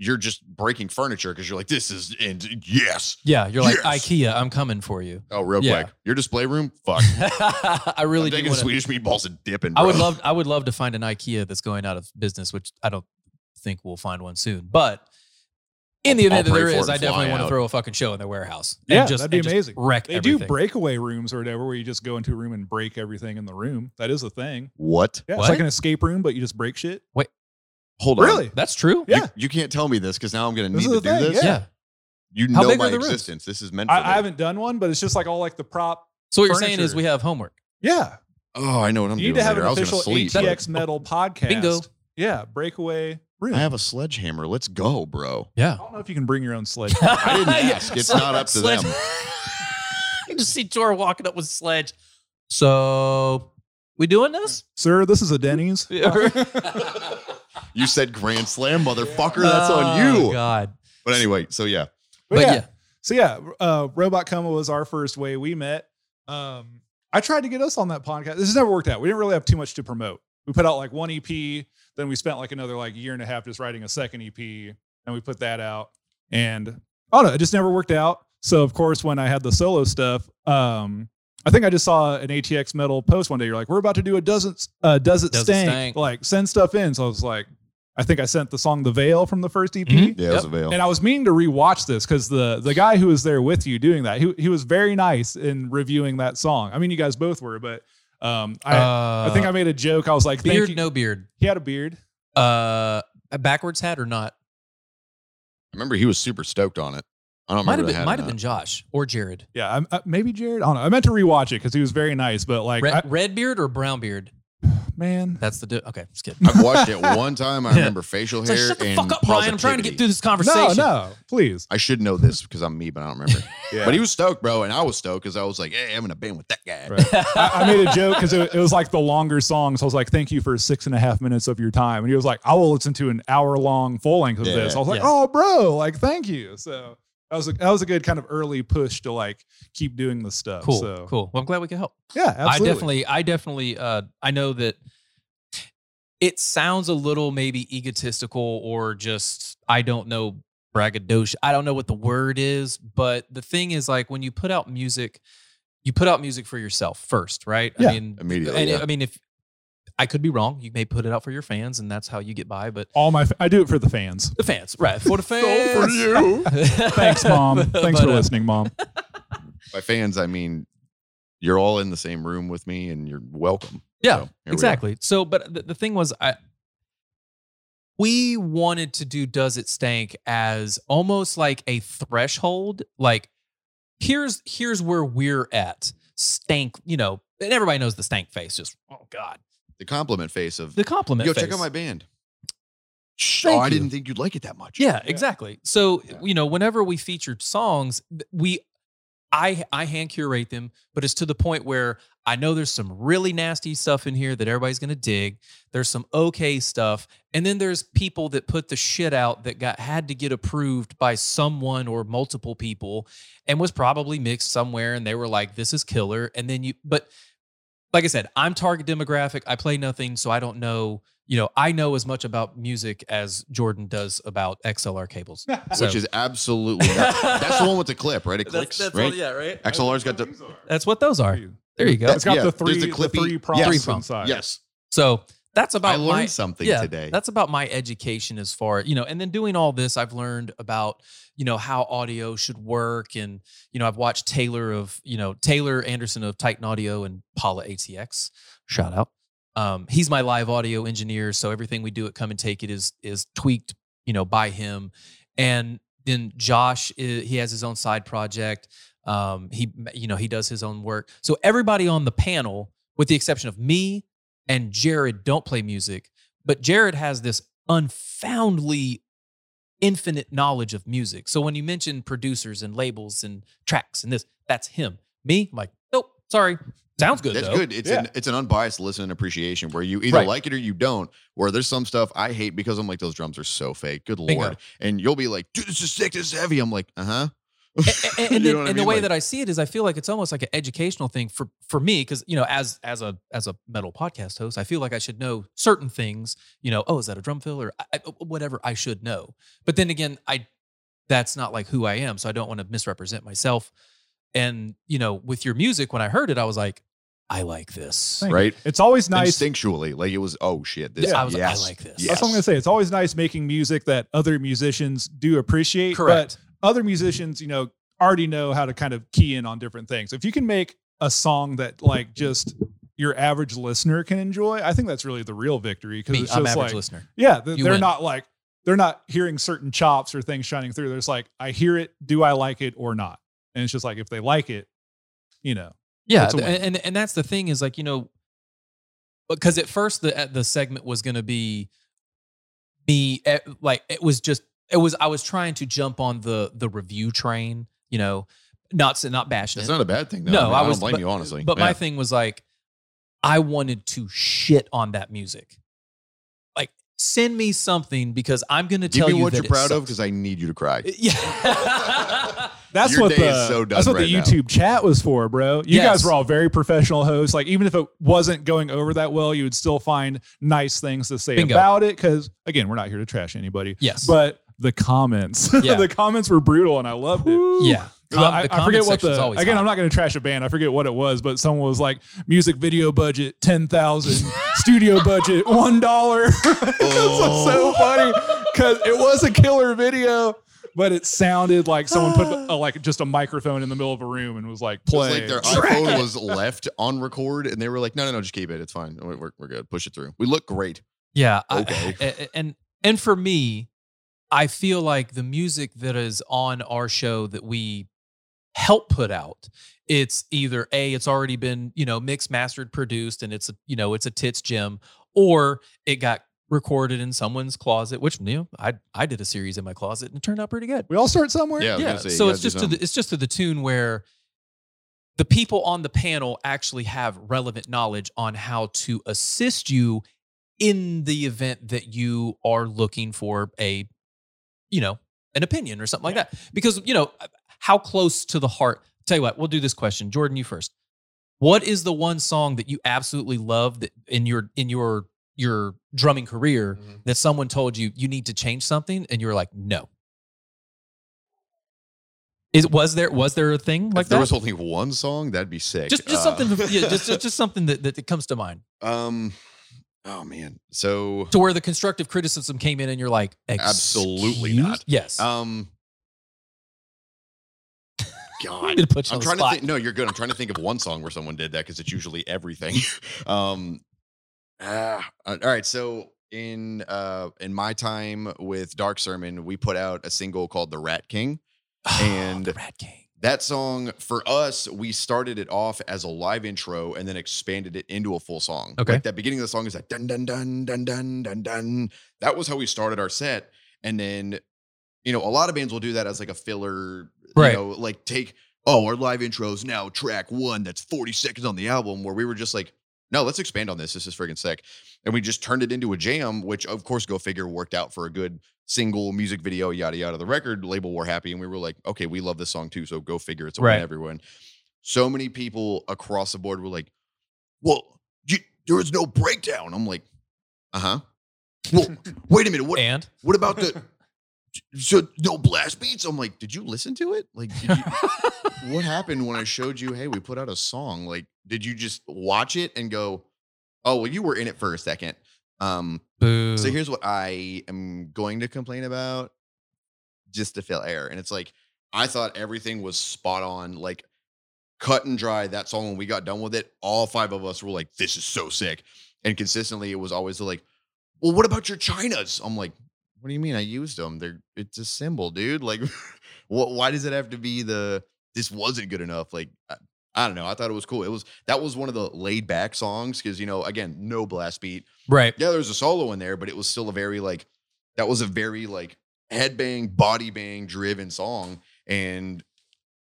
[SPEAKER 4] you're just breaking furniture because you're like, "This is and yes."
[SPEAKER 1] Yeah, you're like
[SPEAKER 4] Yes.
[SPEAKER 1] IKEA. I'm coming for you.
[SPEAKER 4] Oh, real
[SPEAKER 1] Yeah.
[SPEAKER 4] quick, your display room, fuck.
[SPEAKER 1] I really
[SPEAKER 4] I'm
[SPEAKER 1] do.
[SPEAKER 4] taking
[SPEAKER 1] Wanna,
[SPEAKER 4] Swedish meatballs and dipping.
[SPEAKER 1] I would
[SPEAKER 4] bro.
[SPEAKER 1] love. I would love to find an IKEA that's going out of business, which I don't think we'll find one soon. But in the
[SPEAKER 4] I'll-
[SPEAKER 1] event
[SPEAKER 4] I'll
[SPEAKER 1] that there
[SPEAKER 4] pray for
[SPEAKER 1] is,
[SPEAKER 4] it
[SPEAKER 1] I
[SPEAKER 4] and
[SPEAKER 1] definitely
[SPEAKER 4] fly
[SPEAKER 1] want to
[SPEAKER 4] out.
[SPEAKER 1] throw a fucking show in their warehouse.
[SPEAKER 3] Yeah,
[SPEAKER 1] and just,
[SPEAKER 3] that'd be
[SPEAKER 1] and just
[SPEAKER 3] amazing.
[SPEAKER 1] Wreck
[SPEAKER 3] They
[SPEAKER 1] everything.
[SPEAKER 3] do breakaway rooms or whatever, where you just go into a room and break everything in the room. That is a thing.
[SPEAKER 4] What?
[SPEAKER 3] Yeah,
[SPEAKER 1] What?
[SPEAKER 3] it's like an escape room, but you just break shit.
[SPEAKER 4] Hold on.
[SPEAKER 3] Really?
[SPEAKER 1] That's true.
[SPEAKER 4] You,
[SPEAKER 3] Yeah.
[SPEAKER 4] you can't tell me this because now I'm going to
[SPEAKER 3] This
[SPEAKER 4] need
[SPEAKER 3] is
[SPEAKER 4] to do
[SPEAKER 3] the thing,
[SPEAKER 4] this.
[SPEAKER 1] Yeah.
[SPEAKER 3] Yeah.
[SPEAKER 4] You
[SPEAKER 1] How
[SPEAKER 4] know
[SPEAKER 1] big are
[SPEAKER 4] my
[SPEAKER 1] the rooms?
[SPEAKER 4] existence. This is meant for
[SPEAKER 3] I, I
[SPEAKER 4] me.
[SPEAKER 3] haven't done one, but it's just like all like the prop.
[SPEAKER 1] So what you're saying is
[SPEAKER 3] Furniture.
[SPEAKER 1] we have homework.
[SPEAKER 3] Yeah,
[SPEAKER 4] Oh, I know what I'm
[SPEAKER 3] you
[SPEAKER 4] doing.
[SPEAKER 3] need to have
[SPEAKER 4] later.
[SPEAKER 3] an
[SPEAKER 4] I was
[SPEAKER 3] official
[SPEAKER 4] going to sleep.
[SPEAKER 1] ATX.
[SPEAKER 4] but
[SPEAKER 3] HTX metal podcast.
[SPEAKER 1] oh, Bingo.
[SPEAKER 3] Yeah, breakaway room.
[SPEAKER 4] I have a sledgehammer. Let's go, bro.
[SPEAKER 1] Yeah.
[SPEAKER 3] I don't know if you can bring your own sledge.
[SPEAKER 1] I
[SPEAKER 4] didn't ask. It's not up to them.
[SPEAKER 1] you just see Tor walking up with sledge. So we doing this?
[SPEAKER 3] Sir, this is a Denny's.
[SPEAKER 4] You said Grand Slam, motherfucker. That's on
[SPEAKER 1] Oh,
[SPEAKER 4] you.
[SPEAKER 1] God.
[SPEAKER 4] But anyway, so yeah.
[SPEAKER 1] But,
[SPEAKER 3] But
[SPEAKER 1] yeah.
[SPEAKER 3] yeah. So yeah, uh, Robot Coma was our first way we met. Um, I tried to get us on that podcast. This has never worked out. We didn't really have too much to promote. We put out like one EP, then we spent like another like year and a half just writing a second EP, and we put that out. And I don't know, it just never worked out. So of course, when I had the solo stuff, um, I think I just saw an ATX Metal post one day. You're like, "We're about to do a doesn't uh, does it
[SPEAKER 1] Does It
[SPEAKER 3] stank.
[SPEAKER 1] Stank.
[SPEAKER 3] Like send stuff in." So I was like, I think I sent the song "The Veil" from the first E EP.
[SPEAKER 1] Mhm.
[SPEAKER 4] Yeah, it was a veil.
[SPEAKER 3] And I was meaning to rewatch this because the the guy who was there with you doing that, he, he was very nice in reviewing that song. I mean, you guys both were, but um, I I think I made a joke. I was like, thank
[SPEAKER 1] uh, beard,
[SPEAKER 3] you-
[SPEAKER 1] no beard.
[SPEAKER 3] he had a beard.
[SPEAKER 1] Uh, a backwards hat or not?
[SPEAKER 4] I remember he was super stoked on it. I don't
[SPEAKER 1] Might
[SPEAKER 4] remember.
[SPEAKER 1] have
[SPEAKER 4] the hat
[SPEAKER 1] been,
[SPEAKER 4] or
[SPEAKER 1] might have
[SPEAKER 4] not.
[SPEAKER 1] been Josh or Jared.
[SPEAKER 3] Yeah, I'm, uh, maybe Jared. I don't know. I meant to rewatch it because he was very nice, but like,
[SPEAKER 1] Red,
[SPEAKER 3] I-
[SPEAKER 1] red beard or brown beard?
[SPEAKER 3] man,
[SPEAKER 1] That's the di- okay. Just kidding.
[SPEAKER 4] I've watched it one time. I
[SPEAKER 1] Yeah.
[SPEAKER 4] remember facial
[SPEAKER 1] It's
[SPEAKER 4] hair.
[SPEAKER 1] like, shut the
[SPEAKER 4] and
[SPEAKER 1] fuck up, Brian. I'm trying to
[SPEAKER 4] positivity.
[SPEAKER 1] get through this
[SPEAKER 3] no,
[SPEAKER 1] conversation.
[SPEAKER 3] no, please.
[SPEAKER 4] I should know this because I'm me, but I don't remember.
[SPEAKER 3] Yeah.
[SPEAKER 4] But he was stoked, bro, and I was stoked because I was like, "Hey, I'm in a band with that guy."
[SPEAKER 3] Right. I, I made a joke because it, it was like the longer song. So I was like, thank you for six and a half minutes of your time. And he was like, I will listen to an hour long full length of
[SPEAKER 4] Yeah,
[SPEAKER 3] this. I was like,
[SPEAKER 1] yeah.
[SPEAKER 3] oh, bro, like, thank you. So that was, a, that was a good kind of early push to like keep doing the stuff.
[SPEAKER 1] Cool,
[SPEAKER 3] So
[SPEAKER 1] cool. Well, I'm glad we could help.
[SPEAKER 3] yeah, absolutely.
[SPEAKER 1] I definitely, I definitely, uh, I know that it sounds a little maybe egotistical or just I don't know braggadocio. I don't know what the word is, but the thing is like when you put out music, you put out music for yourself first, right?
[SPEAKER 3] Yeah,
[SPEAKER 1] I mean,
[SPEAKER 4] immediately.
[SPEAKER 1] and
[SPEAKER 4] yeah.
[SPEAKER 1] I mean if I could be wrong, you may put it out for your fans and that's how you get by, but
[SPEAKER 3] All my, fa- I do it for the fans.
[SPEAKER 1] the fans, right? For the fans.
[SPEAKER 4] So for you.
[SPEAKER 3] Thanks, mom. Thanks
[SPEAKER 1] But,
[SPEAKER 3] for
[SPEAKER 1] uh,
[SPEAKER 3] listening, mom.
[SPEAKER 4] By fans, I mean you're all in the same room with me, and you're welcome.
[SPEAKER 1] Yeah,
[SPEAKER 4] So, here we are.
[SPEAKER 1] exactly. So, but the, the thing was, I we wanted to do "Does It Stank" as almost like a threshold. Like, here's here's where we're at. Stank, you know, and everybody knows the stank face. Just oh god,
[SPEAKER 4] The compliment face of
[SPEAKER 1] the compliment.
[SPEAKER 4] yo,
[SPEAKER 1] face.
[SPEAKER 4] check out my band. Shh,
[SPEAKER 1] Thank
[SPEAKER 4] oh, I
[SPEAKER 1] you.
[SPEAKER 4] didn't think you'd like it that much.
[SPEAKER 1] Yeah, exactly. So
[SPEAKER 4] Yeah.
[SPEAKER 1] you know, whenever we featured songs, th- we I I hand curate them, but it's to the point where I know there's some really nasty stuff in here that everybody's gonna dig. There's some okay stuff, and then there's people that put the shit out that got had to get approved by someone or multiple people, and was probably mixed somewhere, and they were like, "This is killer," and then you but. Like I said, I'm target demographic. I play nothing, so I don't know you know, I know as much about music as Jordan does about XLR cables.
[SPEAKER 4] Which
[SPEAKER 1] So-
[SPEAKER 4] is absolutely that's, that's the one with the clip, right? It clicks, right?
[SPEAKER 1] yeah, right?
[SPEAKER 4] XLR's got the
[SPEAKER 1] That's what those are. There you go.
[SPEAKER 4] That's-
[SPEAKER 3] It's got
[SPEAKER 4] Yeah,
[SPEAKER 3] the
[SPEAKER 4] there's
[SPEAKER 3] three,
[SPEAKER 4] the
[SPEAKER 3] the
[SPEAKER 4] clippy-
[SPEAKER 3] three
[SPEAKER 4] yes.
[SPEAKER 3] prompts
[SPEAKER 1] Three prompts.
[SPEAKER 3] inside.
[SPEAKER 4] yes.
[SPEAKER 1] So that's about
[SPEAKER 4] I learned
[SPEAKER 1] my,
[SPEAKER 4] something
[SPEAKER 1] yeah,
[SPEAKER 4] today.
[SPEAKER 1] That's about my education as far, you know, and then doing all this, I've learned about, you know, how audio should work. And, you know, I've watched Taylor of, you know, Taylor Anderson of Titan Audio and Paula ATX. Shout out. Um, he's my live audio engineer. So everything we do at Come and Take It is is tweaked, you know, by him. And then Josh, i- he has his own side project. Um, he, you know, he does his own work. So everybody on the panel, with the exception of me and Jared, don't play music but Jared has this unfoundly infinite knowledge of music. So when you mention producers and labels and tracks and this, that's him. Me, I'm like, nope, sorry. Sounds good.
[SPEAKER 4] That's
[SPEAKER 1] though.
[SPEAKER 4] good. It's an it's an unbiased listen and appreciation where you either
[SPEAKER 1] Right.
[SPEAKER 4] like it or you don't. Where there's some stuff I hate because I'm like those drums are so fake. Good
[SPEAKER 1] Bingo.
[SPEAKER 4] lord. And you'll be like, dude, this is sick. This is heavy. I'm like, uh huh.
[SPEAKER 1] A- a- and, then- and the way that I see it is, I feel like it's almost like an educational thing for for me because you know, as as a as a metal podcast host, I feel like I should know certain things. You know, oh, is that a drum fill or I, I- whatever I should know. But then again, I that's not like who I am, so I don't want to misrepresent myself. And you know, with your music, when I heard it, I was like, I like this.
[SPEAKER 3] Thank
[SPEAKER 4] right
[SPEAKER 3] It's always nice.
[SPEAKER 4] instinctually, like it was. Oh shit, this.
[SPEAKER 1] Yeah, I was like, I
[SPEAKER 4] yes,
[SPEAKER 1] like this.
[SPEAKER 4] Yes.
[SPEAKER 3] That's what I'm going to say. It's always nice making music that other musicians do appreciate.
[SPEAKER 1] Correct.
[SPEAKER 3] But other musicians, you know, already know how to kind of key in on different things. If you can make a song that like just your average listener can enjoy, I think that's really the real victory because
[SPEAKER 1] Me,
[SPEAKER 3] it's
[SPEAKER 1] I'm
[SPEAKER 3] just
[SPEAKER 1] average
[SPEAKER 3] like,
[SPEAKER 1] listener.
[SPEAKER 3] yeah, th-
[SPEAKER 1] You
[SPEAKER 3] they're
[SPEAKER 1] win.
[SPEAKER 3] not like, they're not hearing certain chops or things shining through. They're just like, I hear it. Do I like it or not? And it's just like, if they like it, you know,
[SPEAKER 1] Yeah,
[SPEAKER 3] It's a
[SPEAKER 1] th-
[SPEAKER 3] win.
[SPEAKER 1] and and that's the thing is like you know, because at first the at the segment was going to be me eh, like it was just it was I was trying to jump on the the review train, you know, not s- not bashing
[SPEAKER 4] That's
[SPEAKER 1] it,
[SPEAKER 4] not a bad thing. though.
[SPEAKER 1] No,
[SPEAKER 4] I, mean,
[SPEAKER 1] I
[SPEAKER 4] I,
[SPEAKER 1] was-
[SPEAKER 4] don't blame
[SPEAKER 1] but-
[SPEAKER 4] you honestly.
[SPEAKER 1] but
[SPEAKER 4] Yeah.
[SPEAKER 1] my thing was like I wanted to shit on that music, like send me something because I'm going to
[SPEAKER 4] give
[SPEAKER 1] tell
[SPEAKER 4] me
[SPEAKER 1] you
[SPEAKER 4] what
[SPEAKER 1] that
[SPEAKER 4] you're
[SPEAKER 1] it
[SPEAKER 4] proud of
[SPEAKER 1] sucks.
[SPEAKER 4] because I need you to cry.
[SPEAKER 1] yeah.
[SPEAKER 3] That's
[SPEAKER 4] Your
[SPEAKER 3] what
[SPEAKER 4] day
[SPEAKER 3] the
[SPEAKER 4] is so done
[SPEAKER 3] that's what
[SPEAKER 4] right
[SPEAKER 3] the
[SPEAKER 4] now.
[SPEAKER 3] YouTube chat was for, bro. You
[SPEAKER 1] Yes.
[SPEAKER 3] guys were all very professional hosts. Like even if it wasn't going over that well, you would still find nice things to say
[SPEAKER 1] Bingo.
[SPEAKER 3] about it. Because again, we're not here to trash anybody,
[SPEAKER 1] yes.
[SPEAKER 3] but the comments,
[SPEAKER 1] Yeah.
[SPEAKER 3] the comments were brutal, and I loved it. Uh,
[SPEAKER 1] yeah. Com-
[SPEAKER 3] I,
[SPEAKER 1] the
[SPEAKER 3] I forget
[SPEAKER 1] comment
[SPEAKER 3] what
[SPEAKER 1] section's
[SPEAKER 3] the
[SPEAKER 1] always
[SPEAKER 3] again.
[SPEAKER 1] hot.
[SPEAKER 3] I'm not going to trash a band. I forget what it was, but someone was like, "Music video budget ten thousand, studio budget one dollar." It's
[SPEAKER 4] Oh.
[SPEAKER 3] so funny because it was a killer video, but it sounded like someone put a, like just a microphone in the middle of a room and was like,
[SPEAKER 4] It was
[SPEAKER 3] "Play."
[SPEAKER 4] like their iPhone was left on record, and they were like, "No, no, no, just keep it. It's fine. We're, we're, we're good. Push it through. We look great."
[SPEAKER 1] Yeah. I-
[SPEAKER 4] Okay.
[SPEAKER 1] a- a- and and for me, I feel like the music that is on our show that we help put out, it's either a it's already been you know mixed, mastered, produced, and it's a you know it's a tits gem, or it got recorded in someone's closet. Which you know, I I did a series in my closet and it turned out pretty good
[SPEAKER 3] we all start somewhere.
[SPEAKER 4] Yeah. I was
[SPEAKER 1] yeah.
[SPEAKER 4] gonna say, you
[SPEAKER 1] so
[SPEAKER 4] gotta
[SPEAKER 1] it's
[SPEAKER 4] do
[SPEAKER 1] just to
[SPEAKER 4] something.
[SPEAKER 1] the, it's just to the tune where the people on the panel actually have relevant knowledge on how to assist you in the event that you are looking for a you know an opinion or something like that because you know how close to the heart tell you what we'll do this question jordan you first what is the one song that you absolutely love that in your in your your drumming career
[SPEAKER 4] Mhm.
[SPEAKER 1] that someone told you you need to change something and you were like no is was there was there a thing like
[SPEAKER 4] if there
[SPEAKER 1] that
[SPEAKER 4] was only one song, that'd be sick.
[SPEAKER 1] just just
[SPEAKER 4] Uh,
[SPEAKER 1] something yeah, just, just just something that, that comes to mind
[SPEAKER 4] um, oh man. So
[SPEAKER 1] to where the constructive criticism came in and you're like
[SPEAKER 4] Absolutely
[SPEAKER 1] "Excuse?"
[SPEAKER 4] not.
[SPEAKER 1] yes
[SPEAKER 4] um,
[SPEAKER 1] I'm
[SPEAKER 4] God,
[SPEAKER 1] gonna put you
[SPEAKER 4] I'm
[SPEAKER 1] on the
[SPEAKER 4] trying
[SPEAKER 1] spot.
[SPEAKER 4] to think. No, you're good. I'm trying to think of one song where someone did that because it's usually everything. um, ah, all right. So in uh in my time with Dark Sermon, we put out a single called "The Rat King." and-
[SPEAKER 1] the Rat King.
[SPEAKER 4] That song for us, we started it off as a live intro and then expanded it into a full song.
[SPEAKER 1] Okay.
[SPEAKER 4] Like that beginning of the song is that dun dun dun dun dun dun dun. That was how we started our set. And then, you know, a lot of bands will do that as like a filler,
[SPEAKER 1] Right.
[SPEAKER 4] you know, like take, oh, our live intro is now track one that's 40 seconds on the album, where we were just like, no, let's expand on this. This is friggin' sick. And we just turned it into a jam, which of course, go figure, worked out for a good single music video yada yada the record label were happy and we were like okay we love this song too so go figure it's a
[SPEAKER 1] Right.
[SPEAKER 4] win everyone so many people across the board were like well you, there was no breakdown i'm like uh-huh well wait a minute what
[SPEAKER 1] and
[SPEAKER 4] what about the so no blast beats i'm like did you listen to it like did you, what happened when i showed you hey we put out a song like did you just watch it and go oh well you were in it for a second um
[SPEAKER 1] boo
[SPEAKER 4] so here's what I am going to complain about just to fill air. And it's like, I thought everything was spot on, like cut and dry. That song, when we got done with it, all five of us were like, this is so sick. And consistently, it was always the like, well, what about your Chinas? I'm like, what do you mean? I used them. They're, it's a symbol, dude. Like, what, why does it have to be the, this wasn't good enough? Like, I, I don't know. I thought it was cool. It was, that was one of the laid back songs because, you know, again, no blast beat
[SPEAKER 1] right
[SPEAKER 4] yeah, there was a solo in there, but it was still a very like that was a very like headbang, body bang driven song. And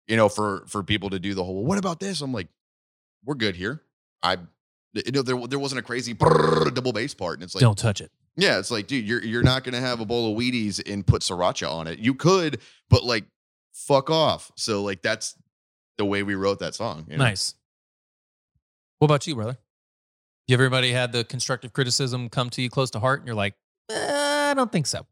[SPEAKER 4] you know, for for people to do the whole, what about this? I'm like, we're good here. I you know, there there wasn't a crazy brrrr double bass part, and it's like,
[SPEAKER 1] don't touch it
[SPEAKER 4] yeah, it's like, dude, you're you're not gonna have a bowl of Wheaties and put sriracha on it. You could, but like, fuck off. So like, that's the way we wrote that song. you know?
[SPEAKER 1] nice what about you brother you everybody had the constructive criticism come to you close to heart and you're like "Eh, i don't think so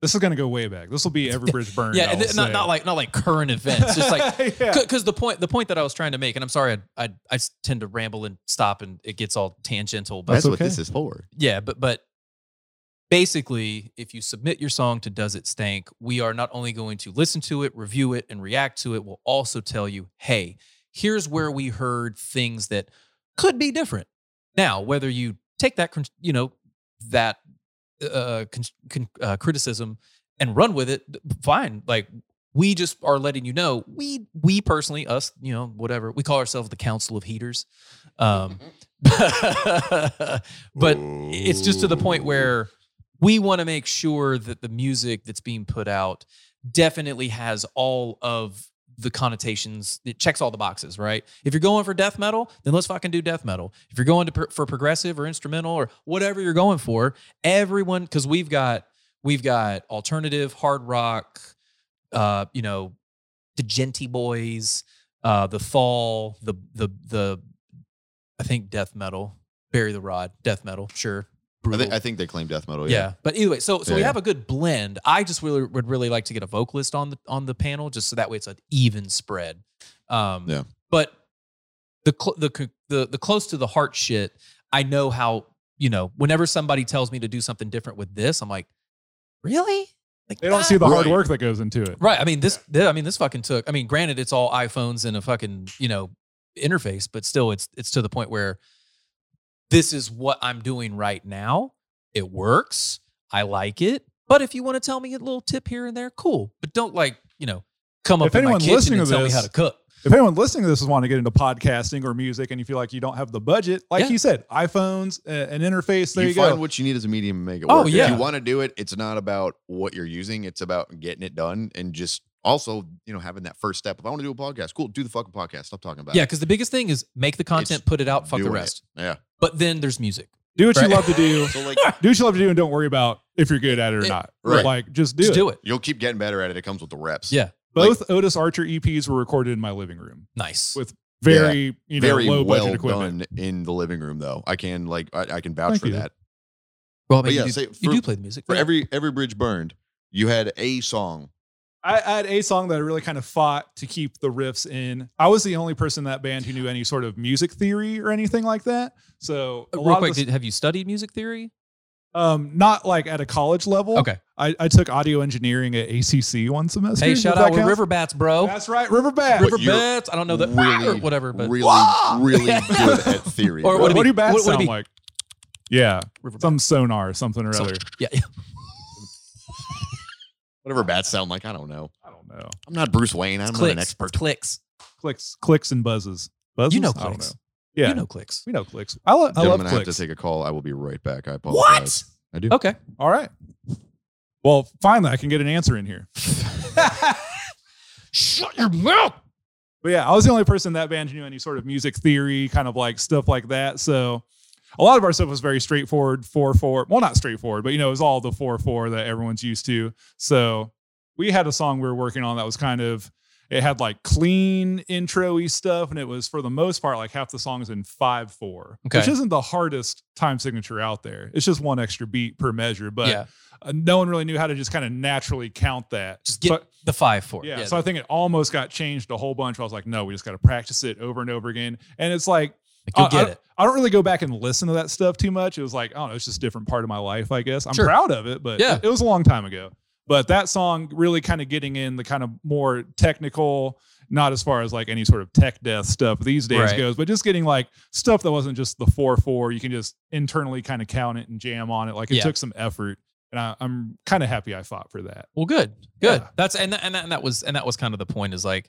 [SPEAKER 3] This is going to go way back. This will be Every Bridge Burned.
[SPEAKER 1] yeah
[SPEAKER 3] I
[SPEAKER 1] and
[SPEAKER 3] will
[SPEAKER 1] th- not,
[SPEAKER 3] say.
[SPEAKER 1] not like not like current events just like
[SPEAKER 3] yeah.
[SPEAKER 1] because the point the point that i was trying to make and i'm sorry I, I i s- tend to ramble and stop and it gets all tangential but
[SPEAKER 4] That's,
[SPEAKER 3] That's
[SPEAKER 4] what
[SPEAKER 3] okay.
[SPEAKER 4] this is for.
[SPEAKER 1] Yeah, but but basically, if you submit your song to Does It Stank, we are not only going to listen to it, review it, and react to it, we'll also tell you, hey, here's where we heard things that could be different. Now, whether you take that, con- you know, that uh, con- con- uh, criticism and run with it, th- fine. Like we just are letting you know, we we personally, us, you know, whatever, we call ourselves the Council of Heaters. Um, but it's just to the point where we want to make sure that the music that's being put out definitely has all of the connotations it checks all the boxes right if you're going for death metal then let's fucking do death metal if you're going to pro- for progressive or instrumental or whatever you're going for everyone because we've got we've got alternative hard rock uh you know the genty boys uh the fall the the the i think death metal bury the rod death metal sure
[SPEAKER 4] I
[SPEAKER 1] brutal.
[SPEAKER 4] think I think they claim death metal.
[SPEAKER 1] Yeah. But either way, so so we
[SPEAKER 4] Yeah.
[SPEAKER 1] have a good blend. I just really would really like to get a vocalist on the on the panel, just so that way it's an even spread. Um,
[SPEAKER 4] Yeah.
[SPEAKER 1] But the cl- the c- the the close to the heart shit, I know how you know. Whenever somebody tells me to do something different with this, I'm like, really? Like
[SPEAKER 3] They don't
[SPEAKER 1] that?
[SPEAKER 3] see the hard
[SPEAKER 4] Right.
[SPEAKER 3] work that goes into it.
[SPEAKER 1] Right. I mean this. th- I mean this fucking took. I mean, granted, it's all iPhones and a fucking you know interface, but still, it's it's to the point where this is what I'm doing right now. It works. I like it. But if you want to tell me a little tip here and there, cool. But don't like you know come up
[SPEAKER 3] If
[SPEAKER 1] in my
[SPEAKER 3] anyone
[SPEAKER 1] kitchen
[SPEAKER 3] listening
[SPEAKER 1] and
[SPEAKER 3] to
[SPEAKER 1] tell me
[SPEAKER 3] this-
[SPEAKER 1] how to cook.
[SPEAKER 3] If anyone listening to this is wanting to get into podcasting or music and you feel like you don't have the budget, like
[SPEAKER 1] Yeah.
[SPEAKER 3] he said, iPhones, uh, an interface, there you,
[SPEAKER 4] you,
[SPEAKER 3] go.
[SPEAKER 4] find what you need as a medium and make it
[SPEAKER 1] Oh,
[SPEAKER 4] work. If
[SPEAKER 1] yeah.
[SPEAKER 4] you want to do it, it's not about what you're using, it's about getting it done and just also, you know, having that first step. If I want to do a podcast, cool, do the fucking podcast. Stop talking about
[SPEAKER 1] Yeah,
[SPEAKER 4] it.
[SPEAKER 1] because the biggest thing is make the content, put it out, fuck the
[SPEAKER 4] doing it.
[SPEAKER 1] rest.
[SPEAKER 4] Yeah.
[SPEAKER 1] But then there's music.
[SPEAKER 3] do what you
[SPEAKER 1] Right.
[SPEAKER 3] love to do.
[SPEAKER 4] So like
[SPEAKER 3] Do what you love to do and don't worry about if you're good at it or
[SPEAKER 1] It-
[SPEAKER 3] not.
[SPEAKER 4] right.
[SPEAKER 3] Like just do
[SPEAKER 1] Just
[SPEAKER 3] it.
[SPEAKER 1] do it.
[SPEAKER 4] you'll keep getting better at it. It comes with the reps.
[SPEAKER 1] Yeah.
[SPEAKER 3] E Both Otis Archer EPs were recorded in my living room
[SPEAKER 1] Nice.
[SPEAKER 3] With- very you know
[SPEAKER 4] Very
[SPEAKER 3] low
[SPEAKER 4] well
[SPEAKER 3] budget equipment.
[SPEAKER 4] done in the living room, though. I can like I, I can vouch
[SPEAKER 3] Thank
[SPEAKER 4] for
[SPEAKER 3] you.
[SPEAKER 4] that.
[SPEAKER 1] Well, I
[SPEAKER 4] But
[SPEAKER 1] mean,
[SPEAKER 4] yeah,
[SPEAKER 1] you, do,
[SPEAKER 4] say-
[SPEAKER 1] you
[SPEAKER 4] for-
[SPEAKER 1] do play the music
[SPEAKER 4] For
[SPEAKER 1] yeah.
[SPEAKER 4] every every bridge burned, you had a song.
[SPEAKER 3] I, I had a song that I really kind of fought to keep the riffs in. I was the only person in that band who knew any sort of music theory or anything like that. So a
[SPEAKER 1] Uh,
[SPEAKER 3] lot
[SPEAKER 1] Real
[SPEAKER 3] of
[SPEAKER 1] quick,
[SPEAKER 3] this-
[SPEAKER 1] did, have you studied music theory?
[SPEAKER 3] um, not like at a college level.
[SPEAKER 1] Okay.
[SPEAKER 3] I, I took audio engineering at ACC one semester.
[SPEAKER 1] Hey,
[SPEAKER 3] if
[SPEAKER 1] shout
[SPEAKER 3] that
[SPEAKER 1] out. We're
[SPEAKER 3] counts.
[SPEAKER 1] River Bats, bro.
[SPEAKER 3] That's right, River Bad.
[SPEAKER 1] River
[SPEAKER 4] But you're
[SPEAKER 1] Bats. I don't know that.
[SPEAKER 4] really,
[SPEAKER 1] or whatever, but
[SPEAKER 4] really, really good at
[SPEAKER 1] Or
[SPEAKER 4] theory. bro.
[SPEAKER 1] what
[SPEAKER 3] What,
[SPEAKER 1] would it
[SPEAKER 3] do
[SPEAKER 1] be-
[SPEAKER 3] you bats
[SPEAKER 1] what- what would it
[SPEAKER 3] sound
[SPEAKER 1] be?
[SPEAKER 3] like? Yeah,
[SPEAKER 1] River Bats.
[SPEAKER 3] some sonar, something or
[SPEAKER 1] Some-
[SPEAKER 3] other.
[SPEAKER 1] Yeah. yeah.
[SPEAKER 4] Whatever bats sound like, I don't know.
[SPEAKER 3] I don't know.
[SPEAKER 4] I'm not Bruce Wayne. I'm not
[SPEAKER 1] clicks.
[SPEAKER 4] an expert.
[SPEAKER 1] Clicks.
[SPEAKER 3] Clicks, clicks, and buzzes. Buzzes.
[SPEAKER 1] You know
[SPEAKER 3] I don't
[SPEAKER 1] clicks.
[SPEAKER 3] know. Yeah,
[SPEAKER 1] You know clicks.
[SPEAKER 3] we know clicks. I, lo- I
[SPEAKER 4] Dylan,
[SPEAKER 3] love
[SPEAKER 4] I have to
[SPEAKER 3] clicks.
[SPEAKER 4] take a call. I will be right back. I apologize. I do.
[SPEAKER 1] Okay.
[SPEAKER 3] All right. Well, finally, I can get an answer in here.
[SPEAKER 1] Shut your mouth.
[SPEAKER 3] But yeah, I was the only person in that band who knew any sort of music theory, kind of like stuff like that. So a lot of our stuff was very straightforward, four four. Well, not straightforward, but you know, it was all the four four that everyone's used to. So we had a song we were working on that was kind of it had like clean intro-y stuff, and it was for the most part like half the songs in five four, which
[SPEAKER 1] Okay.
[SPEAKER 3] isn't the hardest time signature out there. It's just one extra beat per measure, but
[SPEAKER 1] yeah.
[SPEAKER 3] uh, no one really knew how to just kind of naturally count that.
[SPEAKER 1] Just get
[SPEAKER 3] So-
[SPEAKER 1] the five four.
[SPEAKER 3] yeah, So I think it almost got changed a whole bunch. I was like, no, we just got to practice it over and over again. And it's like,
[SPEAKER 1] Like, you'll
[SPEAKER 3] I-
[SPEAKER 1] get it.
[SPEAKER 3] I don't really go back and listen to that stuff too much. It was like, I don't know, it's just a different part of my life, I guess. I'm
[SPEAKER 1] Sure.
[SPEAKER 3] proud of it, but
[SPEAKER 1] Yeah.
[SPEAKER 3] it, it was a long time ago. But that song really kind of getting in the kind of more technical, not as far as like any sort of tech death stuff these days
[SPEAKER 1] Right.
[SPEAKER 3] goes, but just getting like stuff that wasn't just the four four. You can just internally kind of count it and jam on it. Like it
[SPEAKER 1] Yeah.
[SPEAKER 3] took some effort. And I, I'm kind of happy I fought for that.
[SPEAKER 1] Well, good, good.
[SPEAKER 3] Yeah.
[SPEAKER 1] That's and that, and that and that was and that was kind of the point is like,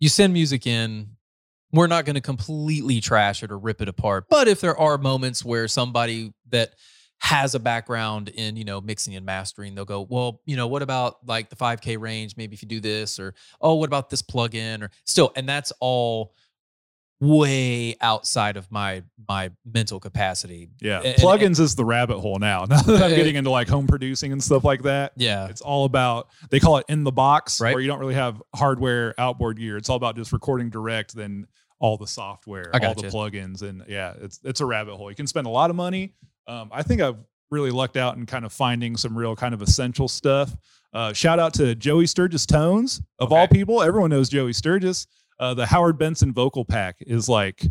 [SPEAKER 1] you send music in, we're not going to completely trash it or rip it apart, but if there are moments where somebody that has a background in you know mixing and mastering, they'll go, well, you know, what about like the 5K range? Maybe if you do this, or oh, what about this plugin? Or still, and that's all way outside of my my mental capacity.
[SPEAKER 3] Yeah.
[SPEAKER 1] And-
[SPEAKER 3] Plugins is the rabbit hole now. Now that I'm
[SPEAKER 1] Uh,
[SPEAKER 3] getting into like home producing and stuff like that,
[SPEAKER 1] Yeah,
[SPEAKER 3] it's all about, they call it in the box,
[SPEAKER 1] Right.
[SPEAKER 3] where you don't really have hardware outboard gear. It's all about just recording direct, then all the software,
[SPEAKER 1] I
[SPEAKER 3] all the
[SPEAKER 1] gotcha.
[SPEAKER 3] plugins. And yeah, it's, it's a rabbit hole. You can spend a lot of money. Um, I think I've really lucked out in kind of finding some real kind of essential stuff. Uh, shout out to Joey Sturgis Tones of all
[SPEAKER 1] Okay.
[SPEAKER 3] people. Everyone knows Joey Sturgis. Uh, the Howard Benson vocal pack is like,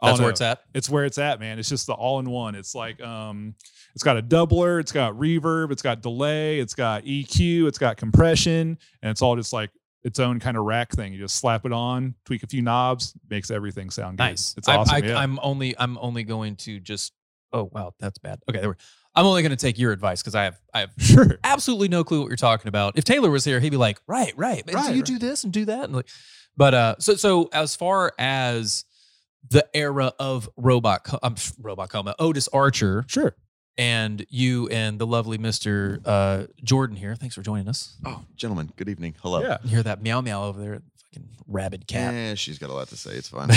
[SPEAKER 3] I
[SPEAKER 1] that's
[SPEAKER 3] don't
[SPEAKER 1] where
[SPEAKER 3] know
[SPEAKER 1] it's at.
[SPEAKER 3] it's where it's at, man. It's just the all in one. It's like um it's got a doubler, it's got reverb, it's got delay, it's got EQ, it's got compression, and it's all just like its own kind of rack thing. You just slap it on, tweak a few knobs, makes everything sound good.
[SPEAKER 1] Nice.
[SPEAKER 3] It's awesome.
[SPEAKER 1] I, I,
[SPEAKER 3] yeah.
[SPEAKER 1] I'm only I'm only going to just oh wow that's bad. Okay, there we I'm only going to take your advice because I have I have
[SPEAKER 3] sure.
[SPEAKER 1] absolutely no clue what you're talking about. If Taylor was here, he'd be like, right, right, man, so
[SPEAKER 3] Right,
[SPEAKER 1] you
[SPEAKER 3] right.
[SPEAKER 1] do this and do that, and like, but uh, so so as far as the era of robot, Co- um, robot coma, Otis Archer,
[SPEAKER 3] Sure.
[SPEAKER 1] and you and the lovely Mister uh, Jordan here. Thanks for joining us.
[SPEAKER 4] Oh, gentlemen, good evening. Hello.
[SPEAKER 3] Yeah.
[SPEAKER 1] You hear that meow meow over there, fucking rabid cat.
[SPEAKER 4] Yeah, she's got a lot to say. It's fine.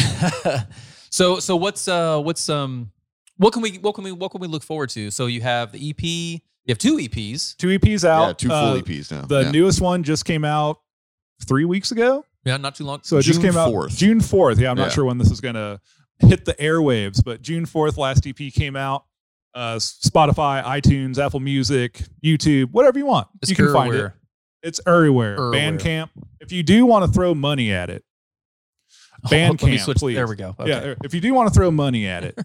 [SPEAKER 1] so so what's uh what's um what can we what can we what can we look forward to? So you have the EP, you have two E EPs.
[SPEAKER 3] Two EPs out.
[SPEAKER 4] yeah, two full
[SPEAKER 3] Uh,
[SPEAKER 4] EPs now.
[SPEAKER 3] The
[SPEAKER 4] yeah.
[SPEAKER 3] newest one just came out three weeks ago.
[SPEAKER 1] Yeah, not too long.
[SPEAKER 3] So it just
[SPEAKER 4] June
[SPEAKER 3] came out
[SPEAKER 4] 4th.
[SPEAKER 3] June 4th. Yeah, I'm
[SPEAKER 4] Yeah.
[SPEAKER 3] not sure when this is going to hit the airwaves, but June 4th, last EP came out. Uh, Spotify, iTunes, Apple Music, YouTube, whatever you want. you can find it.
[SPEAKER 1] Everywhere.
[SPEAKER 3] It's everywhere.
[SPEAKER 1] Everywhere.
[SPEAKER 3] Bandcamp. If you do want to throw money at it,
[SPEAKER 1] Let me
[SPEAKER 3] Bandcamp,
[SPEAKER 1] switch-
[SPEAKER 3] please.
[SPEAKER 1] There we go. Okay.
[SPEAKER 3] yeah, if you do want to throw money at it,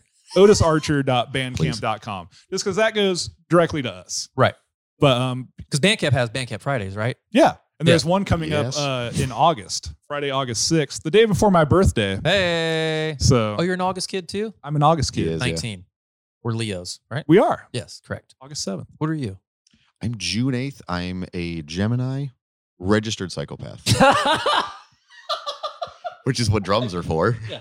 [SPEAKER 3] otisarcher.bandcamp.com. Just because that goes directly to us.
[SPEAKER 1] Right.
[SPEAKER 3] But um,
[SPEAKER 1] Because Bandcamp has Bandcamp Fridays, right?
[SPEAKER 3] yeah. And
[SPEAKER 1] Yeah.
[SPEAKER 3] there's one coming
[SPEAKER 4] Yes.
[SPEAKER 3] up uh, in August, Friday, August 6th, the day before my birthday.
[SPEAKER 1] Hey.
[SPEAKER 3] So
[SPEAKER 1] Oh, you're an August kid too?
[SPEAKER 3] I'm an August
[SPEAKER 4] He
[SPEAKER 3] kid.
[SPEAKER 4] is, yeah.
[SPEAKER 1] 19. We're Leos, right?
[SPEAKER 3] We are
[SPEAKER 1] Yes, correct.
[SPEAKER 3] August seventh.
[SPEAKER 1] What are you?
[SPEAKER 4] I'm June 8th. I'm a Gemini registered psychopath, which is what drums are for.
[SPEAKER 1] Yeah.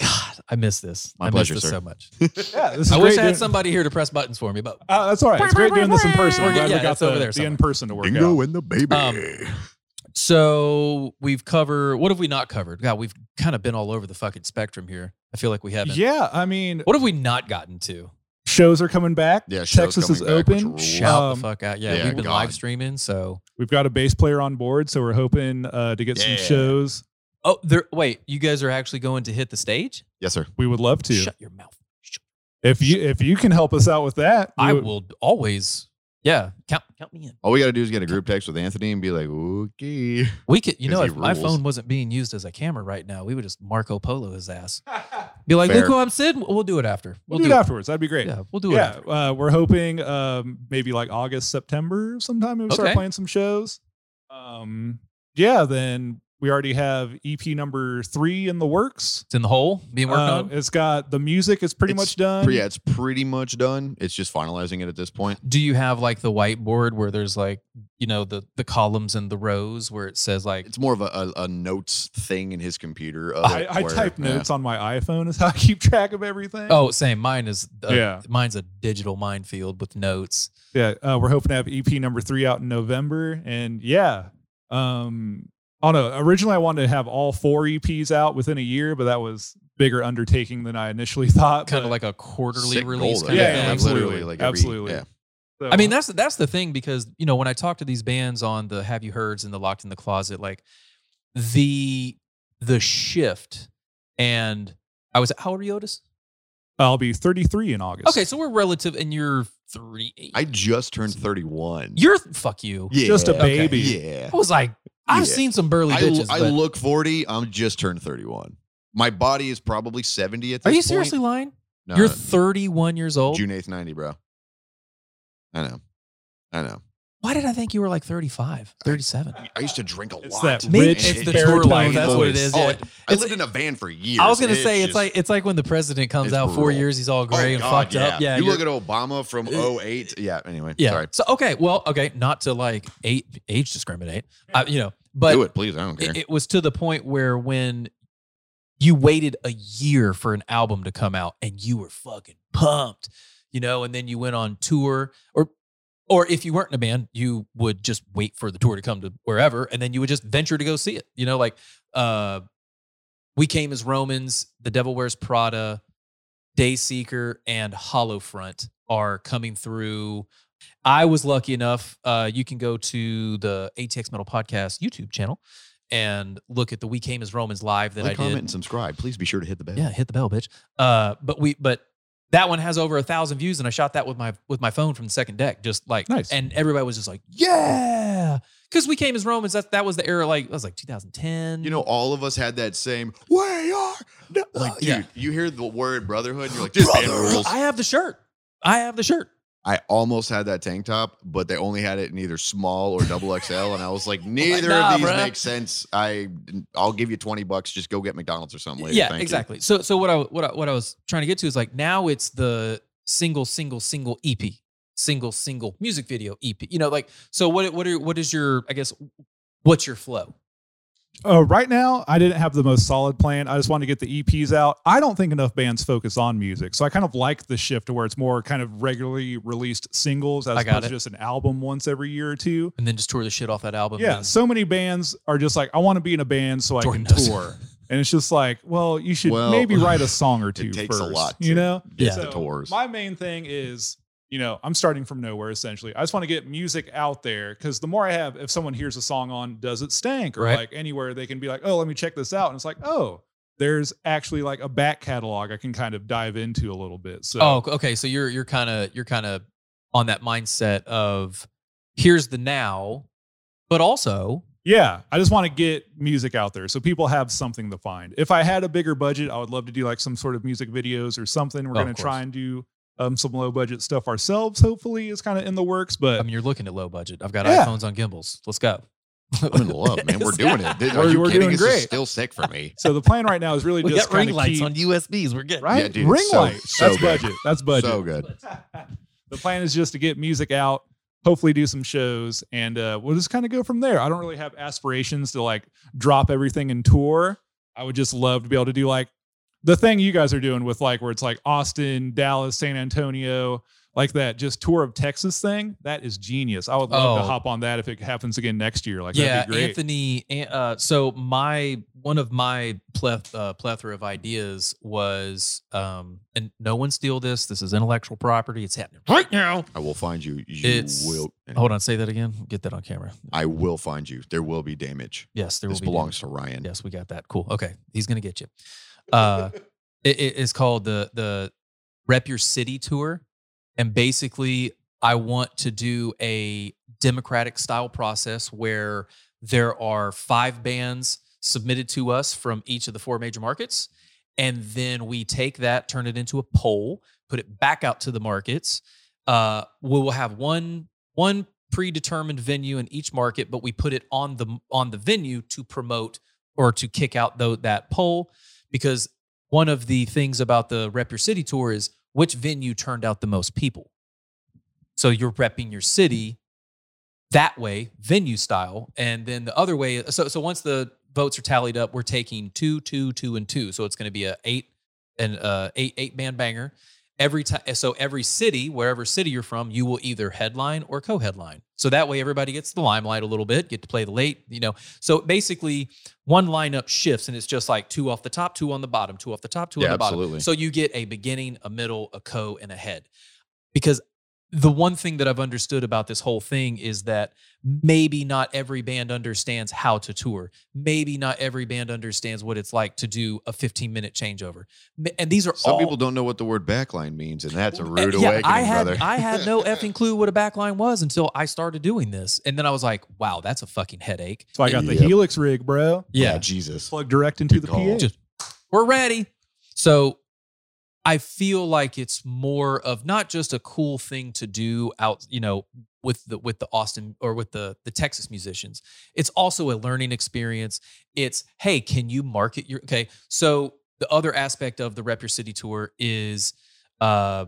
[SPEAKER 1] God, I miss this.
[SPEAKER 4] My
[SPEAKER 1] I
[SPEAKER 4] pleasure,
[SPEAKER 1] miss this
[SPEAKER 4] sir.
[SPEAKER 1] so much.
[SPEAKER 3] Yeah, this is
[SPEAKER 1] I
[SPEAKER 3] great
[SPEAKER 1] wish I
[SPEAKER 3] doing-
[SPEAKER 1] had somebody here to press buttons for me, but
[SPEAKER 3] Uh, that's all right. It's great doing this in person.
[SPEAKER 1] We're
[SPEAKER 3] I'm
[SPEAKER 1] good.
[SPEAKER 3] glad
[SPEAKER 1] Yeah,
[SPEAKER 3] we got
[SPEAKER 1] that's
[SPEAKER 3] the,
[SPEAKER 1] over there
[SPEAKER 3] the
[SPEAKER 1] somewhere.
[SPEAKER 3] in person to work
[SPEAKER 4] Dingo
[SPEAKER 3] out.
[SPEAKER 4] and the baby.
[SPEAKER 1] Um, So we've covered what have we not covered? God, we've kind of been all over the fucking spectrum here. I feel like we haven't.
[SPEAKER 3] Yeah, I mean,
[SPEAKER 1] What have we not gotten to?
[SPEAKER 3] Shows are coming back.
[SPEAKER 4] Yeah, shows
[SPEAKER 3] Texas is
[SPEAKER 4] coming back, which
[SPEAKER 3] open.
[SPEAKER 4] rules.
[SPEAKER 1] Shout
[SPEAKER 3] Um,
[SPEAKER 1] the fuck out. Yeah,
[SPEAKER 4] yeah,
[SPEAKER 1] we've been
[SPEAKER 4] God.
[SPEAKER 1] live streaming. So,
[SPEAKER 3] We've got a bass player on board, so we're hoping uh, to get
[SPEAKER 4] Yeah.
[SPEAKER 3] some shows.
[SPEAKER 1] oh, there. Wait, you guys are actually going to hit the stage?
[SPEAKER 4] Yes, sir.
[SPEAKER 3] We would love to.
[SPEAKER 1] Shut your mouth.
[SPEAKER 3] If you if you can help us out with that, we
[SPEAKER 1] I
[SPEAKER 3] would-
[SPEAKER 1] will always. Yeah, count count me in.
[SPEAKER 4] All we got to do is get a group text with Anthony and be like, okay.
[SPEAKER 1] We could, you know,
[SPEAKER 4] 'Cause
[SPEAKER 1] if
[SPEAKER 4] he
[SPEAKER 1] my
[SPEAKER 4] rules.
[SPEAKER 1] phone wasn't being used as a camera right now, we would just Marco Polo his ass. Be like,
[SPEAKER 4] Fair.
[SPEAKER 1] look who I'm sitting. We'll do it after.
[SPEAKER 3] We'll, do, it afterwards. That'd be great.
[SPEAKER 1] Yeah, we'll do it.
[SPEAKER 3] Yeah,
[SPEAKER 1] After.
[SPEAKER 3] uh, we're hoping um, maybe like August, September sometime we start
[SPEAKER 1] Okay.
[SPEAKER 3] playing some shows. Um, yeah, then we already have EP number three in the works.
[SPEAKER 1] It's in the hole being worked
[SPEAKER 3] Uh,
[SPEAKER 1] on.
[SPEAKER 3] It's got the music is pretty
[SPEAKER 4] It's
[SPEAKER 3] much done.
[SPEAKER 4] But yeah, it's pretty much done. It's just finalizing it at this point.
[SPEAKER 1] Do you have like the whiteboard where there's like you know the the columns and the rows where it says like
[SPEAKER 4] It's more of a, a, a notes thing in his computer. Of
[SPEAKER 3] I,
[SPEAKER 4] it
[SPEAKER 3] I
[SPEAKER 4] where-
[SPEAKER 3] type
[SPEAKER 4] yeah.
[SPEAKER 3] notes on my iPhone is how I keep track of everything.
[SPEAKER 1] oh same mine is uh,
[SPEAKER 3] Yeah.
[SPEAKER 1] mine's a digital minefield with notes.
[SPEAKER 3] yeah. Uh, we're hoping to have EP number three out in November, and yeah. Um, I don't know. Originally, I wanted to have all four EPs out within a year, but that was bigger undertaking than I initially thought.
[SPEAKER 1] Kind of
[SPEAKER 3] but-
[SPEAKER 1] like a quarterly
[SPEAKER 4] Sick goal,
[SPEAKER 1] release
[SPEAKER 4] though.
[SPEAKER 1] kind
[SPEAKER 3] Yeah,
[SPEAKER 1] of
[SPEAKER 3] yeah,
[SPEAKER 1] thing.
[SPEAKER 4] like literally,
[SPEAKER 3] absolutely.
[SPEAKER 4] like every-
[SPEAKER 3] Absolutely.
[SPEAKER 4] yeah.
[SPEAKER 3] so-
[SPEAKER 1] I mean, that's that's the thing because you know when I talk to these bands on the Have You Heard's and the Locked in the Closet, like the the shift and I was how old are you, Otis?
[SPEAKER 3] I'll be 33 in August.
[SPEAKER 1] Okay, so we're relative, and you're three.
[SPEAKER 4] I just turned 31.
[SPEAKER 1] you're fuck you.
[SPEAKER 4] yeah.
[SPEAKER 3] Just a
[SPEAKER 1] Okay.
[SPEAKER 3] baby.
[SPEAKER 4] Yeah.
[SPEAKER 1] I was like, I've
[SPEAKER 4] Yeah.
[SPEAKER 1] seen some burly
[SPEAKER 4] I,
[SPEAKER 1] bitches.
[SPEAKER 4] I
[SPEAKER 1] but-
[SPEAKER 4] look 40. I'm just turned 31. My body is probably 70 at this
[SPEAKER 1] are you
[SPEAKER 4] point.
[SPEAKER 1] seriously lying?
[SPEAKER 4] No,
[SPEAKER 1] you're
[SPEAKER 4] no,
[SPEAKER 1] 31 years old.
[SPEAKER 4] June 8th, 90, bro. I know. I know.
[SPEAKER 1] Why did I think you were like 35, 37?
[SPEAKER 4] I used to drink a
[SPEAKER 3] It's
[SPEAKER 4] lot.
[SPEAKER 3] that
[SPEAKER 4] and
[SPEAKER 3] rich
[SPEAKER 4] it-
[SPEAKER 3] It's the tour life,
[SPEAKER 1] That's what it is.
[SPEAKER 4] Oh,
[SPEAKER 1] yeah.
[SPEAKER 4] it- I
[SPEAKER 1] It's-
[SPEAKER 4] lived in a van for years.
[SPEAKER 1] I was gonna say it's
[SPEAKER 4] just-
[SPEAKER 1] like it's like when the president comes
[SPEAKER 4] it's
[SPEAKER 1] out four
[SPEAKER 4] brutal.
[SPEAKER 1] years, he's all
[SPEAKER 4] oh,
[SPEAKER 1] gray and
[SPEAKER 4] God,
[SPEAKER 1] fucked up. Yeah,
[SPEAKER 4] you
[SPEAKER 1] you're- Uh,
[SPEAKER 4] look at Obama from 08. Yeah. Anyway,
[SPEAKER 1] Yeah.
[SPEAKER 4] sorry.
[SPEAKER 1] So okay, well, okay, not to like age, age discriminate, uh, you know, but
[SPEAKER 4] Do
[SPEAKER 1] it,
[SPEAKER 4] it, please. I don't care.
[SPEAKER 1] it was to the point where when you waited a year for an album to come out and you were fucking pumped, you know, and then you went on tour or or if you weren't in a band, you would just wait for the tour to come to wherever and then you would just venture to go see it. You know, like uh We Came as Romans, The Devil Wears Prada, Dayseeker and Hollowfront are coming through I was lucky enough. Uh, you can go to the ATX Metal Podcast YouTube channel and look at the We Came as Romans live that
[SPEAKER 4] like,
[SPEAKER 1] I
[SPEAKER 4] comment,
[SPEAKER 1] did.
[SPEAKER 4] and subscribe. Please be sure to hit the bell.
[SPEAKER 1] Yeah, hit the bell, bitch. Uh, but we, but that one has over a thousand views, and I shot that with my with my phone from the second deck, just like
[SPEAKER 3] Nice.
[SPEAKER 1] And everybody was just like, yeah, because We Came as Romans. That that was the era. Like that was like 2010.
[SPEAKER 4] You know, all of us had that same, we are. no-" Like,
[SPEAKER 1] Uh,
[SPEAKER 4] dude,
[SPEAKER 1] yeah.
[SPEAKER 4] you hear the word brotherhood, and you're like, this band rules.
[SPEAKER 1] I have the shirt. I have the shirt.
[SPEAKER 4] I almost had that tank top, but they only had it in either small or double XL, and I was like, neither
[SPEAKER 1] nah,
[SPEAKER 4] of these
[SPEAKER 1] bruh.
[SPEAKER 4] makes sense. I I'll give you twenty bucks, just go get McDonald's or something later.
[SPEAKER 1] yeah,
[SPEAKER 4] Thank you."
[SPEAKER 1] exactly. So so what I what I, what I was trying to get to is like now it's the single single single EP, single single music video EP. You know, like so what what are what is your I guess what's your flow?
[SPEAKER 3] uh, right now, I didn't have the most solid plan. I just wanted to get the EPs out. I don't think enough bands focus on music. So I kind of like the shift to where it's more kind of regularly released singles as
[SPEAKER 1] I got
[SPEAKER 3] opposed to
[SPEAKER 1] it.
[SPEAKER 3] just an album once every year or two.
[SPEAKER 1] And then just tour the shit off that album.
[SPEAKER 3] Yeah.
[SPEAKER 1] and-
[SPEAKER 3] So many bands are just like, I want to be in a band so I
[SPEAKER 1] Jordan
[SPEAKER 3] can
[SPEAKER 1] does.
[SPEAKER 3] tour. And it's just like, well, you should
[SPEAKER 4] Well,
[SPEAKER 3] maybe write a song or
[SPEAKER 4] it
[SPEAKER 3] two
[SPEAKER 4] takes a
[SPEAKER 3] first,
[SPEAKER 4] lot
[SPEAKER 3] You
[SPEAKER 4] to-
[SPEAKER 3] know?
[SPEAKER 4] Get
[SPEAKER 1] Yeah.
[SPEAKER 4] the tours.
[SPEAKER 3] My main thing is, you know, I'm starting from nowhere essentially. I just want to get music out there because the more I have, if someone hears a song on Does It Stank or
[SPEAKER 1] Right.
[SPEAKER 3] like anywhere, they can be like, oh, let me check this out. And it's like, oh, there's actually like a back catalog I can kind of dive into a little bit. So,
[SPEAKER 1] Oh, okay. So you're you're kind of you're kind of on that mindset of here's the now, but also
[SPEAKER 3] yeah, I just want to get music out there so people have something to find. If I had a bigger budget, I would love to do like some sort of music videos or something. We're
[SPEAKER 1] Oh, of
[SPEAKER 3] going to
[SPEAKER 1] course.
[SPEAKER 3] try and do um, some low budget stuff ourselves, hopefully, is kind of in the works. But
[SPEAKER 1] I mean you're looking at low budget. I've got
[SPEAKER 3] Yeah.
[SPEAKER 1] iPhones on gimbals. Let's go.
[SPEAKER 4] I'm in love, man. We're doing it. Are
[SPEAKER 3] We're-
[SPEAKER 4] you
[SPEAKER 3] we're
[SPEAKER 4] kidding?
[SPEAKER 3] doing
[SPEAKER 4] this is
[SPEAKER 3] great.
[SPEAKER 4] still sick for me.
[SPEAKER 3] so the plan right now is really
[SPEAKER 1] We
[SPEAKER 3] just
[SPEAKER 1] got ring
[SPEAKER 3] kinda
[SPEAKER 1] lights
[SPEAKER 3] keep-
[SPEAKER 1] on USBs. We're good.
[SPEAKER 3] right?
[SPEAKER 4] Yeah, dude,
[SPEAKER 3] Ring
[SPEAKER 4] so-
[SPEAKER 3] light.
[SPEAKER 4] so
[SPEAKER 3] That's
[SPEAKER 4] good.
[SPEAKER 3] budget. That's budget.
[SPEAKER 4] So good.
[SPEAKER 3] the plan is just to get music out, hopefully do some shows, and uh, we'll just kind of go from there. I don't really have aspirations to like drop everything and tour. I would just love to be able to do like the thing you guys are doing with like where it's like Austin, Dallas, San Antonio, like that just tour of Texas thing. That is genius. I would love to
[SPEAKER 1] Oh.
[SPEAKER 3] hop on that if it happens again next year. Like
[SPEAKER 1] yeah,
[SPEAKER 3] that'd be great.
[SPEAKER 1] Anthony. an- Uh, so my one of my pleth, uh, plethora of ideas was, um, and no one steal this. This is intellectual property. It's happening right now.
[SPEAKER 4] I will find you. You
[SPEAKER 1] It's-
[SPEAKER 4] will.
[SPEAKER 1] Hold on, say that again. Get that on camera.
[SPEAKER 4] I will find you. There will be damage.
[SPEAKER 1] Yes, there
[SPEAKER 4] This
[SPEAKER 1] will be
[SPEAKER 4] belongs to Ryan.
[SPEAKER 1] Yes, we got that. Cool. Okay, he's gonna get you. Uh, it, it is called the the Rep Your City Tour, and basically, I want to do a democratic style process where there are five bands submitted to us from each of the four major markets, and then we take that, turn it into a poll, put it back out to the markets. Uh, we will have one one predetermined venue in each market, but we put it on the on the venue to promote or to kick out though that poll because one of the things about the rep your city tour is which venue turned out the most people so you're repping your city that way venue style and then the other way so so once the votes are tallied up we're taking two two two and two so it's going to be a eight and uh eight eight band banger every time so every city wherever city you're from you will either headline or co-headline so that way everybody gets the limelight a little bit get to play the late you know so basically one lineup shifts and it's just like two off the top, two on the bottom, two off the top, two
[SPEAKER 4] Yeah,
[SPEAKER 1] on the bottom.
[SPEAKER 4] absolutely.
[SPEAKER 1] So you get a beginning, a middle, a co, and a head. Because the one thing that I've understood about this whole thing is that maybe not every band understands how to tour. Maybe not every band understands what it's like to do a 15 minute changeover. M- And these are
[SPEAKER 4] Some
[SPEAKER 1] all
[SPEAKER 4] people don't know what the word backline means, and that's a
[SPEAKER 1] uh,
[SPEAKER 4] rude awakening,
[SPEAKER 1] I had,
[SPEAKER 4] brother.
[SPEAKER 1] I had no effing clue what a backline was until I started doing this. And then I was like, wow, that's a fucking headache.
[SPEAKER 3] so I got the
[SPEAKER 4] Yep.
[SPEAKER 3] Helix rig, bro.
[SPEAKER 4] Oh, Jesus.
[SPEAKER 3] Plug direct into
[SPEAKER 4] Good
[SPEAKER 3] the
[SPEAKER 4] call.
[SPEAKER 3] PA.
[SPEAKER 1] Just- we're ready. So I feel like it's more of not just a cool thing to do out, you know, with the with the Austin or with the the Texas musicians. It's also a learning experience. It's hey, can you market your okay? So the other aspect of the Rep Your City tour is uh,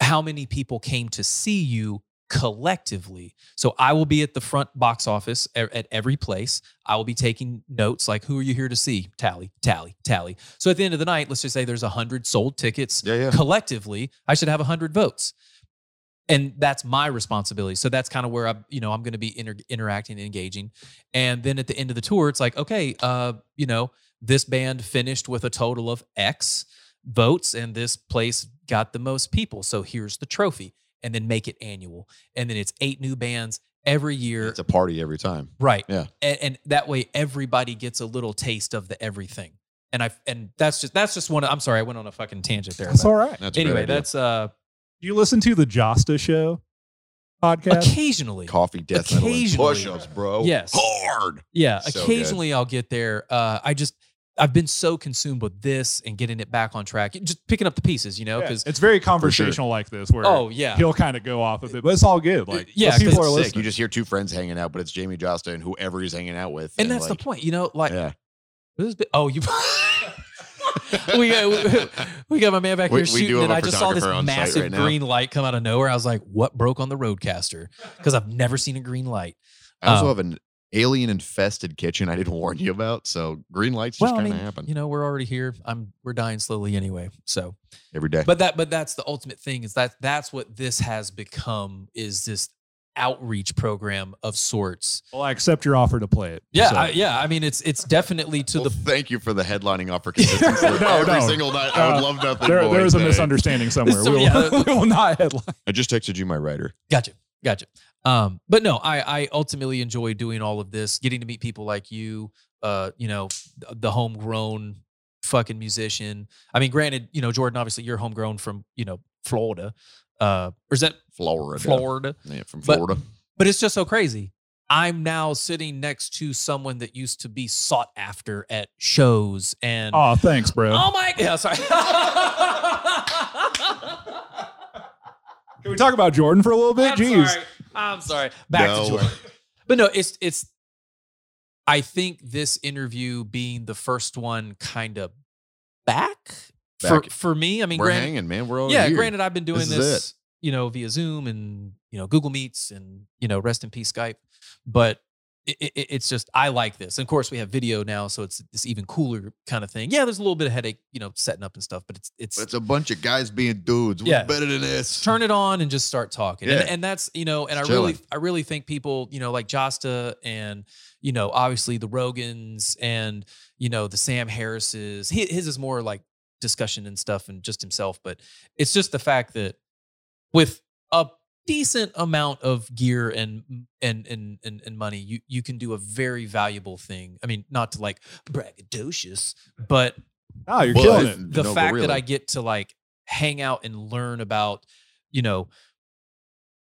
[SPEAKER 1] how many people came to see you collectively. So I will be at the front box office e- at every place. I will be taking notes like, who are you here to see? Tally, tally, tally. So at the end of the night, let's just say there's 100 sold tickets.
[SPEAKER 4] Yeah, yeah.
[SPEAKER 1] Collectively, I should have 100 votes. And that's my responsibility. So that's kind of where I, you know, I'm going to be inter- interacting and engaging. And then at the end of the tour, it's like, okay, uh, you know, this band finished with a total of X votes and this place got the most people. So here's the trophy. And then make it annual. And then it's eight new bands every year.
[SPEAKER 4] It's a party every time.
[SPEAKER 1] Right.
[SPEAKER 4] Yeah.
[SPEAKER 1] And, and that way everybody gets a little taste of the everything. And I and that's just that's just one. Of, I'm sorry, I went on a fucking tangent there.
[SPEAKER 3] That's
[SPEAKER 1] but
[SPEAKER 3] all right.
[SPEAKER 4] That's a great
[SPEAKER 1] anyway,
[SPEAKER 4] idea.
[SPEAKER 1] that's uh
[SPEAKER 3] Do you listen to the Josta Show podcast?
[SPEAKER 1] occasionally.
[SPEAKER 4] coffee, death metal, and
[SPEAKER 1] Occasionally.
[SPEAKER 4] push-ups, bro.
[SPEAKER 1] Yes.
[SPEAKER 4] hard.
[SPEAKER 1] Yeah,
[SPEAKER 4] So good.
[SPEAKER 1] occasionally I'll get there. Uh, I just I've been so consumed with this and getting it back on track, just picking up the pieces, you know,
[SPEAKER 3] Yeah,
[SPEAKER 1] because
[SPEAKER 3] it's very conversational like this, where
[SPEAKER 1] oh yeah,
[SPEAKER 3] he'll kind of go off of it, but it's all good. Like
[SPEAKER 1] Yeah,
[SPEAKER 3] those people are
[SPEAKER 4] It's sick.
[SPEAKER 3] listening.
[SPEAKER 4] You just hear two friends hanging out, but it's Jamie Josta and whoever he's hanging out with.
[SPEAKER 1] and that's the point, you know, like
[SPEAKER 4] Yeah.
[SPEAKER 1] this is bi- oh you. we got we got my man back
[SPEAKER 4] We-
[SPEAKER 1] here
[SPEAKER 4] we do
[SPEAKER 1] shooting,
[SPEAKER 4] have
[SPEAKER 1] and
[SPEAKER 4] a
[SPEAKER 1] I just saw this
[SPEAKER 4] photographer on site
[SPEAKER 1] massive
[SPEAKER 4] right now.
[SPEAKER 1] green light come out of nowhere. I was like, "What broke on the Roadcaster?" Because I've never seen a green light.
[SPEAKER 4] I also
[SPEAKER 1] um,
[SPEAKER 4] have an alien-infested kitchen I didn't warn you about, so green lights just
[SPEAKER 1] well, I
[SPEAKER 4] kind of
[SPEAKER 1] mean,
[SPEAKER 4] happen
[SPEAKER 1] you know, we're already here. I'm we're dying slowly anyway, so.
[SPEAKER 4] every day.
[SPEAKER 1] But that but that's the ultimate thing is that that's what this has become is this outreach program of sorts.
[SPEAKER 3] Well, I accept your offer to play it.
[SPEAKER 1] Yeah,
[SPEAKER 3] So-
[SPEAKER 1] I, yeah. I mean, it's it's definitely to
[SPEAKER 4] Well,
[SPEAKER 1] the
[SPEAKER 4] thank you for the headlining offer consistency.
[SPEAKER 3] No,
[SPEAKER 4] every
[SPEAKER 3] no.
[SPEAKER 4] single night, I
[SPEAKER 3] Uh,
[SPEAKER 4] would love nothing.
[SPEAKER 3] there,
[SPEAKER 4] more
[SPEAKER 3] there is a
[SPEAKER 4] today.
[SPEAKER 3] misunderstanding somewhere.
[SPEAKER 1] So,
[SPEAKER 3] we, will,
[SPEAKER 1] yeah.
[SPEAKER 3] we will not headline.
[SPEAKER 4] I just texted you my writer.
[SPEAKER 1] Gotcha. Gotcha. Um, but no, I I ultimately enjoy doing all of this, getting to meet people like you, uh, you know, th- the homegrown fucking musician. I mean, granted, you know, Jordan, obviously you're homegrown from, you know, Florida. Uh, or is that
[SPEAKER 4] Florida.
[SPEAKER 1] Florida?
[SPEAKER 4] Yeah, from
[SPEAKER 1] But-
[SPEAKER 4] Florida.
[SPEAKER 1] But it's just so crazy. I'm now sitting next to someone that used to be sought after at shows and
[SPEAKER 3] Oh, thanks, bro.
[SPEAKER 1] Oh my god, sorry.
[SPEAKER 3] Can we talk about Jordan for a little bit?
[SPEAKER 1] I'm
[SPEAKER 3] Jeez.
[SPEAKER 1] sorry. I'm sorry. Back
[SPEAKER 4] No.
[SPEAKER 1] to Jordan. But no, it's it's I think this interview being the first one kind of back, for
[SPEAKER 4] Back.
[SPEAKER 1] for me. I mean,
[SPEAKER 4] We're
[SPEAKER 1] granted,
[SPEAKER 4] hanging, man. We're all
[SPEAKER 1] yeah,
[SPEAKER 4] here.
[SPEAKER 1] granted, I've been doing
[SPEAKER 4] This
[SPEAKER 1] this,
[SPEAKER 4] is
[SPEAKER 1] you know, via Zoom and you know Google Meets and you know, rest in peace Skype. But it, it, it's just I like this. And of course, we have video now, so it's this even cooler kind of thing. Yeah, there's a little bit of headache, you know, setting up and stuff, but it's it's,
[SPEAKER 4] But it's a bunch of guys being dudes. We're
[SPEAKER 1] Yeah.
[SPEAKER 4] better than this.
[SPEAKER 1] turn it on and just start talking. And,
[SPEAKER 4] Yeah.
[SPEAKER 1] and that's you know, and
[SPEAKER 4] It's
[SPEAKER 1] I really
[SPEAKER 4] chilling.
[SPEAKER 1] I really think people you know like Josta and you know obviously the Rogans and you know the Sam Harrises. Hi- His is more like discussion and stuff and just himself, but it's just the fact that with a decent amount of gear and and and and, and money you you can do a very valuable thing i mean not to like braggadocious but
[SPEAKER 3] Ah, you're
[SPEAKER 4] Well,
[SPEAKER 3] killing
[SPEAKER 4] it's-
[SPEAKER 3] it.
[SPEAKER 1] the
[SPEAKER 4] no, but
[SPEAKER 1] fact
[SPEAKER 4] really.
[SPEAKER 1] that I get to like hang out and learn about, you know,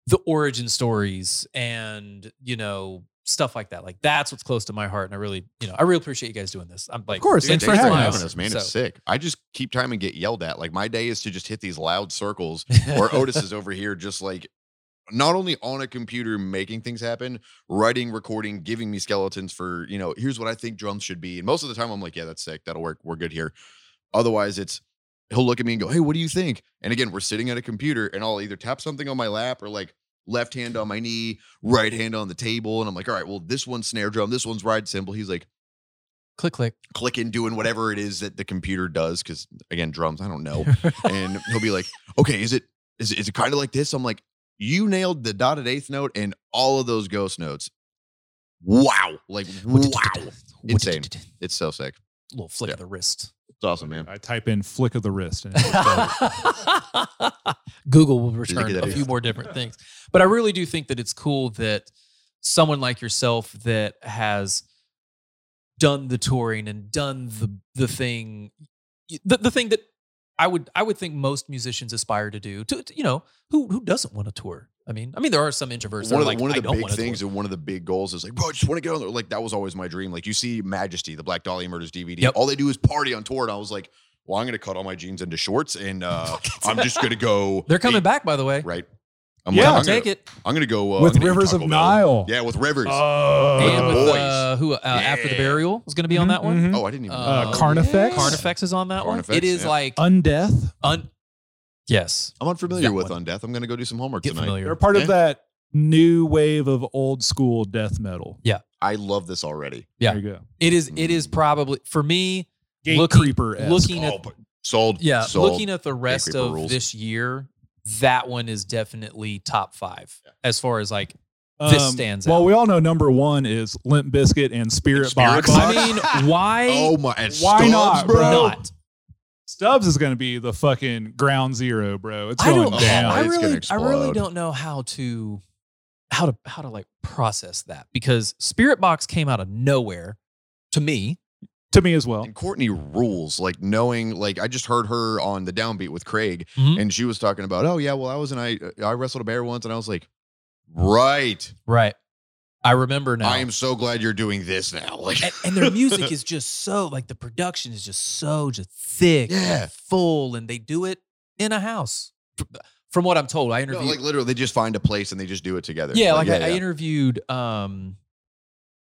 [SPEAKER 1] the origin stories and, you know, stuff like that. Like that's what's close to my heart. And I really, you know, I really appreciate you guys doing this. I'm like,
[SPEAKER 3] Of course,
[SPEAKER 4] Dude,
[SPEAKER 3] thanks for
[SPEAKER 4] thanks
[SPEAKER 3] having
[SPEAKER 4] for
[SPEAKER 3] us.
[SPEAKER 4] having us, man. It's
[SPEAKER 1] So-
[SPEAKER 4] sick. I just keep trying to get yelled at. Like my day is to just hit these loud circles or Otis is over here just like not only on a computer making things happen, writing, recording, giving me skeletons for, you know, here's what I think drums should be. And most of the time I'm like, yeah, that's sick. That'll work. We're good here. Otherwise, it's he'll look at me and go, "Hey, what do you think?" And again, we're sitting at a computer and I'll either tap something on my lap or like left hand on my knee, right hand on the table and I'm like, "All right, well, this one's snare drum, this one's ride cymbal." He's like,
[SPEAKER 1] click, click.
[SPEAKER 4] clicking, doing whatever it is that the computer does. Cause again, drums, I don't know. and he'll be like, okay, is it, is it, is it kind of like this? I'm like, you nailed the dotted eighth note and all of those ghost notes. Wow. Like, wow. Insane. It's so sick.
[SPEAKER 1] Little flick
[SPEAKER 4] Yeah.
[SPEAKER 1] of the wrist.
[SPEAKER 4] It's awesome, man.
[SPEAKER 3] I type in flick of the wrist. And
[SPEAKER 1] Google will
[SPEAKER 4] you get
[SPEAKER 1] return
[SPEAKER 4] that
[SPEAKER 1] a
[SPEAKER 4] is?
[SPEAKER 1] few more different things. But I really do think that it's cool that someone like yourself that has done the touring and done the the thing the, the thing that I would I would think most musicians aspire to do. To, to- you know, who who doesn't want to tour? I mean, I mean there are some introverts that
[SPEAKER 4] One
[SPEAKER 1] are
[SPEAKER 4] of the,
[SPEAKER 1] like
[SPEAKER 4] one of
[SPEAKER 1] I
[SPEAKER 4] the
[SPEAKER 1] don't
[SPEAKER 4] big
[SPEAKER 1] want to
[SPEAKER 4] things
[SPEAKER 1] tour.
[SPEAKER 4] and one of the big goals is like, bro, I just want to get on there. Like, that was always my dream. Like, you see Majesty, the Black Dahlia Murders DVD.
[SPEAKER 1] Yep.
[SPEAKER 4] All they do is party on tour. And I was like, well, I'm going to cut all my jeans into shorts and uh, I'm just going to go.
[SPEAKER 1] They're coming
[SPEAKER 4] eight-
[SPEAKER 1] back by the way.
[SPEAKER 4] Right. I'm
[SPEAKER 3] Yeah.
[SPEAKER 4] like, I'm gonna,
[SPEAKER 1] Take it
[SPEAKER 4] I'm gonna go uh,
[SPEAKER 3] With
[SPEAKER 4] I'm gonna eat
[SPEAKER 3] Rivers of
[SPEAKER 4] Taco Bell.
[SPEAKER 3] Nile.
[SPEAKER 4] Yeah, with Rivers.
[SPEAKER 1] Um,
[SPEAKER 3] Oh,
[SPEAKER 1] and with
[SPEAKER 4] boys.
[SPEAKER 1] uh, who uh, after the
[SPEAKER 4] Yeah.
[SPEAKER 1] burial is going to be on
[SPEAKER 3] Mhm,
[SPEAKER 1] that one.
[SPEAKER 3] mhm.
[SPEAKER 4] oh, I didn't even.
[SPEAKER 1] Uh,
[SPEAKER 4] know.
[SPEAKER 3] Carnifex?
[SPEAKER 1] Carnifex is on that
[SPEAKER 4] Carnifex,
[SPEAKER 1] one. It is
[SPEAKER 4] yeah.
[SPEAKER 1] like
[SPEAKER 3] Undeath.
[SPEAKER 1] un- yes.
[SPEAKER 4] I'm unfamiliar
[SPEAKER 1] that
[SPEAKER 4] with
[SPEAKER 1] one.
[SPEAKER 4] Undeath. I'm gonna go do some homework
[SPEAKER 1] Get
[SPEAKER 4] tonight.
[SPEAKER 1] familiar.
[SPEAKER 3] They're part
[SPEAKER 4] Yeah.
[SPEAKER 3] of that new wave of old school death metal.
[SPEAKER 4] I love this already.
[SPEAKER 1] Yeah.
[SPEAKER 3] There you go.
[SPEAKER 1] It is. It is
[SPEAKER 4] Mm.
[SPEAKER 1] probably for me. Looking-
[SPEAKER 3] Gatekeeper.
[SPEAKER 1] Looking
[SPEAKER 4] Oh,
[SPEAKER 1] at
[SPEAKER 4] but sold.
[SPEAKER 1] yeah,
[SPEAKER 4] sold.
[SPEAKER 1] looking at the rest
[SPEAKER 4] Creeper
[SPEAKER 1] of
[SPEAKER 4] rules.
[SPEAKER 1] this year, that one is definitely top five as far as like. this stands
[SPEAKER 3] um, Well,
[SPEAKER 1] out.
[SPEAKER 3] we all know number one is Limp Biscuit and Spirit,
[SPEAKER 4] Spirit
[SPEAKER 3] Box.
[SPEAKER 4] Box.
[SPEAKER 1] I mean, why
[SPEAKER 4] oh my! And
[SPEAKER 3] Why
[SPEAKER 4] Stubbs,
[SPEAKER 3] not,
[SPEAKER 4] bro?
[SPEAKER 3] bro?
[SPEAKER 1] not?
[SPEAKER 3] Stubbs is going to be the fucking ground zero, bro. It's
[SPEAKER 1] I
[SPEAKER 3] going
[SPEAKER 1] don't.
[SPEAKER 3] down.
[SPEAKER 1] I
[SPEAKER 4] It's gonna
[SPEAKER 1] really, I really
[SPEAKER 4] explode.
[SPEAKER 1] don't know how to, how to, how to like process that because Spirit Box came out of nowhere to me.
[SPEAKER 3] to me as well.
[SPEAKER 4] And Courtney rules. Like knowing, like I just heard her on the downbeat with Craig,
[SPEAKER 1] Mhm.
[SPEAKER 4] and she was talking about, oh yeah, well I was and I I wrestled a bear once, and I was like, right.
[SPEAKER 1] Right. I remember now.
[SPEAKER 4] I am so glad you're doing this now. Like
[SPEAKER 1] and, and their music is just so like the production is just so just thick
[SPEAKER 4] Yeah.
[SPEAKER 1] and full and they do it in a house F- from what i'm told i
[SPEAKER 4] No,
[SPEAKER 1] interviewed
[SPEAKER 4] like literally, they just find a place and they just do it together.
[SPEAKER 1] yeah like I, I interviewed um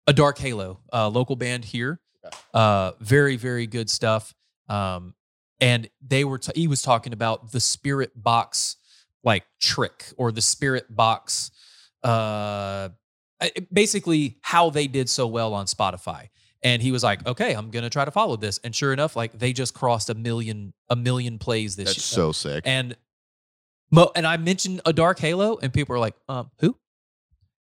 [SPEAKER 1] a dark halo a local band here
[SPEAKER 4] Okay.
[SPEAKER 1] uh very very good stuff um and they were t- he was talking about the spirit box like trick or the spirit box uh I- basically how they did so well on spotify and he was like okay i'm gonna try to follow this and sure enough like they just crossed a million a million plays this
[SPEAKER 4] That's
[SPEAKER 1] year.
[SPEAKER 4] so sick.
[SPEAKER 1] and mo- and i mentioned a dark halo and people are like um who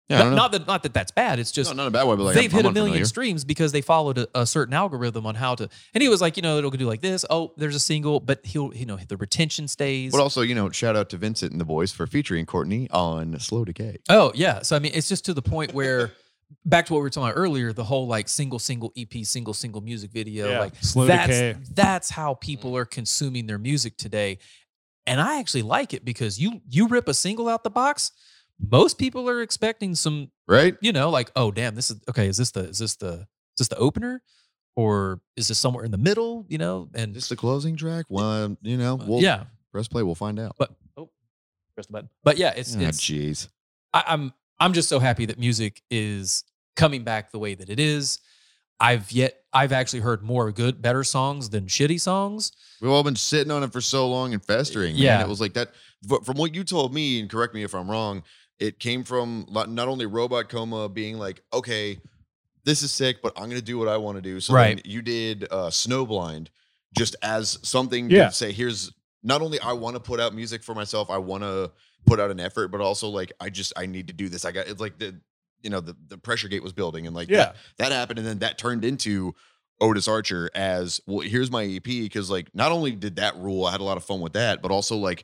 [SPEAKER 4] Yeah, I
[SPEAKER 1] not,
[SPEAKER 4] don't know.
[SPEAKER 1] not that not that that's bad it's just
[SPEAKER 4] no, not a bad way, but like
[SPEAKER 1] they've
[SPEAKER 4] I'm,
[SPEAKER 1] hit
[SPEAKER 4] I'm
[SPEAKER 1] a million
[SPEAKER 4] unfamiliar.
[SPEAKER 1] streams because they followed a, a certain algorithm on how to. And he was like, you know, it'll do like this. Oh, there's a single, but he'll, you know, the retention stays.
[SPEAKER 4] But also, you know, shout out to Vincent and the boys for featuring Courtney on Slow Decay.
[SPEAKER 1] oh, yeah. So, I mean, it's just to the point where, back to what we were talking about earlier, the whole like single, single EP, single, single music video,
[SPEAKER 3] Yeah.
[SPEAKER 1] like
[SPEAKER 3] Slow
[SPEAKER 1] that's,
[SPEAKER 3] decay.
[SPEAKER 1] that's how people are consuming their music today. And I actually like it because you, you rip a single out the box. Most people are expecting some
[SPEAKER 4] Right?
[SPEAKER 1] you know, like, oh damn, this is okay. Is this the is this the is this the opener, or is this somewhere in the middle? You know, and
[SPEAKER 4] Just the closing track. Well, you know,
[SPEAKER 1] uh,
[SPEAKER 4] we'll
[SPEAKER 1] yeah,
[SPEAKER 4] press play. We'll find out.
[SPEAKER 1] but oh, press the button. But yeah, it's
[SPEAKER 4] Ah,
[SPEAKER 1] it's
[SPEAKER 4] Jeez.
[SPEAKER 1] I, I'm I'm just so happy that music is coming back the way that it is. I've yet I've actually heard more good better songs than shitty songs.
[SPEAKER 4] We've all been sitting on it for so long and festering. Yeah.
[SPEAKER 1] Yeah.
[SPEAKER 4] It was like that. fr- From what you told me, and correct me if I'm wrong, it came from lo- not only Robot Coma being like, okay, this is sick, but I'm gonna do what I want to do. So
[SPEAKER 1] Right.
[SPEAKER 4] then you did uh, Snowblind just as something
[SPEAKER 3] Yeah.
[SPEAKER 4] to say, here's not only I want to put out music for myself, I want to put out an effort, but also like I just I need to do this. I got it's like the you know the the pressure gate was building and like
[SPEAKER 3] yeah.
[SPEAKER 4] that happened and then that turned into otis archer as well here's my ep because like not only did that rule i had a lot of fun with that but also like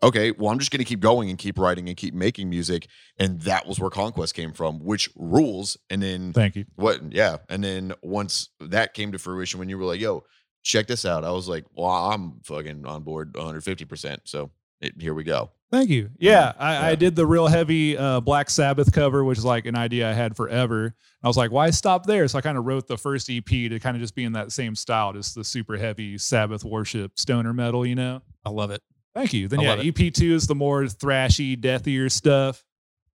[SPEAKER 4] okay well i'm just going to keep going and keep writing and keep making music and that was where conquest came from which rules and then
[SPEAKER 3] Thank you.
[SPEAKER 4] what yeah and then once that came to fruition when you were like yo check this out i was like well i'm fucking on board 150% so it, here we go
[SPEAKER 3] Thank you. Yeah, I,
[SPEAKER 4] Yeah.
[SPEAKER 3] I did the real heavy uh, Black Sabbath cover, which is like an idea I had forever. I was like, why stop there? So I kind of wrote the first EP to kind of just be in that same style, just the super heavy Sabbath worship stoner metal, you know?
[SPEAKER 6] I love it.
[SPEAKER 3] Thank you. Then
[SPEAKER 6] I
[SPEAKER 3] yeah,
[SPEAKER 6] love it.
[SPEAKER 3] EP two is the more thrashy, deathier stuff.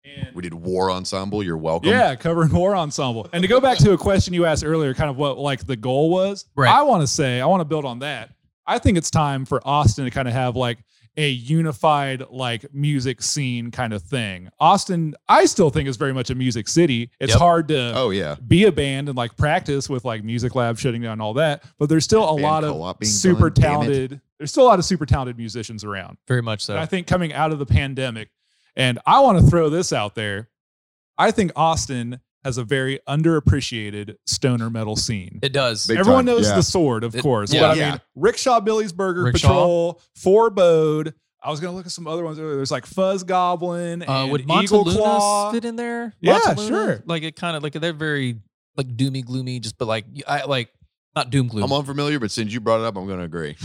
[SPEAKER 3] And
[SPEAKER 4] we did war ensemble you're welcome
[SPEAKER 3] yeah, covering war ensemble. And to go back to a question you asked earlier, kind of what like the goal was,
[SPEAKER 1] Right.
[SPEAKER 3] I want to say, I want to build on that. I think it's time for Austin to kind of have like a unified like music scene kind of thing. Austin, I still think is very much a music city. It's
[SPEAKER 1] Yep.
[SPEAKER 3] hard to
[SPEAKER 4] oh yeah
[SPEAKER 3] be a band and like practice with like music lab shutting down and all that, but there's still a
[SPEAKER 4] Band
[SPEAKER 3] lot
[SPEAKER 4] co-op
[SPEAKER 3] of
[SPEAKER 4] being
[SPEAKER 3] super
[SPEAKER 4] done, damn it.
[SPEAKER 3] talented. There's still a lot of super talented musicians around.
[SPEAKER 1] Very much
[SPEAKER 3] And I
[SPEAKER 1] so.
[SPEAKER 3] think coming out of the pandemic, and I want to throw this out there. I think Austin has a very underappreciated stoner metal scene.
[SPEAKER 1] It does.
[SPEAKER 4] Big
[SPEAKER 3] Everyone
[SPEAKER 4] time,
[SPEAKER 3] knows
[SPEAKER 4] yeah.
[SPEAKER 3] the sword, of
[SPEAKER 1] It-
[SPEAKER 3] course.
[SPEAKER 1] yeah.
[SPEAKER 3] But I
[SPEAKER 4] Yeah.
[SPEAKER 3] mean, Rickshaw Billy's Burger,
[SPEAKER 1] Rickshaw.
[SPEAKER 3] Patrol, Forebode. I was going to look at some other ones earlier. There's like Fuzz Goblin
[SPEAKER 1] Uh,
[SPEAKER 3] and
[SPEAKER 1] would
[SPEAKER 3] Eagle Claw.
[SPEAKER 1] Montaluna fit in there?
[SPEAKER 3] Yeah,
[SPEAKER 1] Montaluna?
[SPEAKER 3] sure.
[SPEAKER 1] Like it kind of like they're very like doomy gloomy, just but like I like not doom gloom.
[SPEAKER 4] i'm unfamiliar but since you brought it up i'm going to agree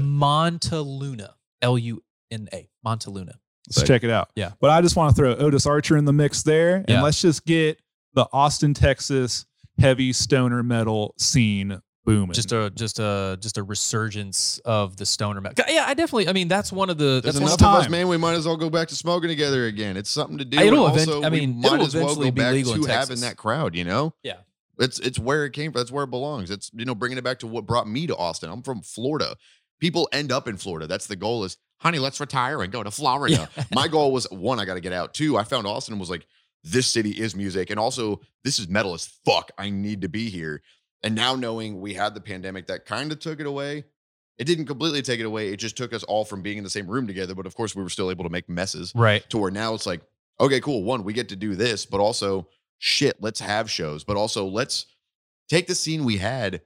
[SPEAKER 1] Montaluna, L U N A, Montaluna.
[SPEAKER 3] Let's check it out.
[SPEAKER 1] Yeah.
[SPEAKER 3] But I just want to throw Otis Archer in the mix there. And
[SPEAKER 1] Yeah.
[SPEAKER 3] let's just get the Austin, Texas heavy stoner metal scene booming.
[SPEAKER 1] Just a just a just a resurgence of the stoner metal. Yeah, I definitely. I mean, that's one of the that's
[SPEAKER 4] There's
[SPEAKER 1] one
[SPEAKER 4] enough
[SPEAKER 1] of
[SPEAKER 4] of us,
[SPEAKER 3] time.
[SPEAKER 4] man. We might as well go back to smoking together again. It's something to do.
[SPEAKER 1] It'll
[SPEAKER 4] And
[SPEAKER 1] event-
[SPEAKER 4] also,
[SPEAKER 1] I
[SPEAKER 4] we
[SPEAKER 1] mean,
[SPEAKER 4] might
[SPEAKER 1] it'll
[SPEAKER 4] as well
[SPEAKER 1] eventually
[SPEAKER 4] go
[SPEAKER 1] be
[SPEAKER 4] back
[SPEAKER 1] legal in
[SPEAKER 4] to having
[SPEAKER 1] Texas.
[SPEAKER 4] that crowd. You know,
[SPEAKER 1] Yeah.
[SPEAKER 4] it's it's where it came from. That's where it belongs. It's you know bringing it back to what brought me to Austin. I'm from Florida. People end up in Florida. That's the goal. Is honey, let's retire and go to Florida. My goal was one, I got to get out. Two, I found Austin and was like, this city is music, and also this is metal as fuck. I need to be here. And now knowing we had the pandemic that kind of took it away, it didn't completely take it away. It just took us all from being in the same room together. But of course, we were still able to make messes
[SPEAKER 1] right.
[SPEAKER 4] to where now it's like, okay, cool. One, we get to do this, but also, shit, let's have shows, but also let's take the scene we had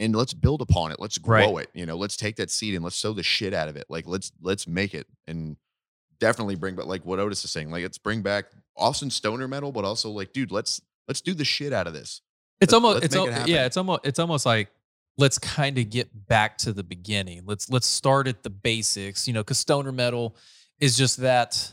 [SPEAKER 4] and let's build upon it. Let's grow it. You know, let's take that seed and let's sow the shit out of it. Like let's let's make it and definitely bring back like what Otis is saying. Like let's bring back Austin stoner metal, but also like, dude, let's let's do the shit out of this.
[SPEAKER 1] It's
[SPEAKER 4] Let's-
[SPEAKER 1] almost
[SPEAKER 4] let's
[SPEAKER 1] it's
[SPEAKER 4] make
[SPEAKER 1] al-
[SPEAKER 4] it happen.
[SPEAKER 1] yeah. It's almost it's almost like let's kind of get back to the beginning. Let's let's start at the basics. You know, because stoner metal is just that.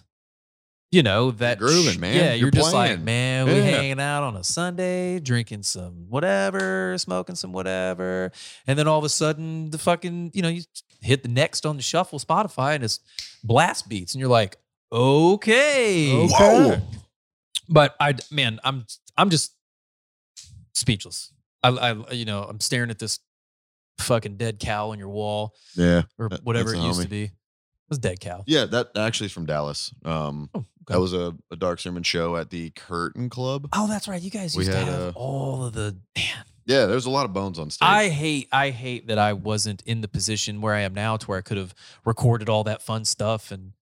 [SPEAKER 1] You know that
[SPEAKER 4] grooving,
[SPEAKER 1] sh-
[SPEAKER 4] man.
[SPEAKER 1] Yeah,
[SPEAKER 4] You're
[SPEAKER 1] you're, just like
[SPEAKER 4] playing.
[SPEAKER 1] man. We
[SPEAKER 4] Yeah.
[SPEAKER 1] hanging out on a Sunday, drinking some whatever, smoking some whatever, and then all of a sudden the fucking you know you hit the next on the shuffle Spotify and it's blast beats and you're like okay,
[SPEAKER 3] Okay.
[SPEAKER 1] but I man, I'm I'm just speechless. I, I you know I'm staring at this fucking dead cow on your wall
[SPEAKER 4] Yeah.
[SPEAKER 1] or
[SPEAKER 4] That-
[SPEAKER 1] whatever it
[SPEAKER 4] that's a
[SPEAKER 1] used
[SPEAKER 4] homie.
[SPEAKER 1] to be. It was a dead cow.
[SPEAKER 4] Yeah, that actually is from Dallas. Um
[SPEAKER 1] Oh,
[SPEAKER 4] that was a, a dark sermon show at the Curtain Club.
[SPEAKER 1] oh, that's right. You guys
[SPEAKER 4] We
[SPEAKER 1] used
[SPEAKER 4] had,
[SPEAKER 1] to have
[SPEAKER 4] uh,
[SPEAKER 1] all of the man.
[SPEAKER 4] Yeah, there's a lot of bones on stage.
[SPEAKER 1] I hate I hate that I wasn't in the position where I am now to where I could have recorded all that fun stuff and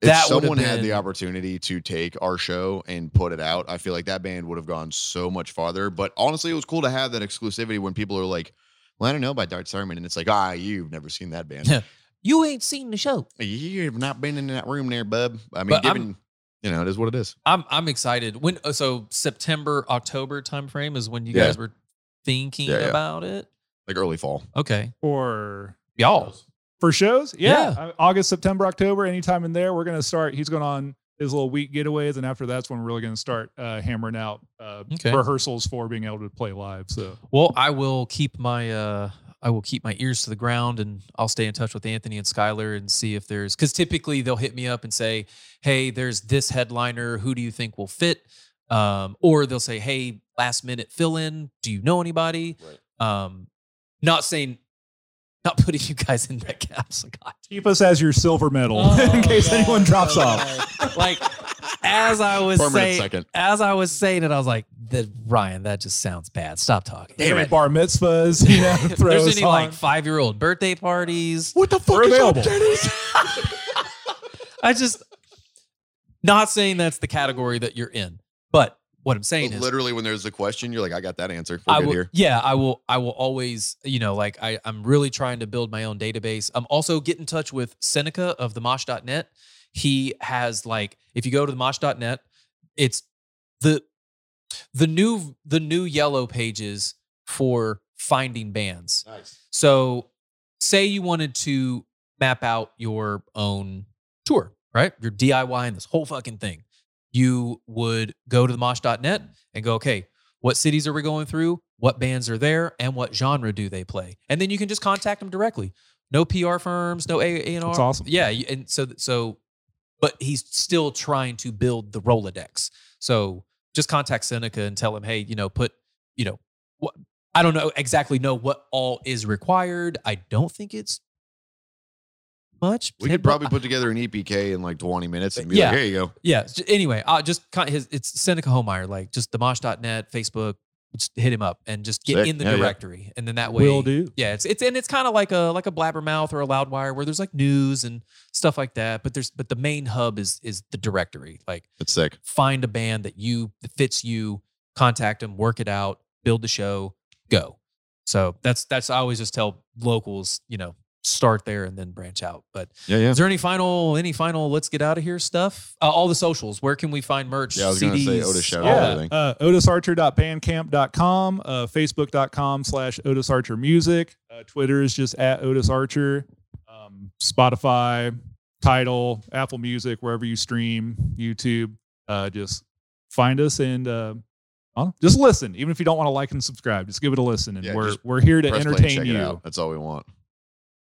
[SPEAKER 4] if
[SPEAKER 1] That would've
[SPEAKER 4] someone had the
[SPEAKER 1] been-
[SPEAKER 4] opportunity to take our show and put it out, I feel like that band would have gone so much farther. But honestly, it was cool to have that exclusivity when people are like, "Well, I don't know about Dart Sermon," and it's like, "Ah, you've never seen that band.
[SPEAKER 1] you ain't seen the show.
[SPEAKER 4] You've not been in that room there, bub." I mean,
[SPEAKER 1] But I'm-
[SPEAKER 4] given you know, it is what it is.
[SPEAKER 1] I'm I'm excited. When uh, so September October timeframe is when you
[SPEAKER 4] Yeah.
[SPEAKER 1] guys were thinking
[SPEAKER 4] Yeah, yeah.
[SPEAKER 1] about it.
[SPEAKER 4] Like early fall.
[SPEAKER 1] Okay,
[SPEAKER 3] or
[SPEAKER 1] y'all.
[SPEAKER 3] For shows? Yeah.
[SPEAKER 1] Yeah.
[SPEAKER 3] Uh, August, September, October, anytime in there, we're going to start. He's going on his little week getaways. And after that's when we're really going to start uh, hammering out uh,
[SPEAKER 1] Okay.
[SPEAKER 3] rehearsals for being able to play live. So
[SPEAKER 1] Well, I will keep my uh I will keep my ears to the ground and I'll stay in touch with Anthony and Skylar and see if there's cuz typically they'll hit me up and say, "Hey, there's this headliner, who do you think will fit?" Um or they'll say, "Hey, last minute fill in, do you know anybody?" Um not saying not putting you guys in that caps like God.
[SPEAKER 3] Oh,
[SPEAKER 1] Oh,
[SPEAKER 3] keep us as your silver medal in case anyone drops off.
[SPEAKER 1] like as I was
[SPEAKER 4] Permanent
[SPEAKER 1] saying,
[SPEAKER 4] second.
[SPEAKER 1] as I was saying it, I was like, "That Ryan, that just sounds bad. Stop talking."
[SPEAKER 4] Damn it.
[SPEAKER 3] Bar mitzvahs, you know,
[SPEAKER 1] If
[SPEAKER 3] throws
[SPEAKER 1] there's any
[SPEAKER 3] on.
[SPEAKER 1] like five year old birthday parties,
[SPEAKER 4] What the fuck
[SPEAKER 3] We're
[SPEAKER 4] is up,
[SPEAKER 3] available.
[SPEAKER 4] Dennis?
[SPEAKER 1] I just not saying that's the category that you're in, but what I'm saying is,
[SPEAKER 4] Literally, when there's a question, you're like, I got that answer. We're
[SPEAKER 1] I
[SPEAKER 4] good
[SPEAKER 1] will,
[SPEAKER 4] here.
[SPEAKER 1] yeah, I will. I will always, you know, like I, I'm really trying to build my own database. I'm also get in touch with Seneca of the Mosh.net. He has like, if you go to the Mosh.net, it's the the new the new yellow pages for finding bands.
[SPEAKER 4] Nice.
[SPEAKER 1] So, say you wanted to map out your own tour, right? Your DIY and this whole fucking thing. You would go to the mosh.net and go, okay, what cities are we going through? What bands are there? And what genre do they play? And then you can just contact them directly. No PR firms, no A and R.
[SPEAKER 3] That's awesome.
[SPEAKER 1] Yeah, you- and so so, but he's still trying to build the Rolodex. So just contact Seneca and tell him, hey, you know, put, you know, what I don't know exactly know what all is required. I don't think it's much.
[SPEAKER 4] We
[SPEAKER 1] 10
[SPEAKER 4] could
[SPEAKER 1] bu-
[SPEAKER 4] probably put together an EPK in like 20 minutes and be
[SPEAKER 1] Yeah.
[SPEAKER 4] like, here you go.
[SPEAKER 1] yeah. j- Anyway, I just kind his it's Seneca Homeyer, like just themosh.net, Facebook, just hit him up and just get
[SPEAKER 4] Sick.
[SPEAKER 1] in the
[SPEAKER 4] Yeah, yeah.
[SPEAKER 1] directory, and then that way
[SPEAKER 3] Will do.
[SPEAKER 1] Yeah, it's it's and it's kind of like a like a blabbermouth or a loudwire where there's like news and stuff like that. But there's but the main hub is is the directory. Like
[SPEAKER 4] That's sick.
[SPEAKER 1] find a band that you that fits you, contact them, work it out, build the show, go. So that's that's I always just tell locals, you know, start there and then branch out. But
[SPEAKER 4] Yeah, yeah.
[SPEAKER 1] is there any final any final let's get out of here stuff? Uh, all the socials. Where can we find merch?
[SPEAKER 4] Yeah, I was gonna say Otis shout
[SPEAKER 1] all that?
[SPEAKER 4] out.
[SPEAKER 3] Yeah.
[SPEAKER 4] everything.
[SPEAKER 3] Uh, otisarcher.bandcamp.com, uh, facebook.com slash otisarchermusic. Uh, Twitter is just at otisarcher. Um, Spotify, Title, Apple Music, wherever you stream, YouTube. Uh, just find us and uh, I don't know, just listen. Even if you don't want to like and subscribe, just give it a listen. And
[SPEAKER 4] Yeah,
[SPEAKER 3] we're,
[SPEAKER 4] just
[SPEAKER 3] we're here to
[SPEAKER 4] Press play and
[SPEAKER 3] entertain
[SPEAKER 4] check it out.
[SPEAKER 3] you.
[SPEAKER 4] That's all we want.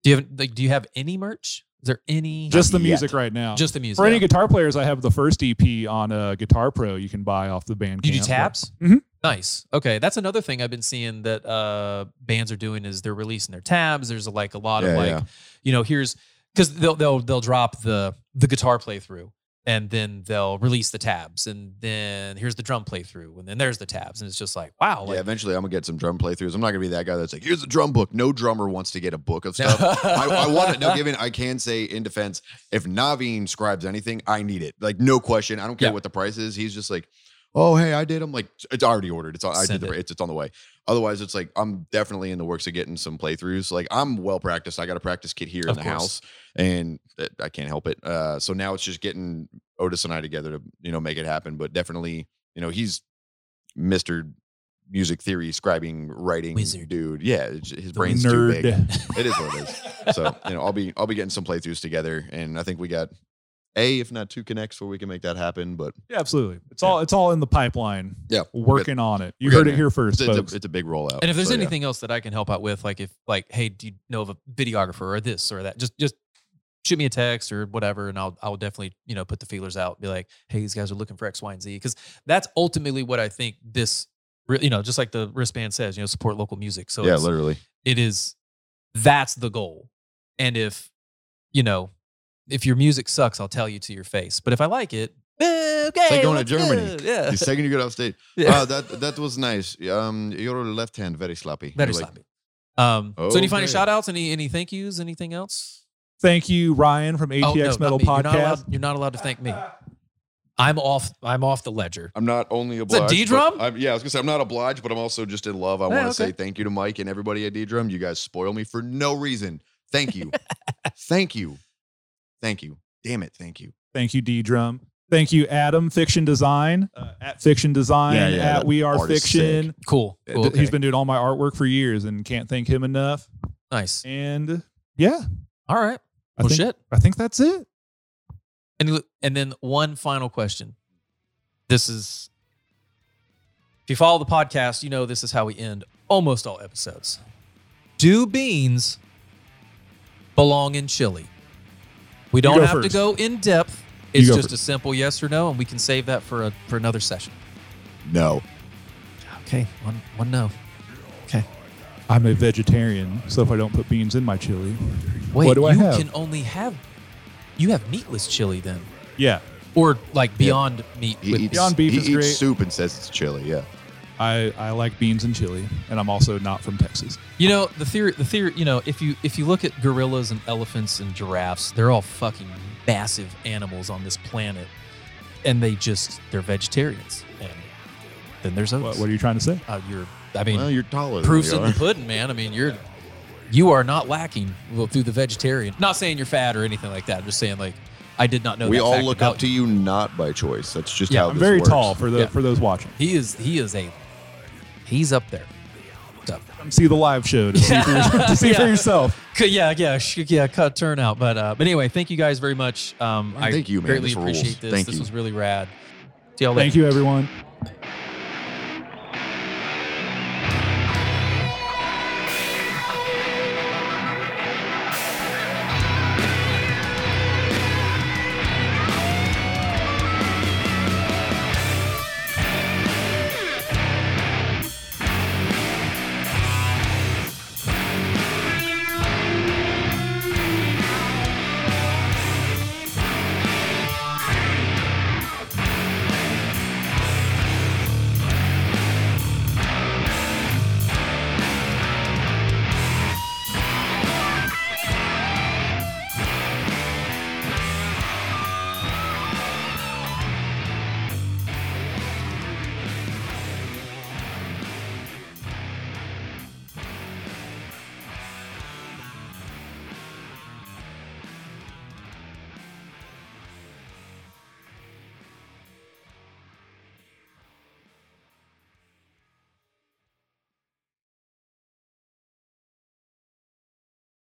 [SPEAKER 1] Do you have like do you have any merch? Is there any
[SPEAKER 3] Just the
[SPEAKER 4] Not yet.
[SPEAKER 3] music right now.
[SPEAKER 1] just the music?
[SPEAKER 3] For any guitar players, I have the first EP on uh, Guitar Pro you can buy off the band.
[SPEAKER 1] You do tabs?
[SPEAKER 3] Mhm.
[SPEAKER 1] Nice. Okay, that's another thing I've been seeing that uh, bands are doing is they're releasing their tabs. There's like a lot
[SPEAKER 4] Yeah,
[SPEAKER 1] of like,
[SPEAKER 4] yeah.
[SPEAKER 1] you know, here's because they'll they'll they'll drop the the guitar playthrough and then they'll release the tabs and then here's the drum playthrough and then there's the tabs and it's just like wow,
[SPEAKER 4] yeah,
[SPEAKER 1] like,
[SPEAKER 4] eventually I'm gonna get some drum playthroughs. I'm not gonna be that guy that's like, here's the drum book. No drummer wants to get a book of stuff. I, I want it. No, given I can say in defense, if Naveen scribes anything, I need it. Like no question. I don't care
[SPEAKER 1] Yeah.
[SPEAKER 4] what the price is. He's just like, oh hey, I did. I'm like, it's already ordered. It's on. I
[SPEAKER 1] Send
[SPEAKER 4] did the.
[SPEAKER 1] it.
[SPEAKER 4] It's it's on the way. Otherwise, it's like I'm definitely in the works of getting some playthroughs. Like I'm well practiced. I got a practice kit here
[SPEAKER 1] Of
[SPEAKER 4] in the
[SPEAKER 1] course.
[SPEAKER 4] house, and that- I can't help it. Uh, so now it's just getting Otis and I together to you know make it happen. But definitely, you know, he's Mister. Music theory, scribing, writing,
[SPEAKER 1] Wizard.
[SPEAKER 4] dude. Yeah, it's- his brain's too big
[SPEAKER 3] Nerd.
[SPEAKER 4] it is what it is. So you know, I'll be I'll be getting some playthroughs together, and I think we got a if not two connects where we can make that happen. But
[SPEAKER 3] Yeah, absolutely. It's all it's all in the pipeline.
[SPEAKER 4] Yeah,
[SPEAKER 3] working on it. You
[SPEAKER 4] we're
[SPEAKER 3] heard
[SPEAKER 4] good.
[SPEAKER 3] it here first,
[SPEAKER 4] it's, it's
[SPEAKER 3] folks.
[SPEAKER 4] a, it's a big rollout.
[SPEAKER 1] and if there's
[SPEAKER 4] So, yeah.
[SPEAKER 1] anything else that I can help out with, like if like hey, do you know of a videographer or this or that? Just just shoot me a text or whatever, and I'll I'll definitely you know put the feelers out. Be like, hey, these guys are looking for X, Y, and Z because that's ultimately what I think this re- you know just like the wristband says, you know, support local music. So
[SPEAKER 4] yeah,
[SPEAKER 1] it's-
[SPEAKER 4] literally,
[SPEAKER 1] it is that's the goal. And if you know if your music sucks, I'll tell you to your face. But if I like it, eh, okay,
[SPEAKER 4] like going to
[SPEAKER 1] let's
[SPEAKER 4] Germany.
[SPEAKER 1] go. Yeah,
[SPEAKER 4] the second you get off stage,
[SPEAKER 1] Yeah.
[SPEAKER 4] "Ah, that that was nice. Um, your left hand very sloppy.
[SPEAKER 1] Very
[SPEAKER 4] You're like,
[SPEAKER 1] sloppy. Um, so any final
[SPEAKER 4] Okay.
[SPEAKER 1] shout outs? Any any thank yous? Anything else?
[SPEAKER 3] Thank you, Ryan from ATX
[SPEAKER 1] Oh, no, not
[SPEAKER 3] Metal
[SPEAKER 1] me. You're not,
[SPEAKER 3] Podcast.
[SPEAKER 1] allowed, you're not allowed to thank me. I'm off. I'm off the ledger.
[SPEAKER 4] I'm not only
[SPEAKER 1] a
[SPEAKER 4] obliged. but
[SPEAKER 1] D-drum?
[SPEAKER 4] I'm- yeah, I was gonna say I'm not obliged, but I'm also just in love. I
[SPEAKER 1] Yeah,
[SPEAKER 4] want to
[SPEAKER 1] okay.
[SPEAKER 4] say thank you to Mike and everybody at D Drum. You guys spoil me for no reason. Thank you, thank you, thank you. Damn it, thank you.
[SPEAKER 3] Thank you, D Drum. Thank you, Adam Fiction Design uh, at Fiction Design
[SPEAKER 4] Yeah, yeah,
[SPEAKER 3] at
[SPEAKER 4] that
[SPEAKER 3] We Are
[SPEAKER 4] artist is
[SPEAKER 3] Fiction.
[SPEAKER 1] Cool. cool.
[SPEAKER 3] Th- He's
[SPEAKER 1] Okay.
[SPEAKER 3] been doing all my artwork for years, and can't thank him enough.
[SPEAKER 1] nice.
[SPEAKER 3] And yeah,
[SPEAKER 1] All right.
[SPEAKER 3] I
[SPEAKER 1] Well,
[SPEAKER 3] think
[SPEAKER 1] shit.
[SPEAKER 3] I think that's it.
[SPEAKER 1] And and then one final question. This is if you follow the podcast, you know this is how we end almost all episodes. Do beans belong in chili? We don't
[SPEAKER 3] go
[SPEAKER 1] have
[SPEAKER 3] first.
[SPEAKER 1] to go in depth.
[SPEAKER 3] You
[SPEAKER 1] It's
[SPEAKER 3] go
[SPEAKER 1] just
[SPEAKER 3] first.
[SPEAKER 1] a simple yes or no, and we can save that for a for another session.
[SPEAKER 4] No.
[SPEAKER 1] Okay, one one no.
[SPEAKER 3] I'm a vegetarian, so if I don't put beans in my chili,
[SPEAKER 1] Wait,
[SPEAKER 3] What do I
[SPEAKER 1] you
[SPEAKER 3] have?
[SPEAKER 1] can only have you have meatless chili then.
[SPEAKER 3] yeah,
[SPEAKER 1] or like Beyond Meat.
[SPEAKER 4] He
[SPEAKER 1] with
[SPEAKER 4] eats,
[SPEAKER 3] Beyond Beef
[SPEAKER 4] he
[SPEAKER 3] is
[SPEAKER 4] eats
[SPEAKER 3] great.
[SPEAKER 4] soup and says it's chili. Yeah.
[SPEAKER 3] I, I like beans and chili, and I'm also not from Texas.
[SPEAKER 1] You know the theory. The theory. You know if you if you look at gorillas and elephants and giraffes, they're all fucking massive animals on this planet, and they just they're vegetarians. And then there's us.
[SPEAKER 3] What, what are you trying to say?
[SPEAKER 1] Uh, you're. I mean,
[SPEAKER 4] Well, you're taller.
[SPEAKER 1] proofs
[SPEAKER 4] than
[SPEAKER 1] in
[SPEAKER 4] we
[SPEAKER 1] the
[SPEAKER 4] are.
[SPEAKER 1] pudding, man. I mean, you're you are not lacking well, through the vegetarian. Not saying you're fat or anything like that. I'm just saying like I did not know.
[SPEAKER 4] we
[SPEAKER 1] that
[SPEAKER 4] all
[SPEAKER 1] fact
[SPEAKER 4] look
[SPEAKER 1] about
[SPEAKER 4] up to you not by choice. That's just
[SPEAKER 1] Yeah,
[SPEAKER 4] how
[SPEAKER 3] I'm
[SPEAKER 4] this
[SPEAKER 3] very
[SPEAKER 4] works.
[SPEAKER 3] tall for the
[SPEAKER 1] Yeah.
[SPEAKER 3] for those watching.
[SPEAKER 1] He is he is a he's up there. So,
[SPEAKER 3] Come see the live show to see for, to see for
[SPEAKER 1] Yeah.
[SPEAKER 3] yourself.
[SPEAKER 1] c- yeah, yeah, sh- yeah. Cut turnout, but uh, but anyway, thank you guys very much. Um,
[SPEAKER 4] Man,
[SPEAKER 1] I
[SPEAKER 4] thank you, man.
[SPEAKER 1] Greatly
[SPEAKER 4] This rules.
[SPEAKER 1] appreciate this.
[SPEAKER 4] Thank
[SPEAKER 1] this
[SPEAKER 4] you.
[SPEAKER 1] was really rad. See y'all later.
[SPEAKER 3] Thank you, everyone.